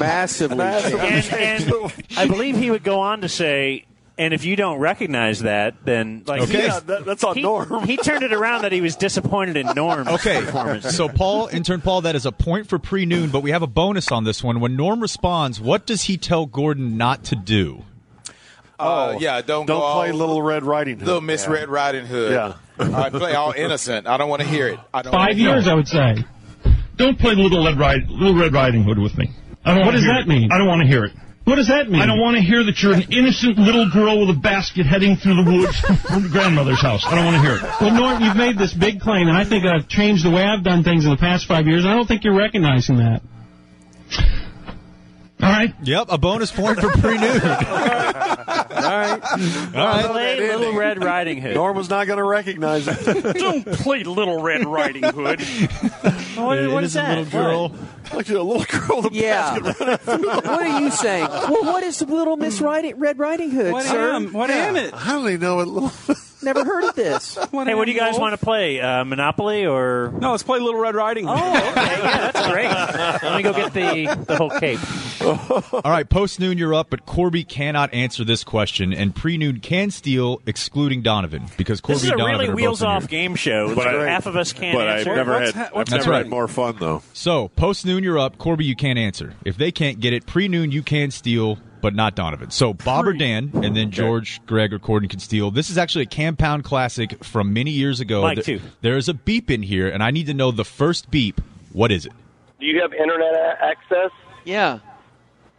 Speaker 36: Massively.
Speaker 6: And, and I believe he would go on to say And if you don't recognize that, then like
Speaker 14: Okay.
Speaker 6: he,
Speaker 14: Yeah, that- that's on
Speaker 6: he-
Speaker 14: Norm.
Speaker 6: he turned it around that he was disappointed in Norm's
Speaker 17: <laughs> Okay,
Speaker 6: performance.
Speaker 17: so Paul, intern Paul, that is a point for pre noon, but we have a bonus on this one. When Norm responds, what does he tell Gordon not to do?
Speaker 10: Uh, yeah, don't
Speaker 37: Oh. Don't
Speaker 10: go
Speaker 37: play
Speaker 10: all,
Speaker 37: Little Red Riding Hood.
Speaker 10: Little Miss
Speaker 37: Yeah.
Speaker 10: Red Riding Hood.
Speaker 37: Yeah.
Speaker 10: I play all innocent. I don't want to hear it. I don't
Speaker 8: Five
Speaker 10: wanna hear
Speaker 8: years,
Speaker 10: it.
Speaker 8: I would say. Don't play Little Red, Rid- Little Red Riding Hood with me. I don't
Speaker 38: What
Speaker 8: wanna
Speaker 38: does
Speaker 8: hear
Speaker 38: that
Speaker 8: it.
Speaker 38: mean?
Speaker 8: I don't want to hear it.
Speaker 38: What does that mean?
Speaker 8: <laughs> I don't want to hear that you're an innocent little girl with a basket heading through the woods from grandmother's house. I don't want to hear it. Well, Norm, you've made this big claim, and I think I've changed the way I've done things in the past five years, and I don't think you're recognizing that. All right.
Speaker 17: Yep, a bonus point for pre noon.
Speaker 6: All right, all
Speaker 37: right.
Speaker 6: Play Little Red Riding Hood.
Speaker 37: Norm was not going to recognize it.
Speaker 6: <laughs> Don't play Little Red
Speaker 8: <laughs>
Speaker 6: Riding Hood. what, what is that?
Speaker 37: Like a little girl with a
Speaker 13: Yeah.
Speaker 37: basket running through the
Speaker 13: What are you saying? Well, what is Little Miss Riding, Red Riding Hood,
Speaker 37: What
Speaker 13: sir?
Speaker 37: am- what am it? I don't even know what little.
Speaker 13: Never heard of this.
Speaker 6: Hey, what do you guys want to play? Uh, Monopoly or no? Let's play Little Red Riding. Hood. Oh, okay, yeah, that's great. Let me go get the the whole cape.
Speaker 17: All right, post noon, you're up, but Corby cannot answer this question, and pre noon can steal, excluding Donovan, because Corby
Speaker 6: This is a
Speaker 17: and Donovan
Speaker 6: really
Speaker 17: are both
Speaker 6: wheels
Speaker 17: in here.
Speaker 6: off game show.
Speaker 17: But
Speaker 6: Like,
Speaker 17: I-
Speaker 6: half of us can't
Speaker 18: but
Speaker 6: answer.
Speaker 18: I've never
Speaker 6: What's
Speaker 18: had,
Speaker 6: ha-
Speaker 18: I've
Speaker 6: what's
Speaker 18: never
Speaker 6: never
Speaker 18: had more fun though.
Speaker 17: So post noon, you're up. Corby, you can't answer. If they can't get it, pre noon, you can steal, but not Donovan. So Bob or Dan, and then George, Greg, or Corden can steal. This is actually a compound classic from many years ago.
Speaker 9: Mike,
Speaker 17: There-
Speaker 9: too.
Speaker 17: there is a beep in here, and I need to know the first beep. What is it?
Speaker 9: Do you have internet a- access?
Speaker 13: Yeah.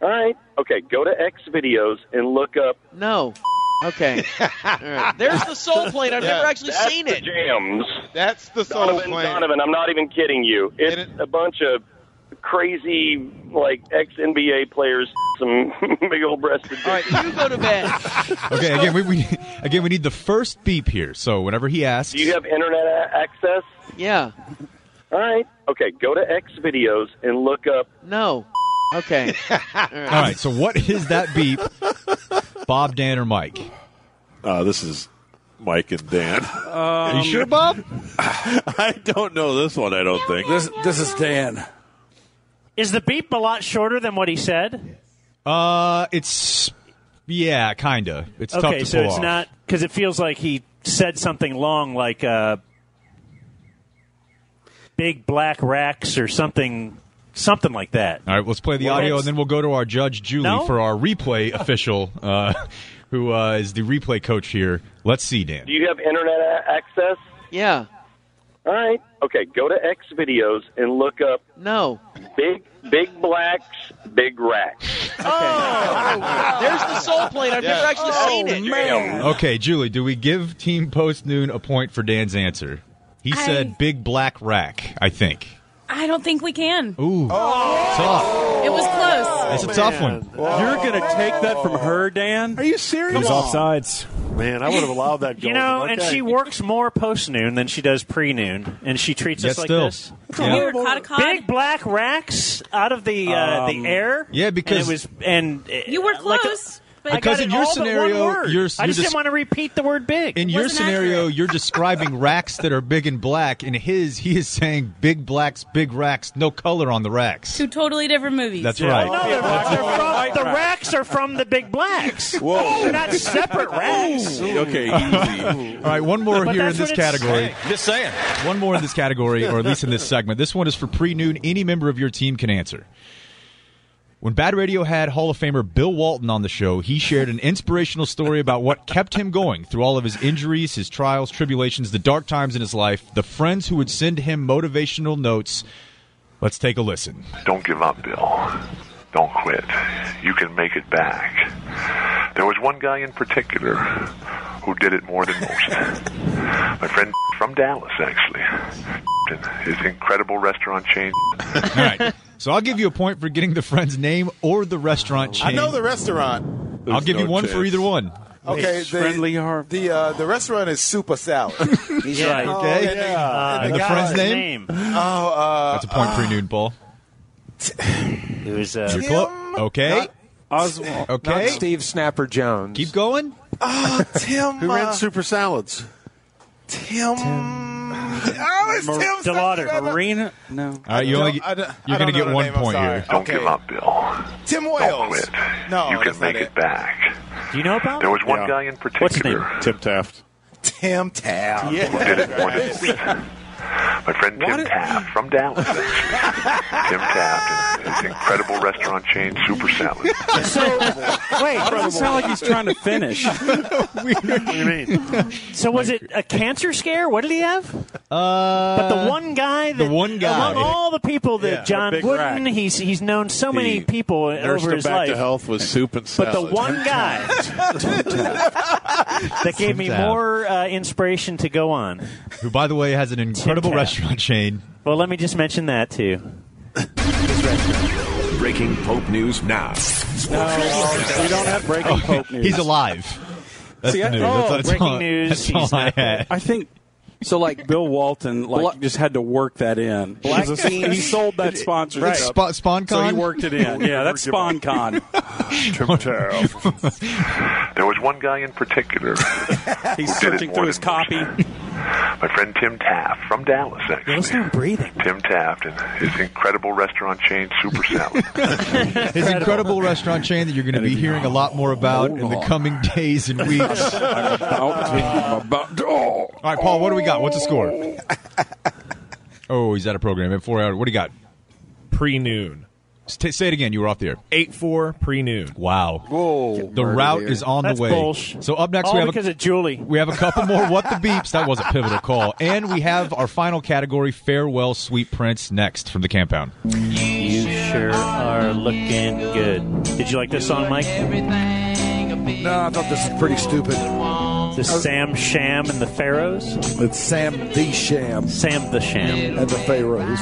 Speaker 9: All right. Okay, go to X videos and look up.
Speaker 13: No.
Speaker 37: <laughs>
Speaker 13: Okay. All right. <laughs> There's the soul plane. I've never actually
Speaker 9: That's
Speaker 13: seen
Speaker 9: the
Speaker 13: it.
Speaker 9: Jams.
Speaker 13: That's the soul
Speaker 9: Donovan,
Speaker 13: plane.
Speaker 9: Donovan, I'm not even kidding you. It's a bunch of crazy, like ex NBA players, <laughs> some big old breasted. All right,
Speaker 13: you go to bed.
Speaker 17: Okay, again, we, we <laughs> again we need the first beep here. So whenever he asks,
Speaker 9: <laughs> Do you have internet a- access?
Speaker 13: Yeah.
Speaker 9: All right. Okay, go to X videos and look up.
Speaker 13: No. Okay. All
Speaker 17: all right. So what is that beep? Bob, Dan, or Mike?
Speaker 18: Uh, this is Mike and Dan. <laughs>
Speaker 17: you sure, Bob?
Speaker 18: I don't know this one. I don't think this. This is Dan.
Speaker 6: Is the beep a lot shorter than what he said?
Speaker 17: Uh, it's yeah, kinda. It's tough
Speaker 6: okay,
Speaker 17: to
Speaker 6: so
Speaker 17: pull
Speaker 6: it's
Speaker 17: off.
Speaker 6: not because it feels like he said something long, like uh, "big black racks" or something, something like that.
Speaker 17: All right, let's play the
Speaker 6: Well,
Speaker 17: audio,
Speaker 6: that's-
Speaker 17: and then we'll go to our judge Julie
Speaker 6: No?
Speaker 17: for our replay official, uh, who uh, is the replay coach here. Let's see, Dan.
Speaker 9: Do you have internet a- access?
Speaker 13: Yeah.
Speaker 9: All right. Okay, go to X videos and look up.
Speaker 13: No.
Speaker 9: Big big blacks, big racks.
Speaker 13: <laughs> There's the soul plane. Oh, I've never actually
Speaker 10: Oh,
Speaker 13: seen it.
Speaker 17: Okay, Julie, do we give Team Post Noon a point for Dan's answer? He
Speaker 19: I-
Speaker 17: said "big black rack." I think.
Speaker 19: I don't think we can.
Speaker 17: Ooh,
Speaker 6: Oh.
Speaker 17: tough.
Speaker 19: It was close.
Speaker 17: It's a tough one.
Speaker 14: You're going to take that from her, Dan? Are you serious?
Speaker 17: He's
Speaker 14: offsides.
Speaker 37: Man, I would have allowed that.
Speaker 6: <laughs>
Speaker 37: Golden.
Speaker 6: You know, and
Speaker 37: Okay.
Speaker 6: she works more post noon than she does pre noon, and she treats
Speaker 17: Yet
Speaker 6: us like
Speaker 17: still.
Speaker 6: this.
Speaker 17: It's a Yeah. weird
Speaker 6: Big black racks out of the uh,
Speaker 17: Um,
Speaker 6: the air.
Speaker 17: yeah, because-
Speaker 6: and it was and uh,
Speaker 19: You were
Speaker 6: uh, like a-
Speaker 19: close, but-
Speaker 6: I
Speaker 17: Because
Speaker 6: got
Speaker 17: in
Speaker 6: it
Speaker 17: your
Speaker 6: all but one
Speaker 17: scenario, you're-
Speaker 6: word. I
Speaker 17: you're
Speaker 6: just
Speaker 17: dis-
Speaker 6: didn't want to repeat the word big.
Speaker 17: In your scenario, you're describing racks that are big and black. In his, he is saying big blacks, big racks, no color on the racks.
Speaker 19: Two totally different movies.
Speaker 17: That's right.
Speaker 6: Oh, From- the racks are from the
Speaker 14: <laughs>
Speaker 6: big blacks.
Speaker 18: Whoa.
Speaker 6: They're not separate racks.
Speaker 18: Okay,
Speaker 17: <laughs> All right, one more
Speaker 6: But
Speaker 17: here in this
Speaker 6: that's what it's
Speaker 17: category.
Speaker 6: saying.
Speaker 17: Just saying. One more in this category, or at least in this segment. This one is for pre noon. Any member of your team can answer. When Bad Radio had Hall of Famer Bill Walton on the show, he shared an inspirational story about what kept him going through all of his injuries, his trials, tribulations, the dark times in his life, the friends who would send him motivational notes. Let's take a listen.
Speaker 23: Don't give up, Bill. Don't quit. You can make it back. There was one guy in particular who did it more than <laughs> most. My friend from Dallas, actually. His incredible restaurant chain.
Speaker 17: All right. So I'll give you a point for getting the friend's name or the restaurant chain.
Speaker 10: I know the restaurant.
Speaker 17: I'll give you one for either one.
Speaker 10: Okay,
Speaker 17: It's
Speaker 10: the,
Speaker 17: friendly
Speaker 10: The uh, the restaurant is Super
Speaker 17: <laughs>
Speaker 10: Salad. He's
Speaker 17: Yeah. right. Okay.
Speaker 10: Oh, and,
Speaker 17: Uh, and the
Speaker 10: guy-
Speaker 17: friend's name?
Speaker 10: Oh, uh,
Speaker 17: That's a point pre noon, Paul.
Speaker 6: <sighs> It was uh,
Speaker 17: You're close. Okay.
Speaker 27: Oswald.
Speaker 17: Okay.
Speaker 27: Not Steve Snapper Jones.
Speaker 17: Keep going.
Speaker 10: Oh, Tim.
Speaker 37: Who
Speaker 10: uh,
Speaker 37: ran Super Salads?
Speaker 10: Tim. Oh, it's Tim.
Speaker 6: Delauder. Marina? No.
Speaker 17: All right, Uh, you only
Speaker 10: I don't- I don't
Speaker 17: you're going to
Speaker 10: know
Speaker 17: get
Speaker 10: the
Speaker 17: one
Speaker 10: name, I'm
Speaker 17: point
Speaker 10: sorry.
Speaker 17: here.
Speaker 23: Don't
Speaker 10: Okay.
Speaker 23: give up, Bill.
Speaker 10: Tim Wales.
Speaker 23: Quit.
Speaker 10: No,
Speaker 23: you can
Speaker 10: that's not
Speaker 23: make
Speaker 10: it.
Speaker 23: it back.
Speaker 6: Do you know about?
Speaker 23: There was one guy in particular.
Speaker 39: What's his name? Tim Taft.
Speaker 6: Tim Taft.
Speaker 23: who did it more than most.
Speaker 10: <laughs>
Speaker 23: My friend Tim Taft from Dallas.
Speaker 10: <laughs>
Speaker 23: actually. Tim Taft is an incredible restaurant chain, Super Salad.
Speaker 40: Wait,
Speaker 14: it doesn't sound like he's trying to
Speaker 6: <laughs>
Speaker 14: finish.
Speaker 8: What do
Speaker 14: <laughs>
Speaker 8: you mean?
Speaker 6: So was it a cancer scare? What did he have? Uh, but the one guy, that,
Speaker 17: the one guy.
Speaker 6: among all the people that
Speaker 17: Yeah,
Speaker 6: John
Speaker 17: the big
Speaker 6: Wooden,
Speaker 17: rack.
Speaker 6: he's he's known so
Speaker 39: He
Speaker 6: many people
Speaker 39: Nursed
Speaker 6: over
Speaker 39: him
Speaker 6: his
Speaker 39: back
Speaker 6: life.
Speaker 39: to health with soup and
Speaker 6: But
Speaker 39: salad.
Speaker 6: the one
Speaker 39: <laughs>
Speaker 6: guy that gave me
Speaker 17: Tim Taft.
Speaker 6: more uh, inspiration to go on.
Speaker 17: Who, by the way, has an incredible
Speaker 6: Taft.
Speaker 17: restaurant chain.
Speaker 6: Well, let me just mention that too.
Speaker 10: Breaking Pope news now.
Speaker 14: we don't have breaking Pope news.
Speaker 17: Oh, He's alive. That's
Speaker 14: See,
Speaker 17: the
Speaker 14: I-
Speaker 17: news.
Speaker 14: oh,
Speaker 17: that's, that's
Speaker 14: breaking
Speaker 17: all,
Speaker 14: news,
Speaker 17: That's
Speaker 14: he's
Speaker 17: all I had.
Speaker 14: I think so. Like Bill Walton, like just had to work that in.
Speaker 17: Black
Speaker 14: It was a-
Speaker 17: beans-
Speaker 14: he sold <laughs> that sponsorship.
Speaker 17: Right. Spa- SpawnCon?
Speaker 14: So he worked it in. Yeah, that's SpawnCon.
Speaker 23: <laughs> There was one guy in particular.
Speaker 14: <laughs> He's
Speaker 23: who did it
Speaker 14: searching
Speaker 23: more
Speaker 14: through his
Speaker 23: than most.
Speaker 14: copy.
Speaker 23: <laughs> My friend Tim Taft from Dallas, actually.
Speaker 6: Let's not breathing.
Speaker 23: Tim Taft and his incredible restaurant chain, Super Salad.
Speaker 17: His incredible restaurant chain that you're going to be hearing a lot more about in the coming days and <laughs> weeks. All right, Paul, what do we got? What's the score? Oh, he's out of program at four hours. What do you got?
Speaker 2: Pre noon.
Speaker 17: Say it again. You were off the air.
Speaker 2: 8 4 pre noon.
Speaker 17: Wow.
Speaker 14: Whoa.
Speaker 17: The route is on
Speaker 6: That's
Speaker 17: the way.
Speaker 6: bullsh.
Speaker 17: So up next
Speaker 6: All
Speaker 17: we have
Speaker 6: because
Speaker 17: a,
Speaker 6: of Julie.
Speaker 17: We have a couple
Speaker 6: <laughs>
Speaker 17: more what the beeps. That was a pivotal call. And we have our final category farewell sweet prince next from the compound.
Speaker 6: You sure are looking good. Did you like this song, Mike?
Speaker 24: No, I thought this was pretty stupid.
Speaker 6: The Sam Sham and the Pharaohs?
Speaker 24: It's Sam the Sham.
Speaker 6: Sam the Sham.
Speaker 24: And the Pharaohs.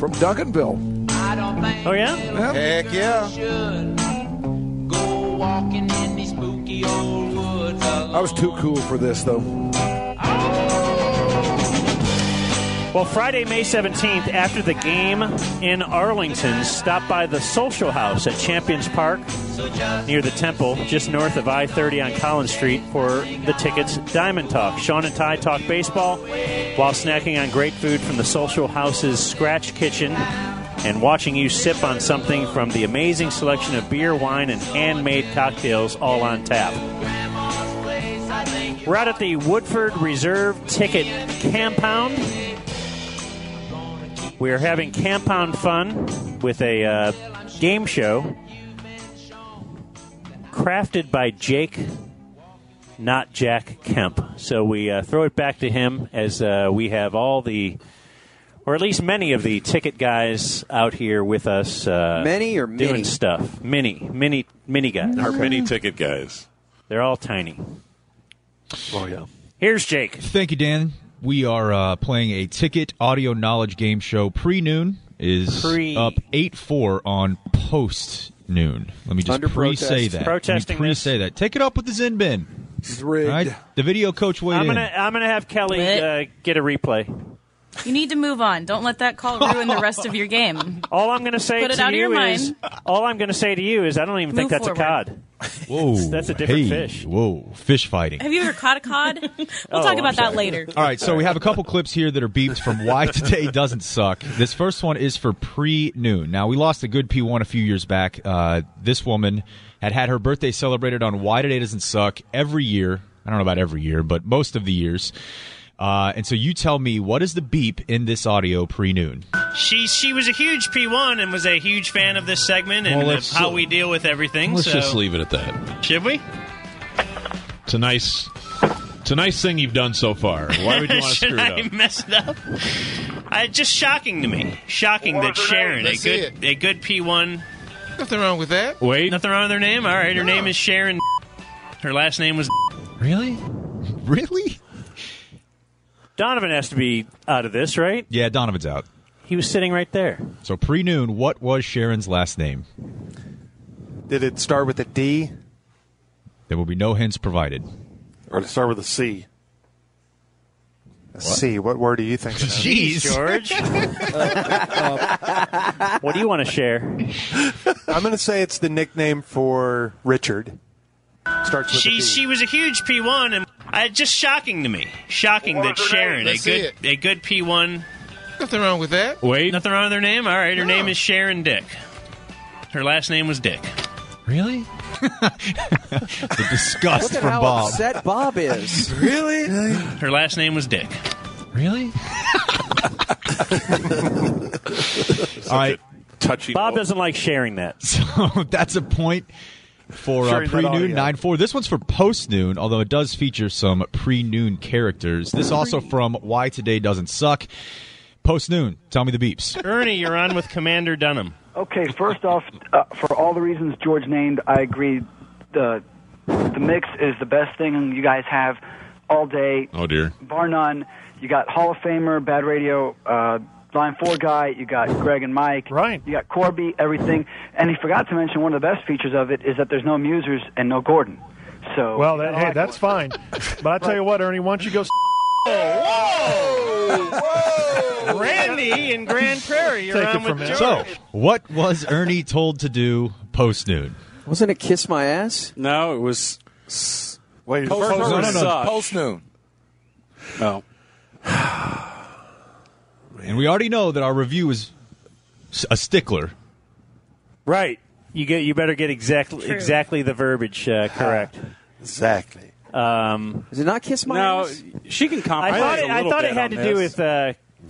Speaker 24: From Duncanville.
Speaker 6: Oh, yeah?
Speaker 24: Heck yeah. I was too cool for this, though.
Speaker 6: Well, Friday, May 17th, after the game in Arlington, stop by the Social House at Champions Park near the Temple, just north of I 30 on Collins Street, for the tickets Diamond Talk. Sean and Ty talk baseball while snacking on great food from the Social House's Scratch Kitchen and watching you sip on something from the amazing selection of beer, wine, and handmade cocktails all on tap. We're out at the Woodford Reserve Ticket Compound. We are having compound fun with a uh, game show crafted by Jake, not Jack Kemp. So we uh, throw it back to him as uh, we have all the, or at least many of the ticket guys out here with us. Uh,
Speaker 13: Many or many?
Speaker 6: doing stuff. Many, many, many guys.
Speaker 39: Our mini ticket guys.
Speaker 6: They're all tiny.
Speaker 8: Oh yeah.
Speaker 6: Here's Jake.
Speaker 17: Thank you, Dan. We are uh, playing a ticket audio knowledge game show. Pre noon is
Speaker 6: Pre.
Speaker 17: up eight four on post noon. Let me just
Speaker 6: Under
Speaker 17: pre say
Speaker 6: protest.
Speaker 17: that.
Speaker 6: Protesting
Speaker 17: pre say that. Take it up with the Zen bin.
Speaker 24: It's rigged.
Speaker 17: All right, the video coach weighed
Speaker 6: I'm
Speaker 17: in.
Speaker 6: gonna I'm gonna have Kelly uh, get a replay.
Speaker 19: You need to move on. Don't let that call ruin the rest of your game.
Speaker 6: All I'm going to say
Speaker 19: Put it
Speaker 6: to
Speaker 19: out of
Speaker 6: you
Speaker 19: your mind.
Speaker 6: is, all I'm going to say to you is, I don't even
Speaker 19: Move
Speaker 6: think that's a
Speaker 19: forward.
Speaker 6: cod.
Speaker 17: Whoa,
Speaker 6: <laughs> That's a different
Speaker 17: hey,
Speaker 6: fish.
Speaker 17: Whoa, fish fighting.
Speaker 19: <laughs> Have you ever caught a cod? <laughs> We'll
Speaker 17: Oh,
Speaker 19: talk
Speaker 17: I'm
Speaker 19: about that
Speaker 17: sorry.
Speaker 19: later.
Speaker 17: All right, so we have a couple clips here that are beeped from why today doesn't suck. This first one is for pre noon. Now, we lost a good P1 a few years back. Uh, this woman had had her birthday celebrated on Why Today Doesn't Suck every year. I don't know about every year, but most of the years. Uh, and so you tell me, what is the beep in this audio pre noon?
Speaker 6: She she was a huge P1 and was a huge fan of this segment and
Speaker 17: Well,
Speaker 6: of
Speaker 17: let's-
Speaker 6: how we deal with everything.
Speaker 2: uh, Let's
Speaker 6: so
Speaker 2: just leave it at that.
Speaker 6: Should we?
Speaker 2: It's a nice, it's a nice thing you've done so far. Why
Speaker 6: <laughs>
Speaker 2: would you want to
Speaker 6: Should
Speaker 2: screw
Speaker 6: I
Speaker 2: it up?
Speaker 6: mess it up? I, just shocking to me. Shocking
Speaker 9: What
Speaker 6: that
Speaker 9: was her name?
Speaker 6: Sharon, a
Speaker 9: Let's see
Speaker 6: good a good P1.
Speaker 9: Nothing wrong with that.
Speaker 2: Wait,
Speaker 6: nothing wrong with her name. All right, her
Speaker 9: No.
Speaker 6: name is Sharon. Her last
Speaker 9: <laughs>
Speaker 6: name was.
Speaker 17: Really? Really?
Speaker 6: Donovan has to be out of this, right?
Speaker 17: Yeah, Donovan's out.
Speaker 6: He was sitting right there.
Speaker 17: So pre noon, what was Sharon's last name?
Speaker 8: Did it start with a D
Speaker 17: There will be no hints provided.
Speaker 8: or did it start with a C?
Speaker 27: A C. What word do you think?
Speaker 6: Jeez,
Speaker 10: <laughs>
Speaker 17: <laughs>
Speaker 6: George. <laughs>
Speaker 9: Oh,
Speaker 6: what do you want to share?
Speaker 36: <laughs>
Speaker 27: I'm going to say it's the nickname for Richard. Starts with a
Speaker 6: She
Speaker 27: D.
Speaker 6: she was a huge P1 and I, just shocking to me. Shocking
Speaker 9: What
Speaker 6: that
Speaker 9: was her name?
Speaker 6: Sharon, a
Speaker 9: Let's
Speaker 6: good a good P1.
Speaker 9: Nothing wrong with that.
Speaker 2: Wait,
Speaker 6: nothing wrong with her name. All right, her
Speaker 9: No.
Speaker 6: name is Sharon Dick. Her last name was Dick.
Speaker 17: Really? the disgust
Speaker 13: Look at
Speaker 17: from
Speaker 13: how
Speaker 17: Bob.
Speaker 13: upset Bob is.
Speaker 17: <laughs> Really?
Speaker 41: Her last name was Dick.
Speaker 6: <laughs>
Speaker 17: Really?
Speaker 18: Such
Speaker 17: All right.
Speaker 18: a touchy.
Speaker 6: Bob doesn't like sharing
Speaker 17: <laughs>
Speaker 6: that.
Speaker 17: So that's a point for uh,
Speaker 6: Sharing that
Speaker 17: pre noon
Speaker 6: audio.
Speaker 17: 9 4. This one's for post noon, although it does feature some pre noon characters. This also from Why Today Doesn't Suck. Post noon. Tell me the beeps.
Speaker 41: Ernie, you're on with Commander Dunham.
Speaker 12: Okay, first off, uh, for all the reasons George named, I agree. The the mix is the best thing you guys have all day,
Speaker 18: Oh dear.
Speaker 12: bar none. You got Hall of Famer, Bad Radio, uh, Line Four guy. You got Greg and Mike. Right. You got Corby, everything. And he forgot to mention one of the best features of it is that there's no Musers and no Gordon. So
Speaker 8: Well, that, hey, that's fine. But I tell you what, Ernie, why don't you go?
Speaker 12: <laughs>
Speaker 8: s-
Speaker 41: Randy in Grand Prairie, you're on with George.
Speaker 17: So, what was Ernie told to do post noon?
Speaker 13: Wasn't it kiss my ass?
Speaker 14: No, it was. s-
Speaker 8: Wait,
Speaker 14: post,
Speaker 13: first-
Speaker 14: noon.
Speaker 13: no, no, no.
Speaker 14: sucked.
Speaker 13: Post
Speaker 14: noon. No.
Speaker 17: <sighs> And we already know that our review is s- a stickler.
Speaker 6: Right. You get. You better get exactly exactly the verbiage uh, correct.
Speaker 8: Exactly.
Speaker 6: Um,
Speaker 13: Is it not kiss my
Speaker 14: No,
Speaker 13: ass?
Speaker 14: she can
Speaker 6: I
Speaker 14: compromise.
Speaker 6: thought
Speaker 14: a
Speaker 6: it, I
Speaker 14: little
Speaker 6: thought it
Speaker 14: bit
Speaker 6: had to
Speaker 14: on
Speaker 6: do
Speaker 14: this.
Speaker 6: with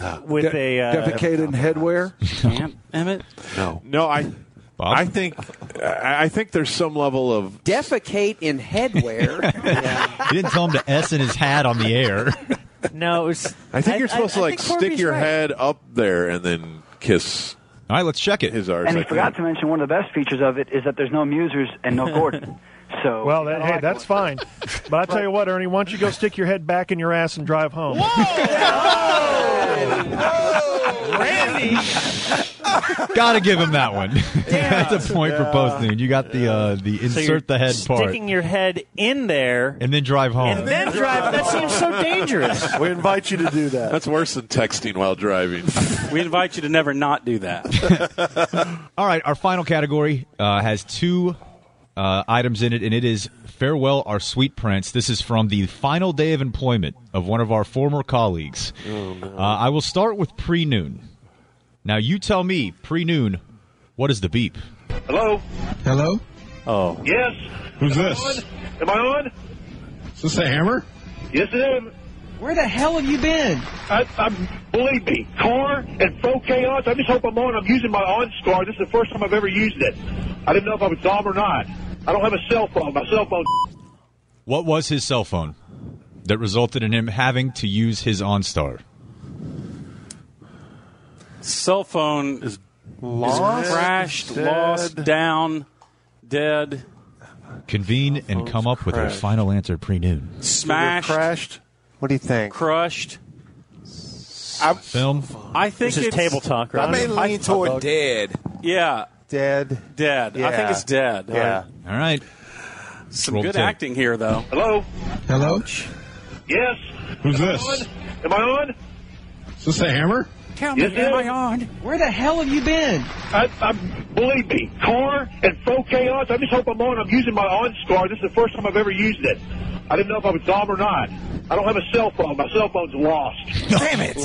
Speaker 6: uh, with a uh,
Speaker 42: defecate in headwear.
Speaker 14: Emmett.
Speaker 18: No. No, I. I think. I I think there's some level of.
Speaker 13: Defecate in
Speaker 18: <laughs>
Speaker 13: headwear.
Speaker 17: You didn't tell him to S in his hat on the air. <laughs>
Speaker 6: No, it was.
Speaker 18: I think you're
Speaker 12: I
Speaker 18: supposed to like
Speaker 12: think
Speaker 18: stick
Speaker 12: Corby's
Speaker 18: your
Speaker 12: right.
Speaker 18: head up there and then kiss.
Speaker 17: All right, let's check it.
Speaker 18: His arse.
Speaker 12: and he
Speaker 18: I
Speaker 12: forgot
Speaker 18: think.
Speaker 12: to mention one of the best features of it is that there's no Musers and <laughs> no Gordon. So
Speaker 8: Well, that, hey, that's fine. But I tell you what, Ernie, why don't you go stick your head back in your ass and drive home?
Speaker 17: Gotta give him that
Speaker 6: <laughs>
Speaker 17: one. That's a point for post noon. You got the uh, the
Speaker 6: So
Speaker 17: insert
Speaker 6: you're
Speaker 17: the head part,
Speaker 6: Sticking your head in there
Speaker 17: and then drive home.
Speaker 6: and then drive. That seems so <laughs> dangerous.
Speaker 8: <laughs> we invite you to do that.
Speaker 18: That's worse than texting while driving.
Speaker 14: <laughs> We invite you to never not do that.
Speaker 17: All right, our final category uh, has two uh, items in it, and it is farewell, our sweet prince. This is from the final day of employment of one of our former colleagues.
Speaker 6: Oh,
Speaker 17: Uh, I will start with pre noon. Now you tell me pre noon, what is the beep?
Speaker 10: Hello?
Speaker 17: Hello. Oh.
Speaker 10: Yes?
Speaker 17: Who's
Speaker 10: Am I
Speaker 17: this?
Speaker 10: on? Am I on?
Speaker 17: Is this a hammer?
Speaker 10: Yes, I am. Where the hell have you been? I, I'm, believe me, car and faux chaos. I just hope I'm on. I'm using my OnStar. This is the first time I've ever used it. I didn't know if I was dumb or not. I don't have a cell phone. My cell phone.
Speaker 17: What was his cell phone that resulted in him having to use his OnStar?
Speaker 14: Cell phone is
Speaker 8: lost,
Speaker 14: crashed,
Speaker 8: dead.
Speaker 14: lost, down, dead,
Speaker 17: Convene and come up with your
Speaker 14: crashed.
Speaker 17: final answer pre noon.
Speaker 14: smashed, crashed,
Speaker 27: What do you think?
Speaker 14: crushed.
Speaker 17: Film.
Speaker 14: I think
Speaker 6: This is
Speaker 14: it's
Speaker 6: table talk, right? I may lean toward
Speaker 14: dead. Yeah,
Speaker 27: dead,
Speaker 14: dead. I think it's dead.
Speaker 27: Yeah.
Speaker 17: All right.
Speaker 14: Some
Speaker 17: Roll
Speaker 14: good
Speaker 17: tape.
Speaker 14: acting here, though.
Speaker 10: Hello?
Speaker 17: Hello.
Speaker 10: Yes?
Speaker 17: Who's
Speaker 10: Am I
Speaker 17: this?
Speaker 10: on? Am I on?
Speaker 17: Is this a hammer?
Speaker 10: Tell
Speaker 17: me, am
Speaker 10: I on? Where the hell have you been? I, I'm, believe me, car and faux chaos. I just hope I'm on. I'm using my OnStar. This is the first time I've ever used it. I didn't know if I was dumb or not. I don't have a cell phone. My cell phone's lost.
Speaker 17: <laughs>
Speaker 10: Damn it!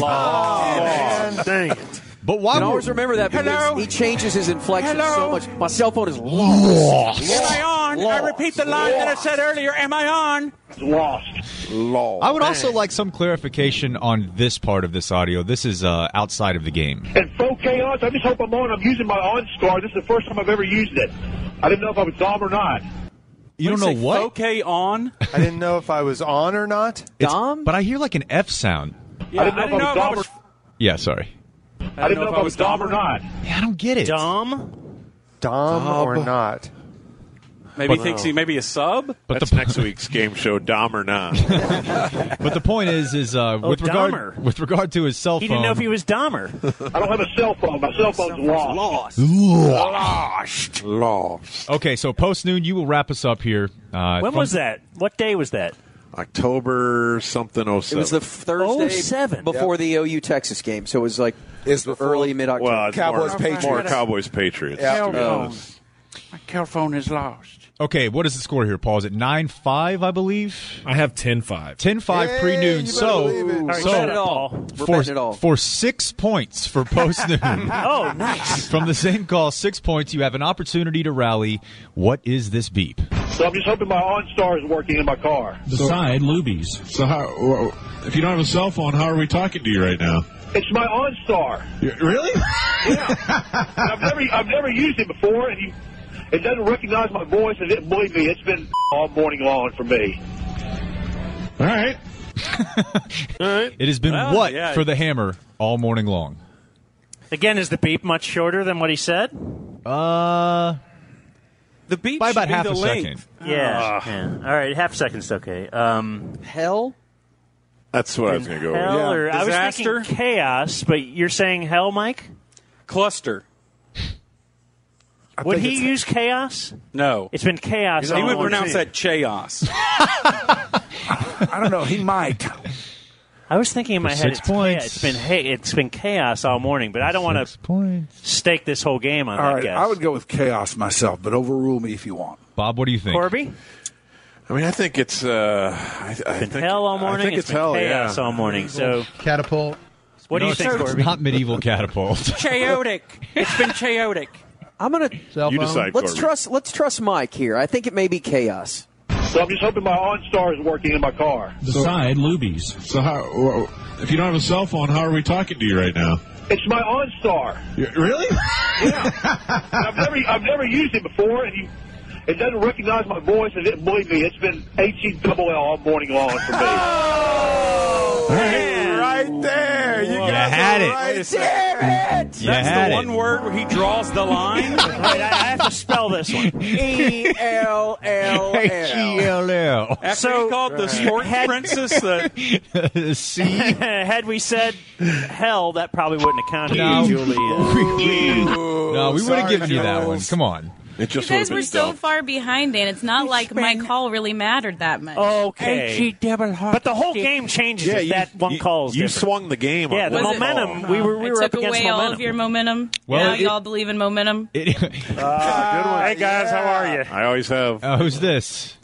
Speaker 8: Dang it.
Speaker 17: But why?
Speaker 13: And always remember that because
Speaker 14: Hello?
Speaker 13: he changes his inflection
Speaker 14: Hello?
Speaker 13: so much. My cell phone is lost.
Speaker 14: Am I on? I repeat the line that I said earlier. Am I on?
Speaker 10: Lost.
Speaker 6: Oh,
Speaker 18: Law.
Speaker 17: I would also like some clarification on this part of this audio. This is uh, outside of the game.
Speaker 10: And faux chaos. I just hope I'm on. I'm using my OnStar. This is the first time I've ever used it. I didn't know if I was dumb or not.
Speaker 17: You don't know what?
Speaker 14: Okay, on.
Speaker 27: I didn't know if I was on or not.
Speaker 17: It's- But I hear like an F sound.
Speaker 14: Yeah, I didn't know, if I was.
Speaker 17: Yeah, sorry.
Speaker 10: I didn't know if I was dumb or not.
Speaker 17: Yeah, I don't get it.
Speaker 6: Dom.
Speaker 27: Dom
Speaker 14: Dom.
Speaker 27: or not?
Speaker 14: Maybe
Speaker 18: But-
Speaker 14: he thinks he may be a sub.
Speaker 17: But
Speaker 18: That's
Speaker 17: the- <laughs>
Speaker 18: next week's game show, Dom
Speaker 43: <laughs>
Speaker 18: or not.
Speaker 17: But the point is, is uh,
Speaker 6: Oh,
Speaker 17: with regard
Speaker 6: Dahmer.
Speaker 17: with regard to his cell
Speaker 6: He
Speaker 17: phone.
Speaker 6: didn't know if he was Dahmer.
Speaker 10: I don't have a cell phone. My cell phone's lost. Lost.
Speaker 17: Lost. Okay, so post noon, you will wrap us up here. Uh,
Speaker 6: when
Speaker 17: from-
Speaker 6: was that? What day was that?
Speaker 18: October something oh
Speaker 13: It
Speaker 18: seven.
Speaker 13: was the Thursday
Speaker 6: 07.
Speaker 13: before the OU Texas game, so it was like early mid October.
Speaker 18: well, it's more, more Cowboys Patriots.
Speaker 13: Yeah.
Speaker 18: to be
Speaker 13: Um,
Speaker 18: honest.
Speaker 44: My telephone is lost.
Speaker 17: Okay, what is the score here, Paul? Is it 9 5, I believe? I have 10 5. 10 5 pre noon. So,
Speaker 13: All right,
Speaker 17: so
Speaker 13: bet it all. We're
Speaker 17: for,
Speaker 13: betting it all.
Speaker 17: for six points for
Speaker 1: <laughs>
Speaker 17: post noon.
Speaker 13: <laughs> oh, nice.
Speaker 17: From the same call, six points. You have an opportunity to rally. What is this beep?
Speaker 10: So I'm just hoping my OnStar is working in my car.
Speaker 17: Beside Lubies.
Speaker 43: So how? If you don't have a cell phone, how are we talking to you right now?
Speaker 10: It's my OnStar.
Speaker 43: Really?
Speaker 10: Yeah. I've never I've never used it before, and he, it doesn't recognize my voice. And it, believe me, it's been all morning long for me.
Speaker 17: All <laughs> right. all right. It has been
Speaker 6: Well,
Speaker 17: what
Speaker 6: yeah.
Speaker 17: for the hammer all morning long?
Speaker 6: Again, is the beep much shorter than what he said?
Speaker 17: Uh,
Speaker 6: the beep
Speaker 17: by about should be half the a length. second.
Speaker 6: Yeah.
Speaker 17: Ah.
Speaker 6: yeah. All right, half second's okay. Um,
Speaker 13: hell.
Speaker 18: That's what I was going to go
Speaker 6: Hell,
Speaker 18: with.
Speaker 6: or I was thinking chaos, but you're saying hell, Mike? Cluster. Would
Speaker 14: think
Speaker 6: he
Speaker 14: it's-
Speaker 6: use chaos?
Speaker 14: No.
Speaker 6: It's been chaos.
Speaker 14: He
Speaker 6: all
Speaker 14: would
Speaker 6: morning.
Speaker 14: pronounce that chaos.
Speaker 6: I don't know. He might. <laughs> I was thinking in my
Speaker 14: For
Speaker 6: head,
Speaker 14: six
Speaker 6: it's, points.
Speaker 14: points.
Speaker 6: it's been hey, it's been chaos all morning, but I don't want to stake this whole game on
Speaker 1: All
Speaker 6: that
Speaker 1: right,
Speaker 6: guess.
Speaker 1: I would go with chaos myself, but overrule me if you want.
Speaker 17: Bob, what do you think?
Speaker 6: Corby,
Speaker 18: I mean, I think it's. Uh, I, I
Speaker 6: been
Speaker 18: think,
Speaker 6: hell all
Speaker 18: I
Speaker 6: morning.
Speaker 18: think it's,
Speaker 6: been
Speaker 18: hell.
Speaker 6: chaos
Speaker 18: yeah.
Speaker 6: all morning. So
Speaker 17: Catapult.
Speaker 6: What do you think,
Speaker 17: It's
Speaker 6: Corby?
Speaker 17: not medieval catapult.
Speaker 13: Chaotic. It's been chaotic. I'm gonna.
Speaker 17: You phone? decide,
Speaker 13: Let's
Speaker 17: Corbin.
Speaker 13: trust. Let's trust Mike here. I think it may be chaos.
Speaker 10: So I'm just hoping my OnStar is working in my car.
Speaker 43: Beside Lubies. So how? If you don't have a cell phone, how are we talking to you right now?
Speaker 10: It's my OnStar.
Speaker 43: Really?
Speaker 10: I've never I've never used it before, and he, it doesn't recognize my voice. And it, believe me, it's been H E double L all morning long for me.
Speaker 1: Right there, you guys
Speaker 17: had
Speaker 1: are
Speaker 17: it.
Speaker 1: Right
Speaker 17: Wait a
Speaker 1: there.
Speaker 17: That's the one
Speaker 14: word where he draws the line.
Speaker 6: <laughs> Wait, I, I have to spell this one.
Speaker 13: E L L
Speaker 17: E H-E-L-L.
Speaker 14: After he called the sport princess the
Speaker 17: <laughs> C.
Speaker 6: <laughs> had we said hell, that probably wouldn't have counted.
Speaker 17: No.
Speaker 6: Julie, uh,
Speaker 17: no, we would have
Speaker 6: sorry,
Speaker 17: given you that one. Come on.
Speaker 18: It
Speaker 19: You guys were so far behind, and it's not like my call really mattered that much.
Speaker 6: Okay.
Speaker 17: E
Speaker 6: But the whole game changes
Speaker 18: Yeah,
Speaker 6: if
Speaker 18: you-
Speaker 6: that one calls.
Speaker 18: You
Speaker 6: different.
Speaker 18: swung the game.
Speaker 6: Yeah,
Speaker 18: on
Speaker 6: the
Speaker 18: one
Speaker 6: momentum.
Speaker 18: call.
Speaker 6: We were we
Speaker 19: I
Speaker 6: were
Speaker 19: took
Speaker 6: up against
Speaker 19: away all
Speaker 6: momentum.
Speaker 19: of your momentum.
Speaker 18: Well,
Speaker 19: now
Speaker 18: it-
Speaker 19: y'all believe in momentum.
Speaker 17: <laughs>
Speaker 6: Ah, hey guys, how are you?
Speaker 18: I always have.
Speaker 17: Uh, who's this?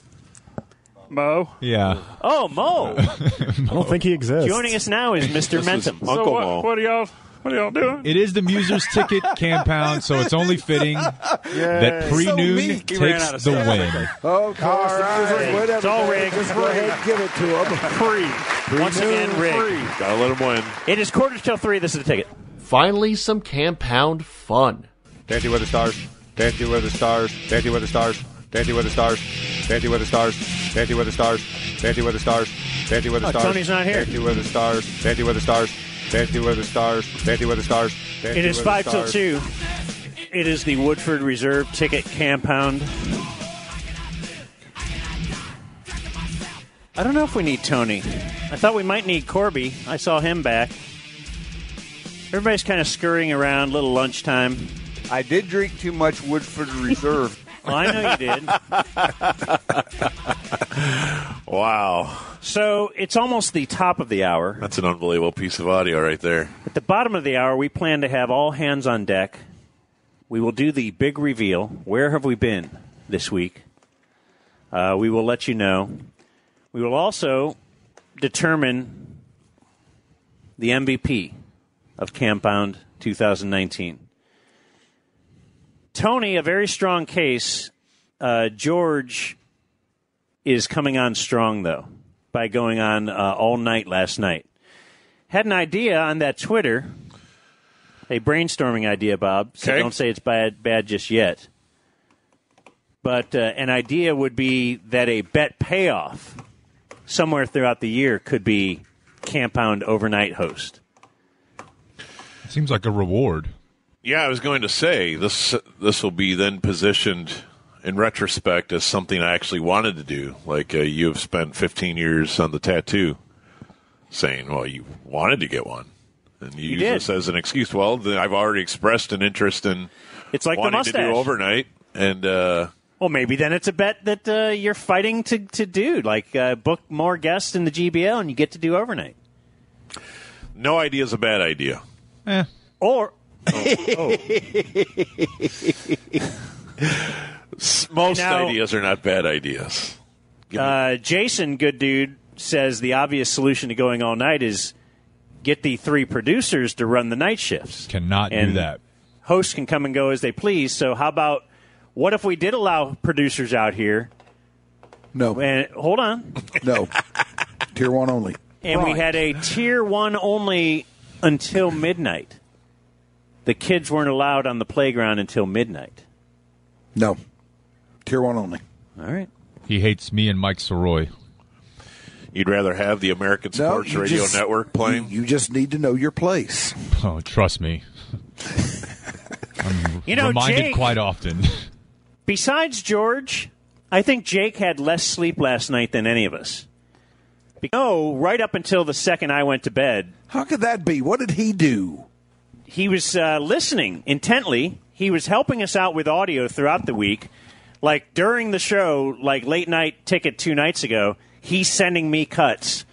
Speaker 6: Mo.
Speaker 17: <laughs> Yeah.
Speaker 18: <laughs>
Speaker 6: Oh, Mo.
Speaker 17: I don't think he exists.
Speaker 6: Joining us now is Mr. Mentum.
Speaker 17: Uncle So what- Mo. what
Speaker 6: are y'all what are y'all doing?
Speaker 17: It is the Muser's Ticket Compound, so it's only fitting that pre
Speaker 1: So
Speaker 17: noon
Speaker 1: meek. He ran out
Speaker 17: takes
Speaker 1: of
Speaker 17: the
Speaker 1: stuff.
Speaker 17: win.
Speaker 1: Oh,
Speaker 8: All
Speaker 1: Carson,
Speaker 8: right.
Speaker 1: whatever.
Speaker 8: It's all rigged.
Speaker 1: Just go ahead and give it to
Speaker 10: <laughs>
Speaker 1: him.
Speaker 6: Free. Once again, rigged.
Speaker 18: Gotta let him win.
Speaker 6: It is quarter till three. This is the ticket.
Speaker 15: Finally, some compound fun.
Speaker 20: Dancing with the stars. Dancing with the stars. Dancing with the stars. Dancing with the stars. Dancing with the stars. Dancing with the stars. Dancing with the stars. Dancing with the
Speaker 6: Oh,
Speaker 20: stars.
Speaker 6: Tony's not here.
Speaker 20: Dancing with the stars. Dancing with the stars. Dancing with the stars. Dancing with the stars.
Speaker 6: It is five till two. It is the Woodford Reserve Ticket Compound. I don't know if we need Tony. I thought we might need Corby. I saw him back. Everybody's kind of scurrying around, little lunchtime.
Speaker 45: I did drink too much Woodford Reserve.
Speaker 6: <laughs> Well, I know you did.
Speaker 18: <laughs> Wow.
Speaker 6: So it's almost the top of the hour.
Speaker 18: That's an unbelievable piece of audio right there.
Speaker 6: At the bottom of the hour, we plan to have all hands on deck. We will do the big reveal. Where have we been this week? Uh, we will let you know. We will also determine the MVP of Campound 2019. Tony, a very strong case. Uh, George is coming on strong, though, by going on uh, all night last night had an idea on that Twitter, a brainstorming idea, Bob. So don't say it's bad, bad just yet. But uh, an idea would be that a bet payoff somewhere throughout the year could be Campound overnight host.
Speaker 17: Seems like a reward.
Speaker 18: Yeah, I was going to say this. This will be then positioned in retrospect as something I actually wanted to do. Like uh, you have spent 15 years on the tattoo, saying, "Well, you wanted to get one." And you, use
Speaker 6: did.
Speaker 18: this as an excuse. Well, then I've already expressed an interest in
Speaker 6: It's like the
Speaker 18: wanting to
Speaker 6: mustache.
Speaker 18: do overnight, and uh,
Speaker 6: Well, maybe then it's a bet that uh, you're fighting to, to do, like uh, book more guests in the GBL and you get to do overnight.
Speaker 18: no idea is a bad
Speaker 6: Oh,
Speaker 18: idea.
Speaker 6: Or.
Speaker 39: S- <laughs> Most
Speaker 6: Now-
Speaker 39: ideas are not bad ideas.
Speaker 6: Uh, Jason, good dude, says the obvious solution to going all night is get the three producers to run the night shifts.
Speaker 17: Cannot
Speaker 6: and
Speaker 17: do that.
Speaker 6: Hosts can come and go as they please. So how about what if we did allow producers out here?
Speaker 24: No.
Speaker 6: And hold on.
Speaker 24: No. Tier one only.
Speaker 6: And we had a tier one only until midnight. The kids weren't allowed on the playground until midnight.
Speaker 24: No. Tier one only.
Speaker 6: All right.
Speaker 17: He hates me and Mike Soroy.
Speaker 39: You'd rather have the American Sports
Speaker 24: you
Speaker 39: Radio
Speaker 24: just-
Speaker 39: Network playing?
Speaker 24: You just need to know your place.
Speaker 17: Oh,
Speaker 1: <laughs>
Speaker 17: trust me. I'm
Speaker 6: You know,
Speaker 17: reminded
Speaker 6: Jake-
Speaker 17: quite often.
Speaker 6: Besides George, I think Jake had less sleep last night than any of us. Be- No, right up until the second I went to bed.
Speaker 24: How could that be? What did he do?
Speaker 6: He was uh, listening intently. He was helping us out with audio throughout the week. Like during the show, like late night ticket two nights ago, he's sending me cuts.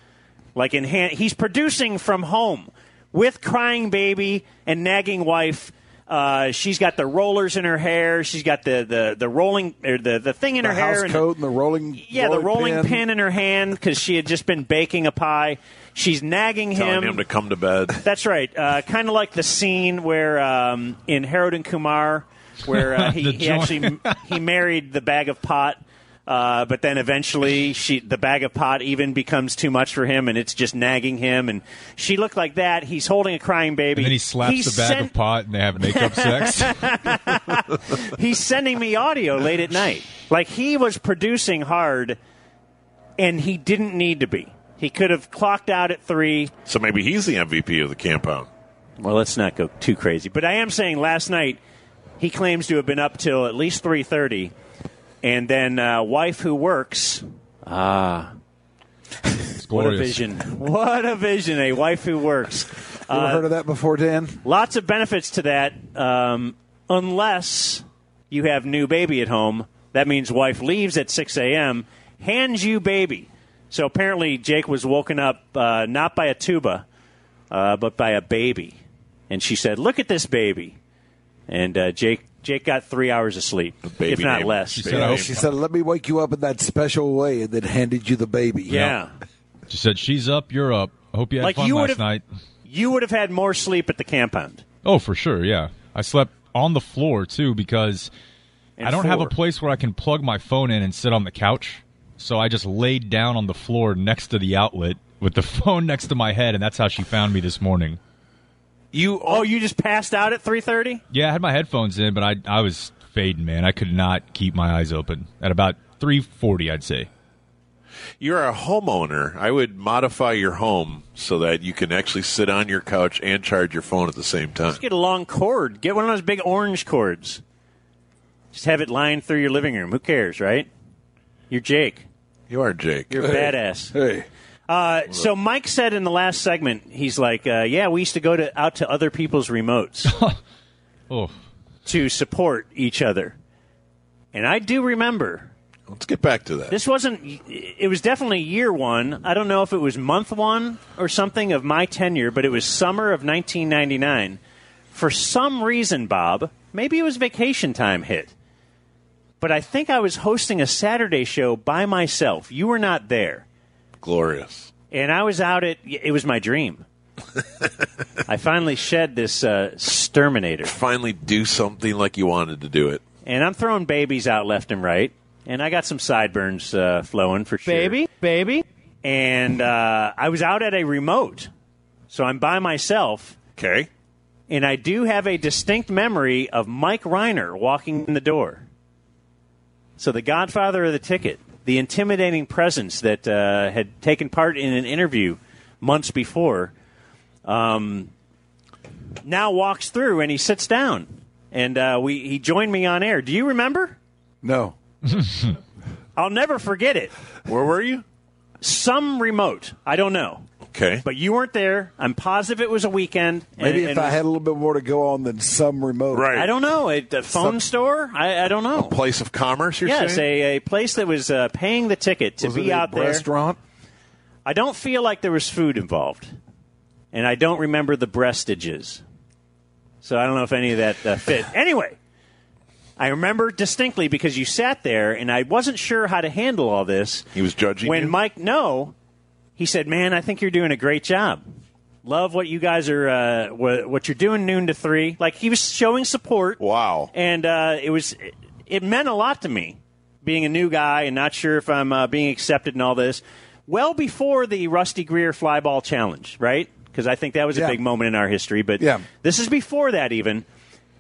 Speaker 6: Like in hand, he's producing from home with crying baby and nagging wife. Uh, she's got the rollers in her hair. She's got the the, the rolling or the, the thing in
Speaker 24: the
Speaker 6: her
Speaker 24: house
Speaker 6: hair. and-
Speaker 24: coat and the rolling.
Speaker 6: yeah, the rolling pin. in her hand because she had just been baking a pie. She's nagging
Speaker 39: Telling
Speaker 6: him.
Speaker 39: him to come to bed.
Speaker 6: That's right. Uh, kind of like the scene where um, in Harold and Kumar, where
Speaker 17: <laughs>
Speaker 6: uh, he,
Speaker 39: The
Speaker 6: he
Speaker 39: joint.
Speaker 6: actually he married the bag of pot. Uh, but then eventually, she the bag of pot even becomes too much for him, and it's just nagging him. And she looked like that. He's holding a crying baby.
Speaker 17: and then he slaps
Speaker 6: He's
Speaker 17: the bag
Speaker 6: sent-
Speaker 17: of pot and they have makeup sex.
Speaker 6: <laughs> He's sending me audio late at night. Like he was producing hard, and he didn't need to be. He could have clocked out at three.
Speaker 39: So maybe he's the MVP of the compound.
Speaker 6: Well, let's not go too crazy. But I am saying last night he claims to have been up till at least three thirty, and then uh, wife who works. Ah, what a
Speaker 24: glorious.
Speaker 6: vision! What a vision! A wife who works.
Speaker 24: You ever
Speaker 6: Uh,
Speaker 24: heard of that before, Dan?
Speaker 6: Lots of benefits to that, um, unless you have new baby at home. That means wife leaves at 6 a.m., hands you baby. So apparently, Jake was woken up uh, not by a tuba, uh, but by a baby, and she said, "Look at this baby," and uh, Jake Jake got three hours of sleep, if not less.
Speaker 24: she said, "Let me wake you up in that special way," and then handed you the baby.
Speaker 6: Yeah.
Speaker 17: She said, She's up, you're up. I hope you had
Speaker 6: Like,
Speaker 17: fun
Speaker 6: you
Speaker 17: last
Speaker 6: would've- <laughs>
Speaker 17: night.
Speaker 6: "You would have had more sleep at the compound."
Speaker 17: Oh, for sure, yeah. I slept on the floor too because
Speaker 6: And
Speaker 17: I don't have a
Speaker 6: four.
Speaker 17: place where I can plug my phone in and sit on the couch. So I just laid down on the floor next to the outlet with the <laughs> phone next to my head, and that's how she found me this morning.
Speaker 6: You oh, you just passed out at 3:30.
Speaker 17: Yeah, I had my headphones in, but I I was fading, man. I could not keep my eyes open. At about three forty, I'd say.
Speaker 39: You're a homeowner. I would modify your home so that you can actually sit on your couch and charge your phone at the same time.
Speaker 6: <laughs> Just get a long cord. Get one of those big orange cords. Just have it lying through your living room. Who cares, right? You're Jake.
Speaker 39: You are Jake.
Speaker 6: You're
Speaker 39: Hey.
Speaker 6: badass.
Speaker 24: Hey.
Speaker 6: Uh, so Mike said in the last segment, he's like, uh, "Yeah, we used to go to out to other people's remotes
Speaker 17: Oh,
Speaker 6: to support each other," and I do remember.
Speaker 39: Let's get back to that.
Speaker 6: This wasn't. It was definitely year one. I don't know if it was month one or something of my tenure, but it was summer of 1999. For some reason, Bob, maybe it was vacation time hit, but I think I was hosting a Saturday show by myself. You were not there.
Speaker 39: Glorious.
Speaker 6: And I was out at. It was my dream. <laughs> I finally shed this uh, Sterminator.
Speaker 39: Finally, do something like you wanted to do it.
Speaker 6: and I'm throwing babies out left and right, and I got some sideburns uh, flowing for sure. Baby,
Speaker 13: baby.
Speaker 6: And uh, I was out at a remote, so I'm by myself.
Speaker 39: Okay.
Speaker 6: And I do have a distinct memory of Mike Reiner walking in the door. So the godfather of the ticket, the intimidating presence that uh, had taken part in an interview months before, um, now walks through and he sits down. And uh, we he joined me on air. Do you remember?
Speaker 24: No.
Speaker 6: I'll never forget it.
Speaker 39: Where were you?
Speaker 6: Some remote. I don't know.
Speaker 39: Okay.
Speaker 6: But you weren't there. I'm positive it was a weekend. and-
Speaker 24: Maybe if
Speaker 6: and
Speaker 24: I
Speaker 6: it
Speaker 24: had a little bit more to go on than some remote.
Speaker 6: was-
Speaker 24: <laughs>
Speaker 6: I don't know. A, a phone store? I, I don't know.
Speaker 39: Place of commerce, you're
Speaker 6: yes,
Speaker 39: saying?
Speaker 6: a, a place that was uh, paying the ticket to
Speaker 39: Was
Speaker 6: be
Speaker 39: it a
Speaker 6: out there.
Speaker 39: restaurant?
Speaker 6: I don't feel like there was food involved, and I don't
Speaker 39: <laughs>
Speaker 6: remember the breastages, so I don't know if any of that uh, fit. Anyway, I remember distinctly because you sat there and I wasn't sure how to handle all this.
Speaker 18: He was judging
Speaker 6: when
Speaker 18: you?
Speaker 6: Mike no, he said, "Man, I think you're doing a great job. Love what you guys are uh, what, what you're doing noon to three. Like he was showing support.
Speaker 18: Wow,
Speaker 6: and uh, it was it, it meant a lot to me being a new guy and not sure if I'm uh, being accepted and all this. Well before the Rusty Greer fly ball challenge, right? Because I think that was a
Speaker 46: Yeah.
Speaker 6: big moment in our history. But this is before that even.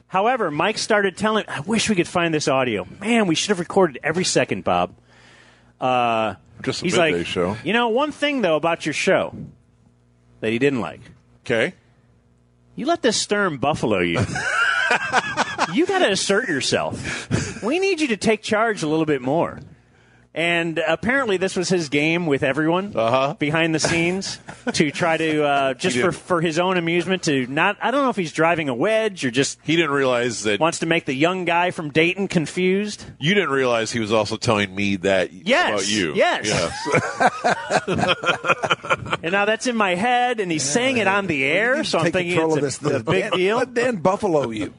Speaker 6: However, Mike started telling. I wish we could find this audio. Man, we should have recorded every second, Bob. Uh,
Speaker 18: Just a
Speaker 6: he's
Speaker 18: midday
Speaker 6: like,
Speaker 18: show.
Speaker 6: You know, one thing though about your show that he didn't like.
Speaker 18: Okay.
Speaker 6: You let this Sturm buffalo you. you got to assert yourself. We need you to take charge a little bit more. And apparently, this was his game with everyone behind the scenes to try to uh,
Speaker 18: Uh-huh.
Speaker 6: just
Speaker 18: He
Speaker 6: for,
Speaker 18: did.
Speaker 6: for his own amusement to not. I don't know if he's driving a wedge or just
Speaker 18: he didn't realize that
Speaker 6: wants to make the young guy from Dayton confused.
Speaker 18: You didn't realize he was also telling me that
Speaker 6: Yes,
Speaker 18: about you.
Speaker 6: yes. <laughs>
Speaker 18: Yes.
Speaker 6: And now that's in my head, and he's saying it on the air, so I'm
Speaker 18: take
Speaker 6: thinking
Speaker 18: control
Speaker 6: it's
Speaker 18: of
Speaker 6: a,
Speaker 18: this thing.
Speaker 6: a big deal.
Speaker 1: Dan Buffalo you.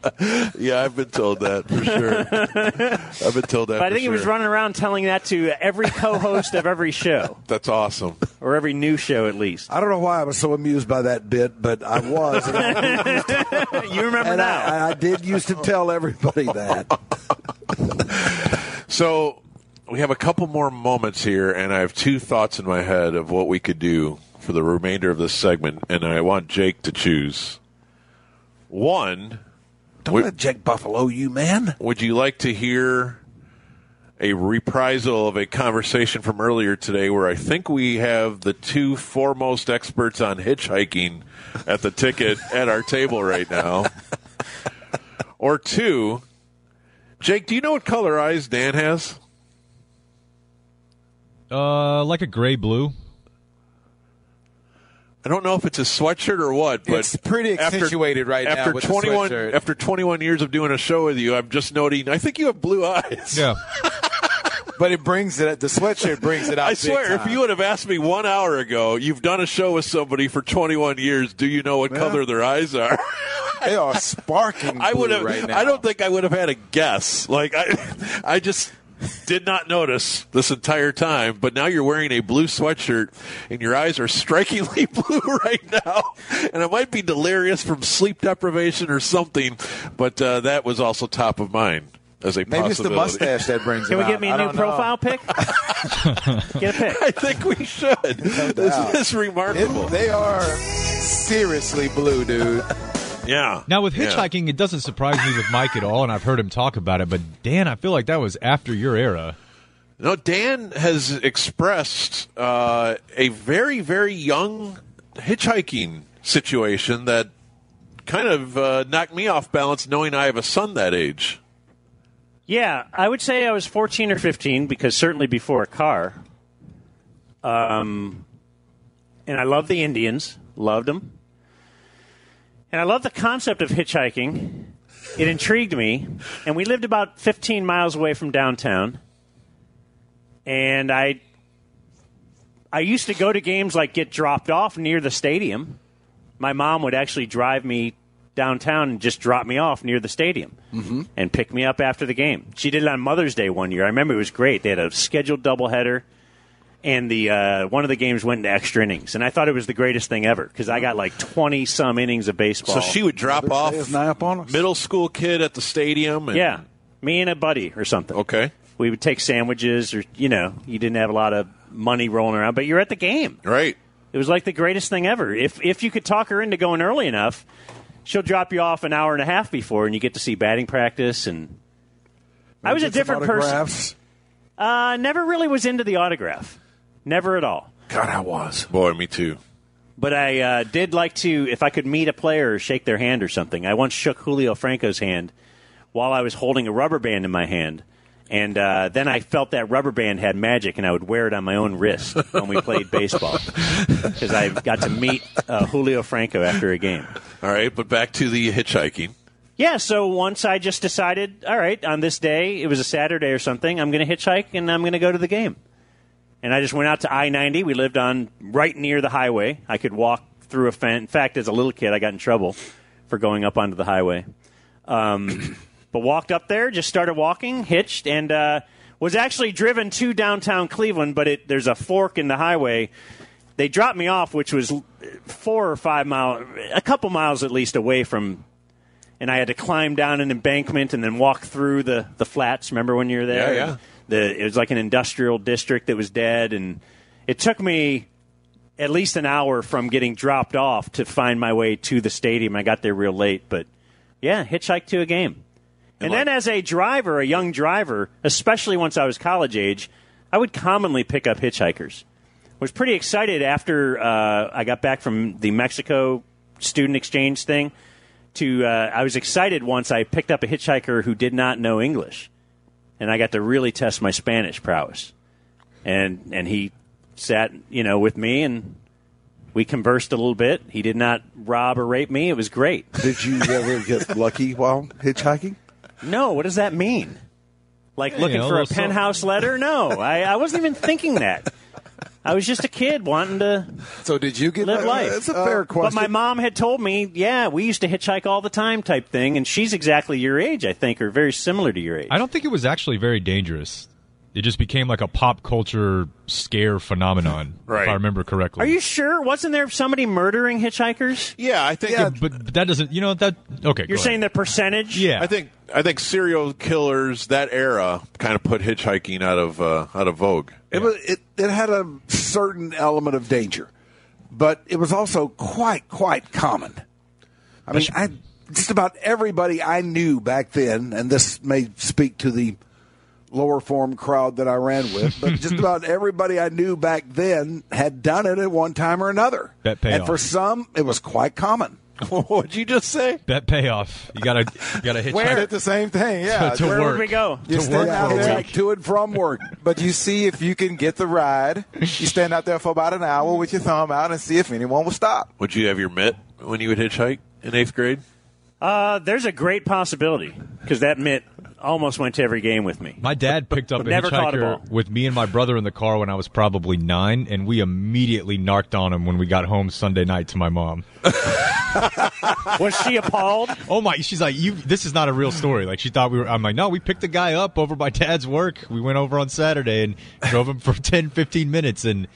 Speaker 18: yeah, I've been told that for
Speaker 6: <laughs>
Speaker 18: sure. I've been told that
Speaker 6: But I
Speaker 18: for
Speaker 6: think he was
Speaker 18: sure.
Speaker 6: running around telling that to every co-host of every show,
Speaker 18: That's awesome.
Speaker 6: or every new show at least.
Speaker 1: I don't know why I was so amused by that bit, but I was. And I,
Speaker 6: <laughs> you remember
Speaker 1: and I, I did used to tell everybody that.
Speaker 18: So we have a couple more moments here, and I have two thoughts in my head of what we could do for the remainder of this segment, and I want Jake to choose. One,
Speaker 1: Don't let Jake Buffalo you, man.
Speaker 18: would you like to hear a reprisal of a conversation from earlier today where I think we have the two foremost experts on hitchhiking at the ticket at our table right now? or two, Jake, do you know what color eyes Dan has?
Speaker 17: Uh, like a gray blue.
Speaker 18: I don't know if it's a sweatshirt or what, but
Speaker 17: It's pretty
Speaker 18: after-
Speaker 17: accentuated right now
Speaker 18: after
Speaker 17: with the
Speaker 18: 21,
Speaker 17: sweatshirt.
Speaker 18: After 21 years of doing a show with you, I'm just noting. I think you have blue eyes. <laughs>
Speaker 17: Yeah.
Speaker 18: but it brings it. The sweatshirt
Speaker 10: brings
Speaker 18: <laughs>
Speaker 10: it out
Speaker 18: I
Speaker 10: big
Speaker 18: swear, if
Speaker 10: time.
Speaker 18: you would have asked me one hour ago, you've done a show with somebody for 21 years. Do you know what color their eyes are? <laughs>
Speaker 10: They are sparking
Speaker 18: I would
Speaker 10: blue
Speaker 18: have.
Speaker 10: right now.
Speaker 18: I don't think I would have had a guess. Like I, <laughs> I just did not notice this entire time. But now you're wearing a blue sweatshirt, and your eyes are strikingly <laughs> blue right now. And I might be delirious from sleep deprivation or something. But uh, that was also top of mind as a
Speaker 10: Maybe it's the
Speaker 18: possibility.
Speaker 10: mustache that
Speaker 6: <laughs>
Speaker 10: brings
Speaker 6: Can
Speaker 10: him
Speaker 6: we get
Speaker 10: out.
Speaker 6: me
Speaker 10: I
Speaker 6: a new
Speaker 10: don't know.
Speaker 6: profile pic?
Speaker 1: <laughs>
Speaker 6: Get a pic.
Speaker 18: I think we should. this is remarkable.
Speaker 10: they are seriously blue, dude.
Speaker 18: Yeah.
Speaker 17: Now with
Speaker 18: Yeah.
Speaker 17: hitchhiking, it doesn't surprise me with Mike at all, and I've heard him talk about it. But Dan, I feel like that was after your era.
Speaker 18: No, Dan has expressed uh, a very, very young hitchhiking situation that kind of uh, knocked me off balance knowing I have a son that age.
Speaker 6: Yeah, I would say I was 14 or 15 because certainly before a car. Um, and I love the Indians, loved them, and I love the concept of hitchhiking. It intrigued me, and we lived about 15 miles away from downtown. And I, I used to go to games like get dropped off near the stadium. My mom would actually drive me downtown and just drop me off near the stadium
Speaker 14: Mm-hmm.
Speaker 6: and pick me up after the game. She did it on Mother's Day one year. I remember it was great. They had a scheduled doubleheader, and the uh, one of the games went into extra innings, and I thought it was the greatest thing ever because I got like twenty some innings of baseball.
Speaker 18: So she would drop off middle school kid at the stadium. And
Speaker 6: yeah, me and a buddy or something.
Speaker 18: Okay,
Speaker 6: we would take sandwiches, or you know, you didn't have a lot of money rolling around, but you're at the game,
Speaker 18: right?
Speaker 6: It was like the greatest thing ever. If if you could talk her into going early enough. She'll drop you off an hour and a half before, and you get to see batting practice. And I was a
Speaker 1: Get some
Speaker 6: different person.
Speaker 1: autographs.
Speaker 6: Uh, never really was into the autograph. Never at all.
Speaker 18: God, I was. Boy, me too.
Speaker 6: But I uh, did like to, if I could meet a player or shake their hand or something. I once shook Julio Franco's hand while I was holding a rubber band in my hand. And uh, then I felt that rubber band had magic, and I would wear it on my own wrist when we played baseball. Because I got to meet uh, Julio Franco after a game.
Speaker 18: <laughs> All right, but back to the hitchhiking.
Speaker 6: Yeah, so once I just decided, all right, on this day, it was a Saturday or something, I'm going to hitchhike and I'm going to go to the game. And I just went out to I 90. We lived on right near the highway. I could walk through a fence. In fact, as a little kid, I got in trouble for going up onto the highway. Um, <coughs> but walked up there, just started walking, hitched, and uh, was actually driven to downtown Cleveland. But it, there's a fork in the highway. They dropped me off, which was uh, four or five mile, a couple miles at least away from, and I had to climb down an embankment and then walk through the the flats. Remember when you were there?
Speaker 18: Yeah, yeah.
Speaker 6: The, it was like an industrial district that was dead, and it took me at least an hour from getting dropped off to find my way to the stadium. I got there real late, but yeah, hitchhiked to a game. And, then as a driver, a young driver, especially once I was college age, I would commonly pick up hitchhikers. Was pretty excited after uh, I got back from the Mexico student exchange thing. To uh, I was excited once I picked up a hitchhiker who did not know English, and I got to really test my Spanish prowess. And and he sat, you know, with me and we conversed a little bit. He did not rob or rape me. It was great.
Speaker 1: Did you ever get lucky while hitchhiking?
Speaker 6: No. What does that mean? Like
Speaker 1: Yeah,
Speaker 6: looking
Speaker 1: you know,
Speaker 6: for a
Speaker 1: so-
Speaker 6: penthouse letter? No, I, I wasn't even thinking that. I was just a kid wanting to.
Speaker 1: So did you get
Speaker 6: live
Speaker 1: that?
Speaker 6: life?
Speaker 1: That's a fair
Speaker 6: But my
Speaker 1: question.
Speaker 6: mom had told me, yeah, we used to hitchhike all the time, type thing. And she's exactly your age, I think, or very similar to your age.
Speaker 17: I don't think it was actually very dangerous. It just became like a pop culture scare phenomenon, if I remember correctly.
Speaker 6: Are you sure? Wasn't there somebody murdering hitchhikers?
Speaker 18: Yeah, I think.
Speaker 17: but, but that doesn't. You know that. Okay,
Speaker 6: You're saying the percentage?
Speaker 17: Yeah.
Speaker 18: I think I think serial killers that era kind of put hitchhiking out of uh, out of vogue.
Speaker 1: It was it, it had a certain element of danger, but it was also quite quite common. I mean, I just about everybody I knew back then, and this may speak to the lower form crowd that I ran with,
Speaker 6: <laughs>
Speaker 1: but just about everybody I knew back then had done it at one time or another.
Speaker 17: Bet
Speaker 1: and
Speaker 17: payoff.
Speaker 1: for some, it was quite common.
Speaker 17: <laughs> What'd you just say? Bet payoff. You gotta you
Speaker 18: <laughs>
Speaker 17: gotta hitchhike.
Speaker 1: Where? Did the
Speaker 47: same thing.
Speaker 1: yeah.
Speaker 17: To, to
Speaker 1: Where
Speaker 17: work.
Speaker 1: would we go? You
Speaker 17: to
Speaker 1: stand
Speaker 17: work
Speaker 1: out
Speaker 17: for a
Speaker 1: there.
Speaker 17: week.
Speaker 1: to and from work.
Speaker 47: But you see if you can get the ride. You stand out there for about an hour with your thumb out and see if anyone will stop.
Speaker 18: Would you have your mitt when you would hitchhike in eighth grade?
Speaker 6: Uh, there's a great possibility because that mitt almost went to every game with me.
Speaker 17: My dad picked up a
Speaker 6: Never caught a ball.
Speaker 17: hitchhiker with me and my brother in the car when I was probably nine, and we immediately narked on him when we got home Sunday night to my mom.
Speaker 6: <laughs> was she appalled?
Speaker 17: Oh my! She's like, "You, this is not a real story." Like she thought we were. I'm like, "No, we picked the guy up over by Dad's work. We went over on Saturday and drove him for <laughs> 10, 15 minutes, and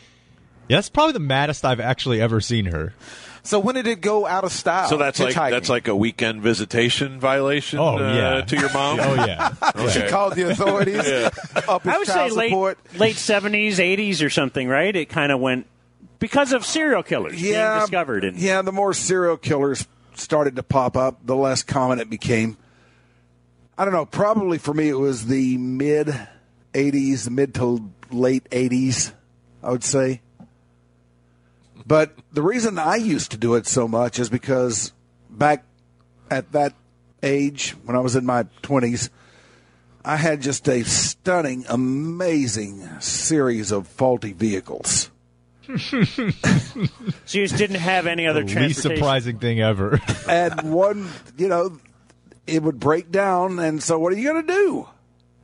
Speaker 17: yeah, that's probably the maddest I've actually ever seen her."
Speaker 47: So when did it go out of style?
Speaker 18: so that's like
Speaker 47: hitchhiking?
Speaker 18: that's like a weekend visitation violation.
Speaker 17: Oh,
Speaker 18: uh,
Speaker 17: yeah.
Speaker 18: to your
Speaker 17: <laughs>
Speaker 18: mom.
Speaker 17: Oh, yeah.
Speaker 18: <laughs> Okay.
Speaker 10: <laughs>
Speaker 18: Yeah.
Speaker 47: Up his
Speaker 6: I would say
Speaker 47: child
Speaker 6: late
Speaker 47: support.
Speaker 6: late seventies, eighties, or something. Right? It kind of went because of serial killers being discovered. And
Speaker 1: yeah, the more serial killers started to pop up, the less common it became. I don't know. Probably for me, it was the mid '80s, mid to late '80s, I would say. But the reason I used to do it so much is because back at that age, when I was in my 20s, I had just a stunning, amazing series of faulty vehicles.
Speaker 6: so you just didn't have any other
Speaker 17: the least
Speaker 6: transportation.
Speaker 17: surprising thing ever.
Speaker 1: and one, you know, it would break down. And so, what are you going to do?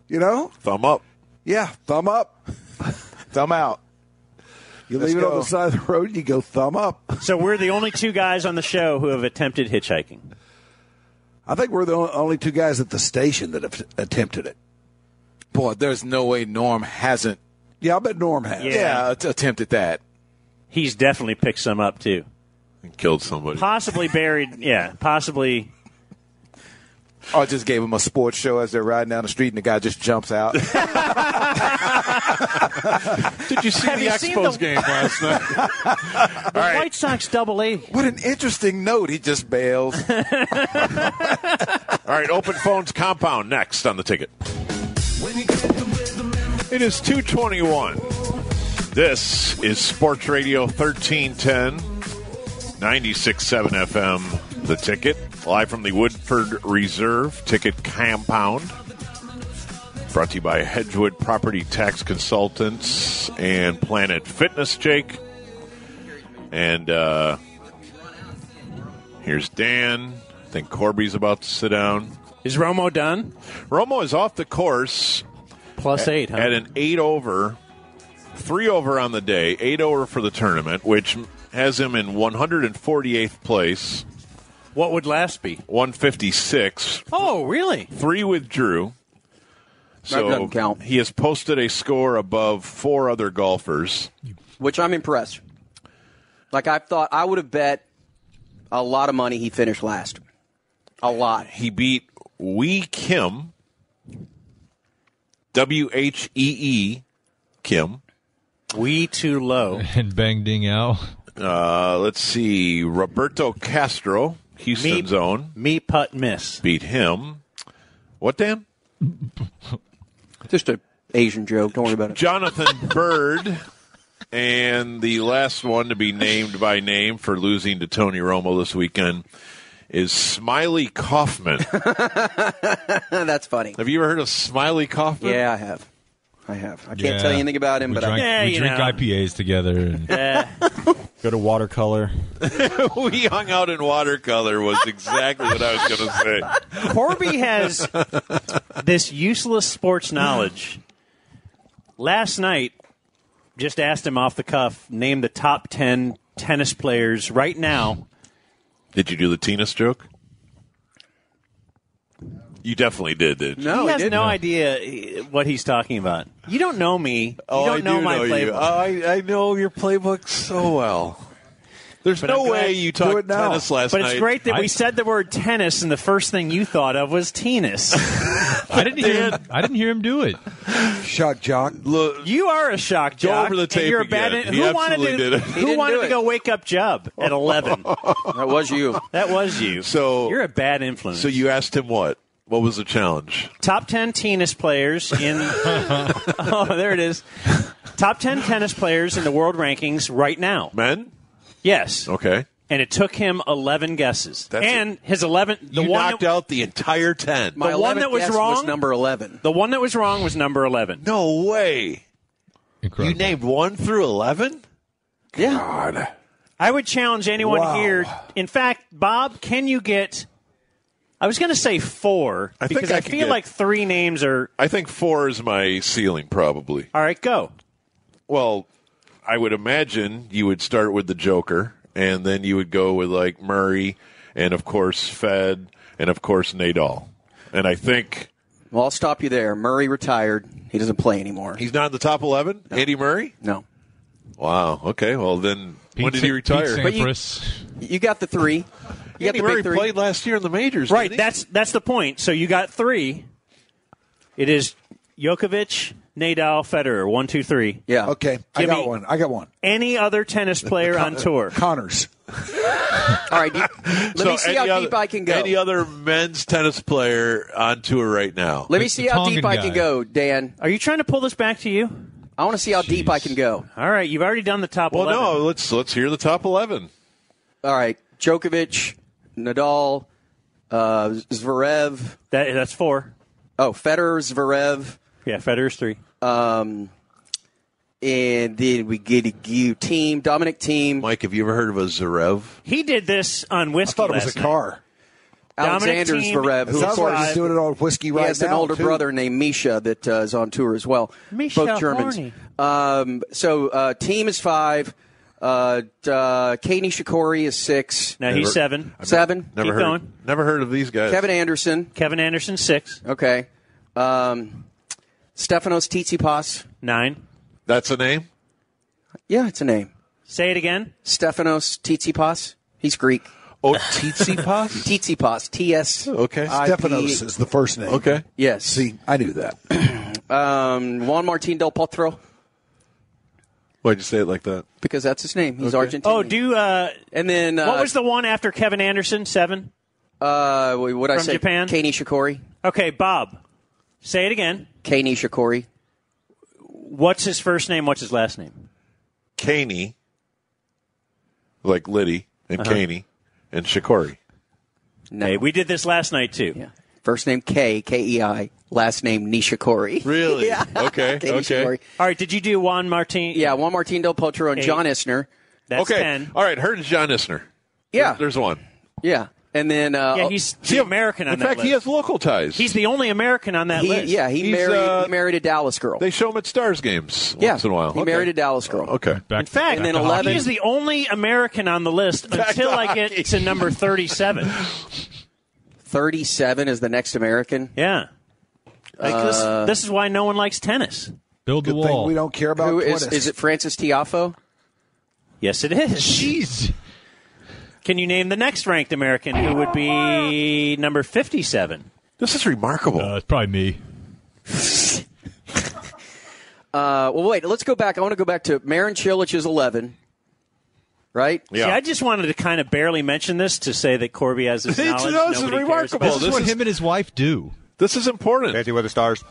Speaker 1: You know,
Speaker 18: Thumb up.
Speaker 1: yeah, thumb
Speaker 47: <laughs>
Speaker 1: up,
Speaker 47: thumb out.
Speaker 1: You
Speaker 6: Let's
Speaker 1: leave it on
Speaker 6: go.
Speaker 1: the side of the road, and you go thumb up.
Speaker 6: So we're the only two guys on the show who have attempted hitchhiking.
Speaker 1: I think we're the on- only two guys at the station that have t- attempted it.
Speaker 10: Boy, there's no way Norm hasn't.
Speaker 1: Yeah, I bet Norm has.
Speaker 10: Yeah,
Speaker 6: Yeah.
Speaker 10: att- attempted that.
Speaker 6: He's definitely picked some up too.
Speaker 18: Killed somebody. <laughs>
Speaker 6: Possibly buried. Yeah, possibly.
Speaker 47: Or Oh, just gave them a sports show as they're riding down the street, and the guy just jumps
Speaker 18: <laughs>
Speaker 47: out.
Speaker 18: Did you see
Speaker 47: Have
Speaker 18: the
Speaker 47: you seen
Speaker 18: Expos
Speaker 47: the-
Speaker 10: <laughs>
Speaker 18: game last night?
Speaker 6: The White Sox double A.
Speaker 47: What an interesting note. He just bails.
Speaker 18: All right, open phones compound next on the ticket. It is 221. This is Sports Radio 1310, 96.7 FM, the ticket, live from the Woodford Reserve Ticket Compound. Brought to you by Hedgewood Property Tax Consultants and Planet Fitness, Jake. And uh, Here's Dan. I think Corby's about to sit down.
Speaker 6: Is Romo done?
Speaker 18: Romo is off the course.
Speaker 6: Plus
Speaker 18: at-
Speaker 6: eight, huh?
Speaker 18: At an eight over, three over on the day, eight over for the tournament, which has him in 148th place.
Speaker 6: What would last be?
Speaker 18: 156.
Speaker 13: Oh, really?
Speaker 18: Three withdrew. So
Speaker 13: doesn't
Speaker 18: count. he has posted a score above four other golfers.
Speaker 13: which I'm impressed. Like I thought, I would have bet a lot of money he finished last. A lot.
Speaker 18: He beat Wee Kim, W H E E Kim.
Speaker 6: Wee too low.
Speaker 17: <laughs> and Bang Ding Out.
Speaker 18: Uh, let's see, Roberto Castro, Houston's own.
Speaker 6: Me putt miss.
Speaker 18: Beat him. What, Dan?
Speaker 13: Just a Asian joke. Don't worry about it.
Speaker 18: Jonathan Bird, and the last one to be named by name for losing to Tony Romo this weekend is Smiley Kaufman.
Speaker 13: <laughs> That's funny.
Speaker 18: Have you ever heard of Smiley Kaufman?
Speaker 13: Yeah, I have. I have. I can't tell you anything about him,
Speaker 17: we
Speaker 13: but
Speaker 17: drank,
Speaker 13: I,
Speaker 17: we drink IPAs together and go to watercolor.
Speaker 18: <laughs> we hung out in watercolor was exactly what I was going to say.
Speaker 6: Corby has this useless sports knowledge. Last night, just asked him off the cuff, name the top 10 tennis players right now.
Speaker 18: Did you do the tennis joke? You definitely did, did
Speaker 13: No,
Speaker 6: he
Speaker 13: he
Speaker 6: has
Speaker 13: didn't.
Speaker 6: no idea eh, what he's talking about. You don't know me. You
Speaker 18: Oh,
Speaker 6: don't
Speaker 18: I
Speaker 6: know
Speaker 18: do
Speaker 6: my
Speaker 18: know you. Oh,
Speaker 6: playbook.
Speaker 18: I, I know your playbook so well. There's
Speaker 6: But
Speaker 18: no
Speaker 6: I'm glad-
Speaker 18: way you talked tennis last
Speaker 6: but
Speaker 18: night.
Speaker 6: it's great that we said the word tennis, and the first thing you thought of was tennis.
Speaker 18: <laughs>
Speaker 17: I didn't
Speaker 10: <laughs>
Speaker 17: hear. Him, I didn't hear him do it.
Speaker 10: Shock jock.
Speaker 18: Look,
Speaker 6: you are a shock
Speaker 10: Go
Speaker 6: jock.
Speaker 10: over the
Speaker 6: and
Speaker 10: tape
Speaker 6: you're a bad.
Speaker 10: again. He
Speaker 6: Who wanted to?
Speaker 10: absolutely did it. He
Speaker 6: Who
Speaker 10: didn't
Speaker 6: wanted
Speaker 10: do
Speaker 6: to
Speaker 10: it.
Speaker 6: go wake up Jub
Speaker 10: <laughs>
Speaker 6: at eleven?
Speaker 13: that was you.
Speaker 6: That was you.
Speaker 18: So
Speaker 6: you're a bad influence.
Speaker 18: So you asked him what? What was the challenge?
Speaker 6: Top ten tennis players in. <laughs> oh, there it is. Top ten tennis players in the world rankings right now.
Speaker 18: Men.
Speaker 6: Yes.
Speaker 18: Okay.
Speaker 6: And it took him eleven guesses.
Speaker 18: That's
Speaker 6: and his eleven. The
Speaker 18: you
Speaker 6: one
Speaker 18: knocked
Speaker 6: that-
Speaker 18: out the entire ten.
Speaker 6: My The one 11th that was guess was wrong- number
Speaker 13: eleven.
Speaker 6: The one that was wrong was number eleven.
Speaker 18: No way.
Speaker 17: Incredible.
Speaker 18: You named one through eleven.
Speaker 13: Yeah.
Speaker 6: I would challenge anyone
Speaker 18: Wow.
Speaker 6: here. In fact, Bob, can you get? I was going to say four
Speaker 18: I think
Speaker 6: because
Speaker 18: I
Speaker 6: I
Speaker 18: could
Speaker 6: feel
Speaker 18: get-
Speaker 6: like three names are.
Speaker 18: I think four is my ceiling, probably.
Speaker 6: All right, go.
Speaker 18: Well, I would imagine you would start with the Joker, and then you would go with like Murray, and of course Fed, and of course Nadal. And I think
Speaker 13: well, I'll stop you there. Murray retired. He doesn't play anymore.
Speaker 18: he's not in the top eleven. Andy Murray.
Speaker 13: No.
Speaker 18: Wow. Okay. Well, then when did he retire?
Speaker 13: But you, you got the three. You got
Speaker 18: Andy
Speaker 13: the big
Speaker 18: Murray
Speaker 13: three.
Speaker 18: played last year in the majors.
Speaker 6: Right,
Speaker 18: didn't he?
Speaker 6: that's that's the point. So you got three. It is Djokovic, Nadal, Federer. One, two, three.
Speaker 13: Yeah.
Speaker 1: Okay. I
Speaker 6: Give
Speaker 1: got
Speaker 6: me-
Speaker 1: one. I got one.
Speaker 6: Any other tennis player on tour?
Speaker 1: Connors.
Speaker 6: <laughs>
Speaker 13: All right.
Speaker 18: <laughs>
Speaker 13: you- let
Speaker 18: So
Speaker 13: me see
Speaker 18: any
Speaker 13: how
Speaker 18: other-
Speaker 13: deep I can go.
Speaker 18: Any other men's tennis player on tour right now?
Speaker 13: Let me see how deep I can go, Dan.
Speaker 6: Are you trying to pull this back to you?
Speaker 13: I want to see how deep I can go.
Speaker 6: All right, you've already done the top
Speaker 18: Well,
Speaker 6: 11.
Speaker 18: no. Let's let's hear the top eleven.
Speaker 13: All right, Djokovic, Nadal, uh, Zverev.
Speaker 6: That, that's four.
Speaker 13: Oh, Federer, Zverev.
Speaker 6: Yeah, Federer's three.
Speaker 13: Um, and then we get a Gu team, Dominic team.
Speaker 18: Mike, have you ever heard of a Zverev?
Speaker 6: He did this on whiskey.
Speaker 13: thought it was
Speaker 6: last
Speaker 13: a
Speaker 6: night.
Speaker 1: car.
Speaker 13: Alexander
Speaker 6: Dominic Thiem,
Speaker 13: Zverev,
Speaker 1: It sounds like
Speaker 13: course-
Speaker 1: he's doing it on whiskey right
Speaker 13: he has
Speaker 1: now.
Speaker 13: an older
Speaker 1: too.
Speaker 13: brother named Misha that uh, is on tour as well.
Speaker 1: Misha
Speaker 13: both Germans.
Speaker 1: Horny.
Speaker 13: Um, so uh, team is five. Uh, d- uh, Katie Shikori is six.
Speaker 6: No, he's Never- seven. I've
Speaker 13: Seven.
Speaker 18: Never heard. Never heard of these guys.
Speaker 13: Kevin Anderson.
Speaker 6: Kevin Anderson, six.
Speaker 13: Okay. Um, Stefanos Tsitsipas.
Speaker 6: Nine.
Speaker 18: That's a name.
Speaker 13: Yeah, it's a name.
Speaker 6: Say it again.
Speaker 13: Stefanos Tsitsipas. He's Greek.
Speaker 18: Oh,
Speaker 13: <laughs>
Speaker 18: Tsitsipas?
Speaker 13: Tsitsipas. T S. E.
Speaker 18: Okay.
Speaker 1: Stephanos is the first name.
Speaker 18: Okay.
Speaker 13: Yes.
Speaker 1: See, I knew that.
Speaker 13: Um, Juan Martín del Potro,
Speaker 18: Why'd you say it like that?
Speaker 13: because that's his name. He's Argentine.
Speaker 6: Oh, do uh,
Speaker 13: and then uh,
Speaker 6: what was the one after Kevin Anderson? Seven.
Speaker 13: uh, what I
Speaker 6: From
Speaker 13: say?
Speaker 6: Japan?
Speaker 13: Kane Shikori.
Speaker 6: Okay, Bob. Say it again.
Speaker 13: Kane Shikori.
Speaker 6: What's his first name? What's his last name?
Speaker 18: Caney, like Liddy and
Speaker 6: Uh-huh.
Speaker 18: Caney and Shikori.
Speaker 13: No.
Speaker 6: Hey, we did this last night too.
Speaker 13: First name K K E I. Last name Nishikori. <laughs>
Speaker 18: Really?
Speaker 13: yeah.
Speaker 18: Okay.
Speaker 13: Kane Nishikori.
Speaker 6: All right. Did you do Juan Martin?
Speaker 13: Yeah. Juan Martín del Potro and
Speaker 6: Eight.
Speaker 13: John Isner.
Speaker 6: That's
Speaker 18: okay.
Speaker 6: ten.
Speaker 18: All right. Heard of John Isner.
Speaker 13: Yeah.
Speaker 18: There's one.
Speaker 13: Yeah. And then uh,
Speaker 6: Yeah, he's the American on
Speaker 13: in
Speaker 6: that
Speaker 13: fact,
Speaker 6: list.
Speaker 13: he has
Speaker 39: local ties.
Speaker 6: He's the only American on that
Speaker 13: He-
Speaker 6: list.
Speaker 13: yeah, he He's, married- uh, he married a Dallas girl.
Speaker 39: They show him at Stars games once
Speaker 13: Yeah,
Speaker 39: in a while.
Speaker 13: he married a Dallas girl.
Speaker 39: Okay.
Speaker 13: In fact, and then eleven.
Speaker 6: He is the only American on the list until I get to
Speaker 13: <laughs>
Speaker 6: number thirty-seven.
Speaker 13: 37 is the next American.
Speaker 6: Yeah. Like, this-
Speaker 13: Uh,
Speaker 6: this is why no one likes tennis.
Speaker 17: Build
Speaker 6: the Good thing wall. we
Speaker 1: don't care
Speaker 6: about
Speaker 13: Who is,
Speaker 6: tennis.
Speaker 13: is it Francis Tiafo?
Speaker 6: Yes, it is. Jeez. Can you name the next ranked American who would be number 57?
Speaker 39: This is remarkable.
Speaker 17: Uh, it's probably me.
Speaker 13: Uh, well, wait. Let's go back. I want to go back to Marin Chilich is 11, right?
Speaker 6: See, I just wanted to kind of barely mention this to say that Corby has this knowledge. Nobody cares about.
Speaker 17: This is what him and his wife do.
Speaker 39: This is important.
Speaker 20: Dancing with the Stars.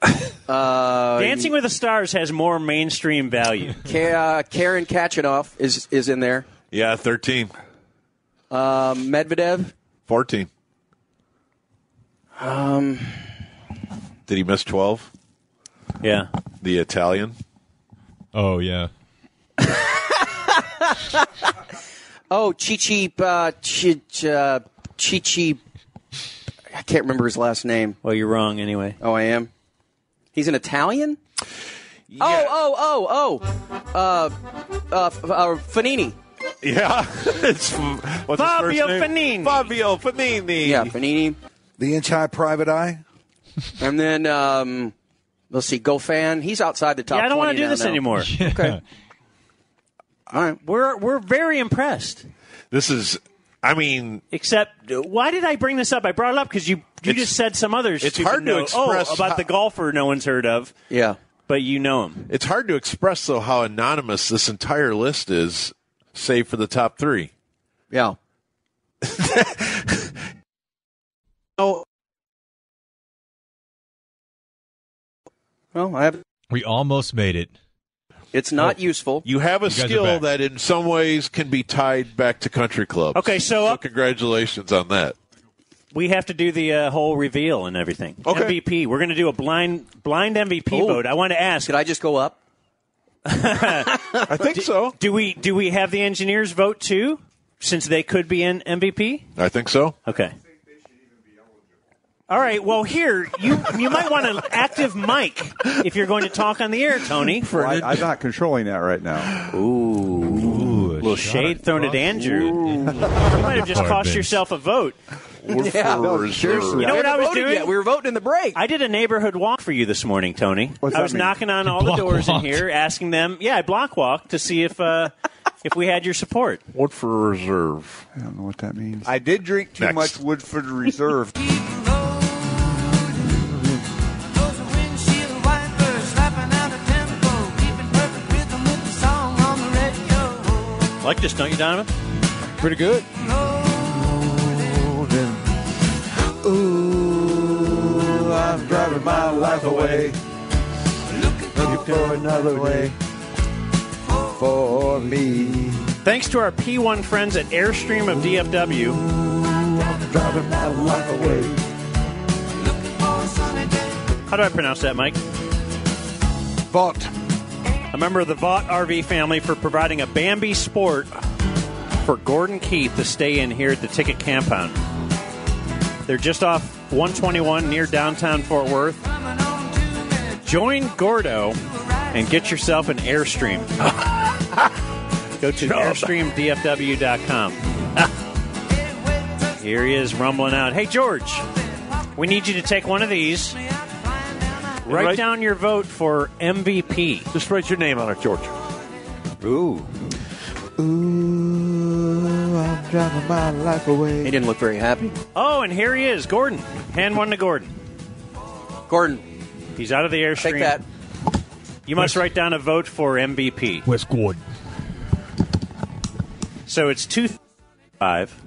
Speaker 13: Uh,
Speaker 6: Dancing with the Stars has more mainstream value.
Speaker 13: Ka- uh, Karen Kachanov is is in there.
Speaker 39: Yeah, 13,
Speaker 13: Um, Medvedev.
Speaker 39: 14.
Speaker 13: Um,
Speaker 39: Did he miss 12?
Speaker 6: Yeah.
Speaker 39: The Italian?
Speaker 17: Oh, yeah.
Speaker 13: oh, Chichi. Uh, Chich, uh, Chichi. I can't remember his last name.
Speaker 6: Well, you're wrong anyway.
Speaker 13: Oh, I am. He's an Italian. Oh, oh, oh, oh. Uh, uh, F- uh, Fanini.
Speaker 39: Yeah. <laughs> it's what's
Speaker 13: Fabio
Speaker 39: Fanini. Fabio Fanini.
Speaker 13: Yeah, Fanini.
Speaker 1: The inch high private eye.
Speaker 13: And then um, let's see, GoFan. He's outside the top.
Speaker 6: Yeah, I don't
Speaker 13: want
Speaker 6: wanna
Speaker 13: to
Speaker 6: do this anymore.
Speaker 13: Okay. All right.
Speaker 6: We're we're very impressed.
Speaker 39: This is, I mean,
Speaker 6: Except, uh, why did I bring this up? I brought it up because you you
Speaker 39: It's-
Speaker 6: just said some others.
Speaker 39: it's
Speaker 6: you can
Speaker 39: hard to
Speaker 6: know,
Speaker 39: express
Speaker 6: oh, about
Speaker 39: how-
Speaker 6: the golfer no one's heard of.
Speaker 13: Yeah.
Speaker 6: But you know him.
Speaker 39: it's hard to express, though, how anonymous this entire list is, save for the top three. <laughs>
Speaker 13: Yeah. oh. <laughs> Well, I have.
Speaker 17: We almost made it. Oh,
Speaker 13: It's not useful.
Speaker 39: You have a
Speaker 17: You guys are
Speaker 39: skill
Speaker 17: back.
Speaker 39: that, in some ways, can be tied back to country clubs.
Speaker 6: Okay, so, uh,
Speaker 39: congratulations on that.
Speaker 6: We have to do the uh, whole reveal and everything.
Speaker 39: Okay.
Speaker 6: MVP. We're going to do a blind blind MVP
Speaker 13: Oh.
Speaker 6: vote. I want to ask.
Speaker 13: Did I just go up?
Speaker 39: <laughs> I think so.
Speaker 6: Do we do we have the engineers vote too? Since they could be in MVP.
Speaker 39: I think so.
Speaker 6: Okay. All right. Well, here you you might want an active mic if you're going to talk on the air,
Speaker 39: <laughs>
Speaker 6: Tony.
Speaker 23: Well, I, am not controlling that right now.
Speaker 6: Ooh, little shade thrown at Andrew. <laughs> You might have just
Speaker 23: Hard
Speaker 6: cost
Speaker 23: base.
Speaker 6: yourself a vote.
Speaker 39: We're
Speaker 13: <laughs> Yeah.
Speaker 39: for
Speaker 13: No,
Speaker 39: reserve.
Speaker 13: seriously.
Speaker 6: You know
Speaker 13: We
Speaker 6: what I
Speaker 13: haven't
Speaker 6: was
Speaker 13: voted
Speaker 6: doing?
Speaker 13: yet. We were voting in the break.
Speaker 6: I did a neighborhood walk for you this morning, Tony.
Speaker 23: What's
Speaker 6: I
Speaker 23: that
Speaker 6: was
Speaker 23: mean?
Speaker 6: knocking on all the
Speaker 23: Block
Speaker 6: doors
Speaker 23: walk.
Speaker 6: in here, asking them, yeah, I block walk to see if uh, if we had your support.
Speaker 39: What for reserve?
Speaker 23: I don't know what that means.
Speaker 39: I
Speaker 23: did drink
Speaker 39: too Next. much
Speaker 23: Woodford
Speaker 6: <laughs>
Speaker 23: Reserve.
Speaker 6: Like this, don't you, Donovan?
Speaker 24: Pretty good. Ooh, I'm driving my life away. Looking for another way for me.
Speaker 6: Thanks to our P1 friends at Airstream of DFW.
Speaker 24: Driving my life away.
Speaker 6: How do I pronounce that, Mike?
Speaker 1: Vaught.
Speaker 6: A member of the Vaught RV family for providing a Bambi sport for Gordon Keith to stay in here at the ticket compound. They're just off 121 near downtown Fort Worth. Join Gordo and get yourself an Airstream. <laughs> Go to airstreamdfw.com. Here he is rumbling out. Hey, George, we need you to take one of these. Write
Speaker 8: Right.
Speaker 6: down your vote for MVP.
Speaker 8: Just write your name on it, George.
Speaker 24: Ooh. Ooh, I'm driving my life away.
Speaker 13: He didn't look very happy.
Speaker 6: Oh, and here he is, Gordon. Hand one to Gordon.
Speaker 13: Gordon.
Speaker 6: He's out of the airstream. Take that. You must write down a vote for MVP.
Speaker 17: Where's Gordon?
Speaker 6: So it's two five,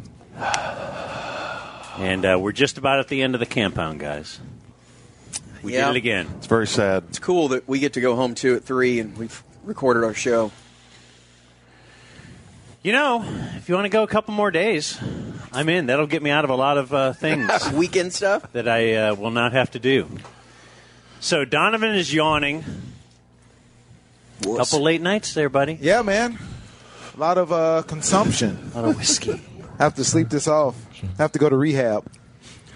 Speaker 6: and uh, we're just about at the end of the compound, guys. We
Speaker 13: Yeah.
Speaker 6: did it again.
Speaker 39: It's very sad.
Speaker 13: It's cool that we get to go home too at three, and we've recorded our show.
Speaker 6: You know, if you want to go a couple more days, I'm in. That'll get me out of a lot of uh, things.
Speaker 13: <laughs> Weekend stuff
Speaker 6: that I uh, will not have to do. So Donovan is yawning. Couple late nights there, buddy.
Speaker 23: Yeah, man. A lot of uh, consumption.
Speaker 1: <laughs>
Speaker 6: A lot of whiskey.
Speaker 2: have to sleep this off. have to go to rehab.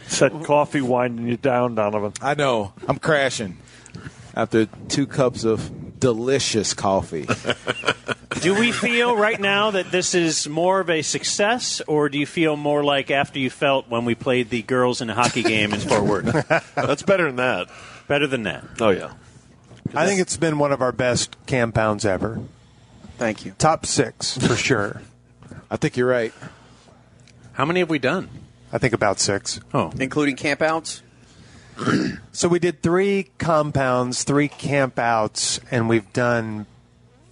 Speaker 10: Said coffee winding you down, Donovan.
Speaker 18: I know.
Speaker 2: I'm crashing.
Speaker 18: After two cups of delicious
Speaker 14: <laughs>
Speaker 18: coffee.
Speaker 6: Do we feel right now that this is more of a success, or do you feel more like after you felt when we played the girls in a hockey game in Fort Worth? <laughs> That's better than that. Better than that.
Speaker 8: Oh yeah.
Speaker 27: I think it's been one of our best compounds ever.
Speaker 13: Thank you.
Speaker 27: Top
Speaker 10: <laughs>
Speaker 27: six for sure.
Speaker 18: I think you're right.
Speaker 13: How many have we done?
Speaker 27: I think about six.
Speaker 13: Oh. Including campouts?
Speaker 27: <clears throat> So we did three compounds, three campouts, and we've done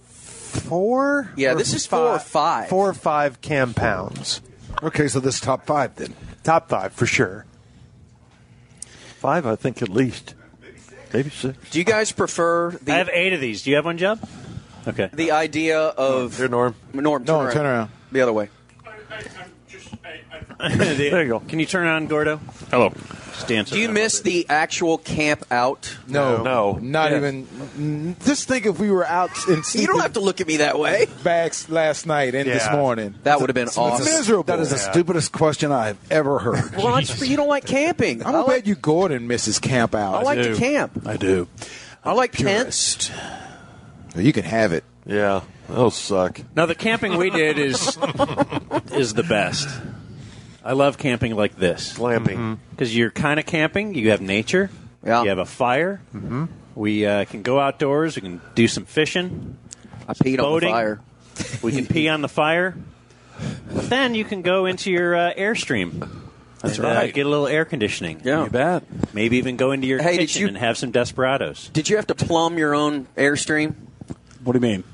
Speaker 27: four.
Speaker 13: Yeah, this is four or five.
Speaker 27: Four or five compounds.
Speaker 1: Okay, so this top five then.
Speaker 27: Top five for sure.
Speaker 10: Five, I think at least. Maybe six.
Speaker 13: Do you guys prefer the.
Speaker 6: I have eight of these. Do you have one, Jeb? Okay.
Speaker 13: The idea of. Here,
Speaker 8: Norm.
Speaker 13: Norm, turn
Speaker 6: Norm,
Speaker 13: around.
Speaker 6: turn around.
Speaker 13: The other way.
Speaker 6: <laughs> there you go. Can you turn on Gordo?
Speaker 39: Hello.
Speaker 6: Stanton.
Speaker 13: Do you miss the actual camp out?
Speaker 18: No.
Speaker 6: No.
Speaker 18: Not
Speaker 6: Yeah.
Speaker 18: even. n- Just think if we were out in.
Speaker 13: You don't have to look at me that way.
Speaker 18: Bags last night and this
Speaker 1: Yeah.
Speaker 18: morning.
Speaker 13: That would have been
Speaker 1: It's
Speaker 13: awesome.
Speaker 1: miserable. That is the stupidest question I've ever
Speaker 13: <laughs>
Speaker 1: heard.
Speaker 13: Well, that's for you don't like camping.
Speaker 18: I'm
Speaker 13: I
Speaker 18: gonna
Speaker 13: like,
Speaker 18: bet you Gordon misses camp out.
Speaker 13: I like to camp.
Speaker 8: I do.
Speaker 13: I like
Speaker 18: Purist. You can have it.
Speaker 8: Yeah, that'll suck.
Speaker 6: Now the camping we did is is the best. I love camping like this.
Speaker 8: Glamping.
Speaker 6: Because you're kind of camping. You have nature. You have a fire. Mm-hmm. We uh, can go outdoors. We can do some fishing.
Speaker 13: I peed on the
Speaker 6: boating.
Speaker 13: fire.
Speaker 6: we can pee on the fire. But then you can go into your uh, airstream. That's and, uh,
Speaker 13: right.
Speaker 6: get a little air conditioning.
Speaker 13: Yeah. You
Speaker 6: bet. Maybe even go into your
Speaker 13: Hey, did
Speaker 6: kitchen
Speaker 13: you-
Speaker 6: and have some desperados.
Speaker 13: Did you have to plumb your own airstream?
Speaker 14: What do you mean?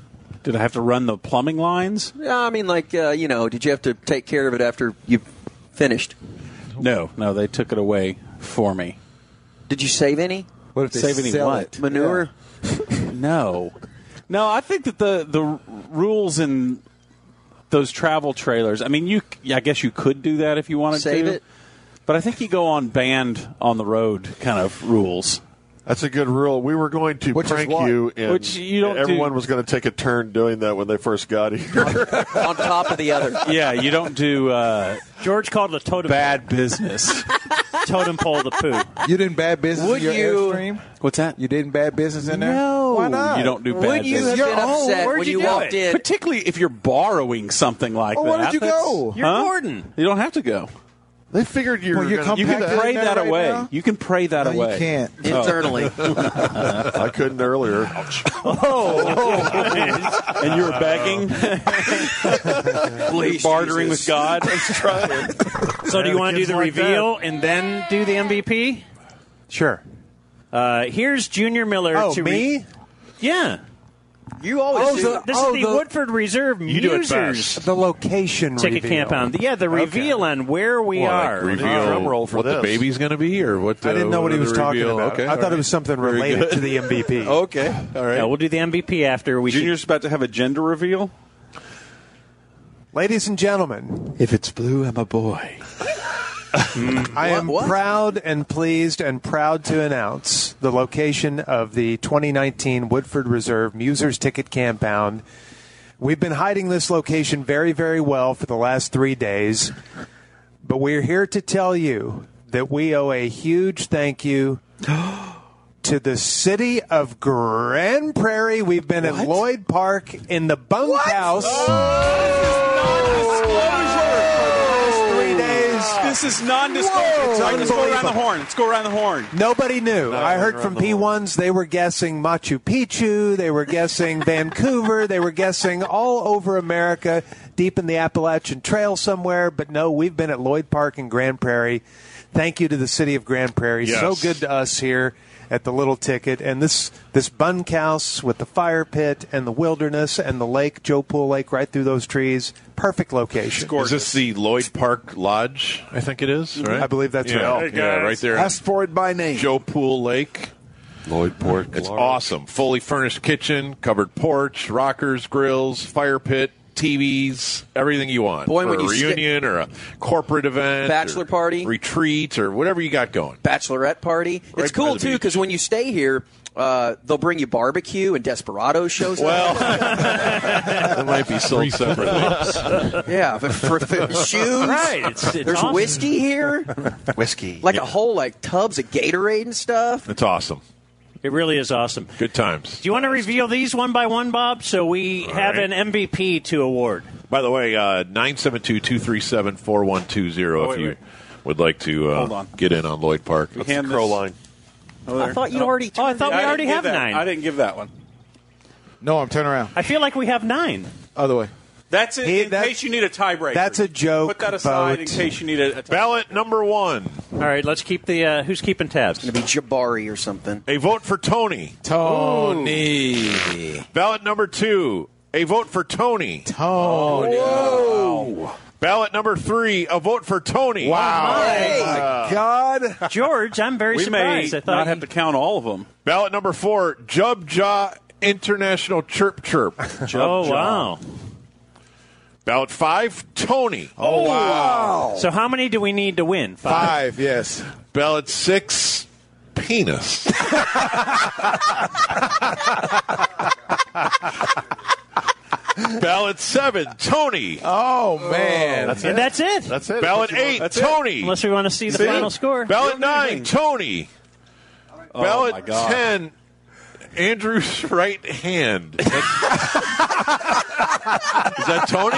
Speaker 14: Did I have to run the plumbing lines?
Speaker 13: Yeah, I mean, like uh, you know, did you have to take care of it after you finished?
Speaker 14: No, no, they took it away for me.
Speaker 13: Did you save any?
Speaker 14: What
Speaker 13: if they
Speaker 14: save any
Speaker 13: sell
Speaker 14: what?
Speaker 13: it? Manure?
Speaker 14: <laughs> no, no. I think that the the r- rules in those travel trailers. I mean, you. I guess you could do that if you wanted
Speaker 13: Save
Speaker 14: to.
Speaker 13: it?
Speaker 14: But I think you go on banned on the road kind of rules.
Speaker 8: That's a good rule. We were going to prank you, and
Speaker 14: Which you don't do-
Speaker 8: everyone was going to take a turn doing that when they first got here.
Speaker 13: on top of the other.
Speaker 14: Yeah, you don't do. Uh,
Speaker 6: George called it a totem.
Speaker 14: Bad business.
Speaker 6: <laughs> totem pole the poo.
Speaker 2: You didn't bad business
Speaker 13: Would
Speaker 2: in your
Speaker 13: you-
Speaker 2: airstream?
Speaker 14: What's that?
Speaker 2: You didn't bad business in there?
Speaker 14: No.
Speaker 2: Why not?
Speaker 14: You don't do bad
Speaker 13: Would you
Speaker 14: business.
Speaker 13: have Your been own- upset where'd when you you do walked it? in?
Speaker 14: Particularly if you're borrowing something like
Speaker 2: Oh,
Speaker 14: that.
Speaker 2: where did you
Speaker 14: That's-
Speaker 2: go?
Speaker 6: You're Gordon.
Speaker 14: You don't have to go.
Speaker 8: They figured you
Speaker 14: Well,
Speaker 8: were
Speaker 14: you
Speaker 8: gonna
Speaker 14: come
Speaker 8: do
Speaker 14: back
Speaker 8: that.
Speaker 14: to Pray that that right away. now? You can pray that
Speaker 2: No, you
Speaker 14: away.
Speaker 2: can't.
Speaker 14: Oh. <laughs>
Speaker 13: Internally.
Speaker 8: I couldn't earlier. <laughs> Oh,
Speaker 14: and you were
Speaker 8: <laughs>
Speaker 14: begging,
Speaker 13: Please,
Speaker 14: bartering
Speaker 13: Jesus.
Speaker 14: with
Speaker 8: <laughs>
Speaker 14: God.
Speaker 6: So do you
Speaker 14: Yeah,
Speaker 6: want to do
Speaker 14: kids
Speaker 6: the
Speaker 14: like that.
Speaker 6: reveal and then do the MVP?
Speaker 27: Sure.
Speaker 6: Uh, here's Junior Miller.
Speaker 27: Oh,
Speaker 6: to
Speaker 27: me?
Speaker 6: Re- yeah.
Speaker 13: You always
Speaker 6: Oh,
Speaker 13: do
Speaker 6: so-
Speaker 13: that.
Speaker 6: this is the, Woodford Reserve Musers
Speaker 27: The location
Speaker 6: ticket
Speaker 27: reveal.
Speaker 6: compound. Yeah, the reveal on where we
Speaker 39: Well, like
Speaker 6: are.
Speaker 39: reveal
Speaker 27: Drum roll for
Speaker 39: what the
Speaker 27: this.
Speaker 39: baby's going to be, or what?
Speaker 27: I didn't know what he
Speaker 39: the
Speaker 27: was talking
Speaker 39: reveal-
Speaker 27: about.
Speaker 39: Okay.
Speaker 27: I thought it was something
Speaker 39: Very
Speaker 27: related
Speaker 39: good. Oh,
Speaker 27: to the
Speaker 39: <laughs>
Speaker 14: <laughs>
Speaker 27: MVP.
Speaker 18: Okay. All right.
Speaker 6: Yeah, we'll do the MVP after we.
Speaker 14: Junior's about to have a gender reveal.
Speaker 27: Ladies and gentlemen,
Speaker 14: If it's blue, I'm a boy.
Speaker 27: I am proud and pleased and proud to announce the location of the 2019 Woodford Reserve Musers Ticket Compound. We've been hiding this location very, very well for the last three days, but we're here to tell you that we owe a huge thank you to the city of Grand Prairie. We've been at Lloyd Park in the bunkhouse. Three days.
Speaker 14: This is non-disclosure.
Speaker 27: Whoa,
Speaker 14: It's like- Let's go around the
Speaker 27: unbelievable.
Speaker 14: horn. Let's go around the horn.
Speaker 27: Nobody knew. I heard
Speaker 14: around
Speaker 27: from
Speaker 14: the
Speaker 27: P1s they were guessing Machu Picchu, they
Speaker 14: <laughs>
Speaker 27: were guessing Vancouver, they were guessing all over America, deep in the Appalachian Trail somewhere. But no, we've been at Lloyd Park in Grand Prairie. Thank you to the city of Grand Prairie.
Speaker 39: Yes.
Speaker 27: So good to us here at the Little Ticket and this this bunkhouse with the fire pit and the wilderness and the lake, Joe Pool Lake, right through those trees. Perfect location.
Speaker 39: Is this the Lloyd Park Lodge? I think it is. Right?
Speaker 27: Mm-hmm. I believe that's
Speaker 39: yeah.
Speaker 27: right. Hey,
Speaker 39: yeah,
Speaker 27: guys.
Speaker 39: right there.
Speaker 1: Ask for it by name.
Speaker 39: Joe Pool Lake. Lloyd Park. It's awesome. Fully furnished kitchen, covered porch, rockers, grills, fire pit,
Speaker 18: TVs, everything you want.
Speaker 13: Boy,
Speaker 18: for
Speaker 13: when
Speaker 18: a
Speaker 13: you sti-
Speaker 18: reunion or a corporate event,
Speaker 13: Bachelor
Speaker 18: or
Speaker 13: party.
Speaker 18: retreat, or whatever you got going.
Speaker 13: bachelorette party. it's cool too because when you stay here, uh, they'll bring you barbecue and Desperado shows. Well, <laughs>
Speaker 18: That might be
Speaker 13: <laughs>
Speaker 18: sold separately.
Speaker 13: yeah, for, for, for shoes.
Speaker 18: Right, it's- it's
Speaker 13: There's
Speaker 18: awesome.
Speaker 13: whiskey here,
Speaker 18: Whiskey,
Speaker 13: like a whole like tubs of Gatorade and stuff.
Speaker 18: It's awesome.
Speaker 6: It really is awesome.
Speaker 18: Good times.
Speaker 6: Do you want to reveal these one by one, Bob? So we have
Speaker 18: right.
Speaker 6: an MVP to award.
Speaker 18: By the way, uh, nine seven two two three seven four one two
Speaker 6: Oh,
Speaker 18: zero.
Speaker 6: wait,
Speaker 18: If you
Speaker 6: wait.
Speaker 18: would like to
Speaker 14: Hold
Speaker 18: uh,
Speaker 14: on.
Speaker 18: get in on Lloyd Park,
Speaker 14: That's the hand crow this- line.
Speaker 6: I thought you already Oh, I thought we
Speaker 14: didn't
Speaker 6: already
Speaker 14: give
Speaker 6: have
Speaker 14: that.
Speaker 6: nine.
Speaker 14: I didn't give that one.
Speaker 10: No, I'm turning around.
Speaker 6: I feel like we have nine.
Speaker 10: Other way.
Speaker 14: That's it.
Speaker 10: He-
Speaker 14: in
Speaker 10: that-
Speaker 14: case you need a tiebreaker.
Speaker 10: that's a joke,
Speaker 14: Put that aside in
Speaker 10: Boat.
Speaker 14: case you need a, a tie-
Speaker 18: Ballot number one.
Speaker 6: All right, let's keep the uh, who's keeping tabs. It's
Speaker 13: gonna be Jabari or something.
Speaker 18: A vote for Tony.
Speaker 10: Tony.
Speaker 18: Ballot number two. A vote for Tony.
Speaker 10: Tony.
Speaker 18: Whoa. Ballot number three. A vote for Tony.
Speaker 10: Wow.
Speaker 18: God.
Speaker 6: George, I'm very
Speaker 14: Oh, We may
Speaker 6: surprised. I thought
Speaker 14: not have to count all of them.
Speaker 18: Ballot number four. Jub Jaw International
Speaker 10: <laughs>
Speaker 18: Chirp Chirp.
Speaker 6: Oh, wow.
Speaker 18: Ballot five. Tony.
Speaker 10: Oh, wow.
Speaker 6: So how many do we need to win?
Speaker 10: Five, yes.
Speaker 18: Ballot six. Penis. <laughs> Ballot seven, Tony.
Speaker 10: Oh man,
Speaker 6: and that's it.
Speaker 18: That's it. Ballot
Speaker 6: Unless you
Speaker 18: eight,
Speaker 6: want- that's it.
Speaker 18: Tony.
Speaker 6: Unless we want to see the
Speaker 18: See?
Speaker 6: final score.
Speaker 18: Ballot nine, Tony.
Speaker 14: Oh, my
Speaker 18: Ballot
Speaker 14: God.
Speaker 18: ten, Andrew's right
Speaker 14: <laughs>
Speaker 18: hand. That's- Is that Tony?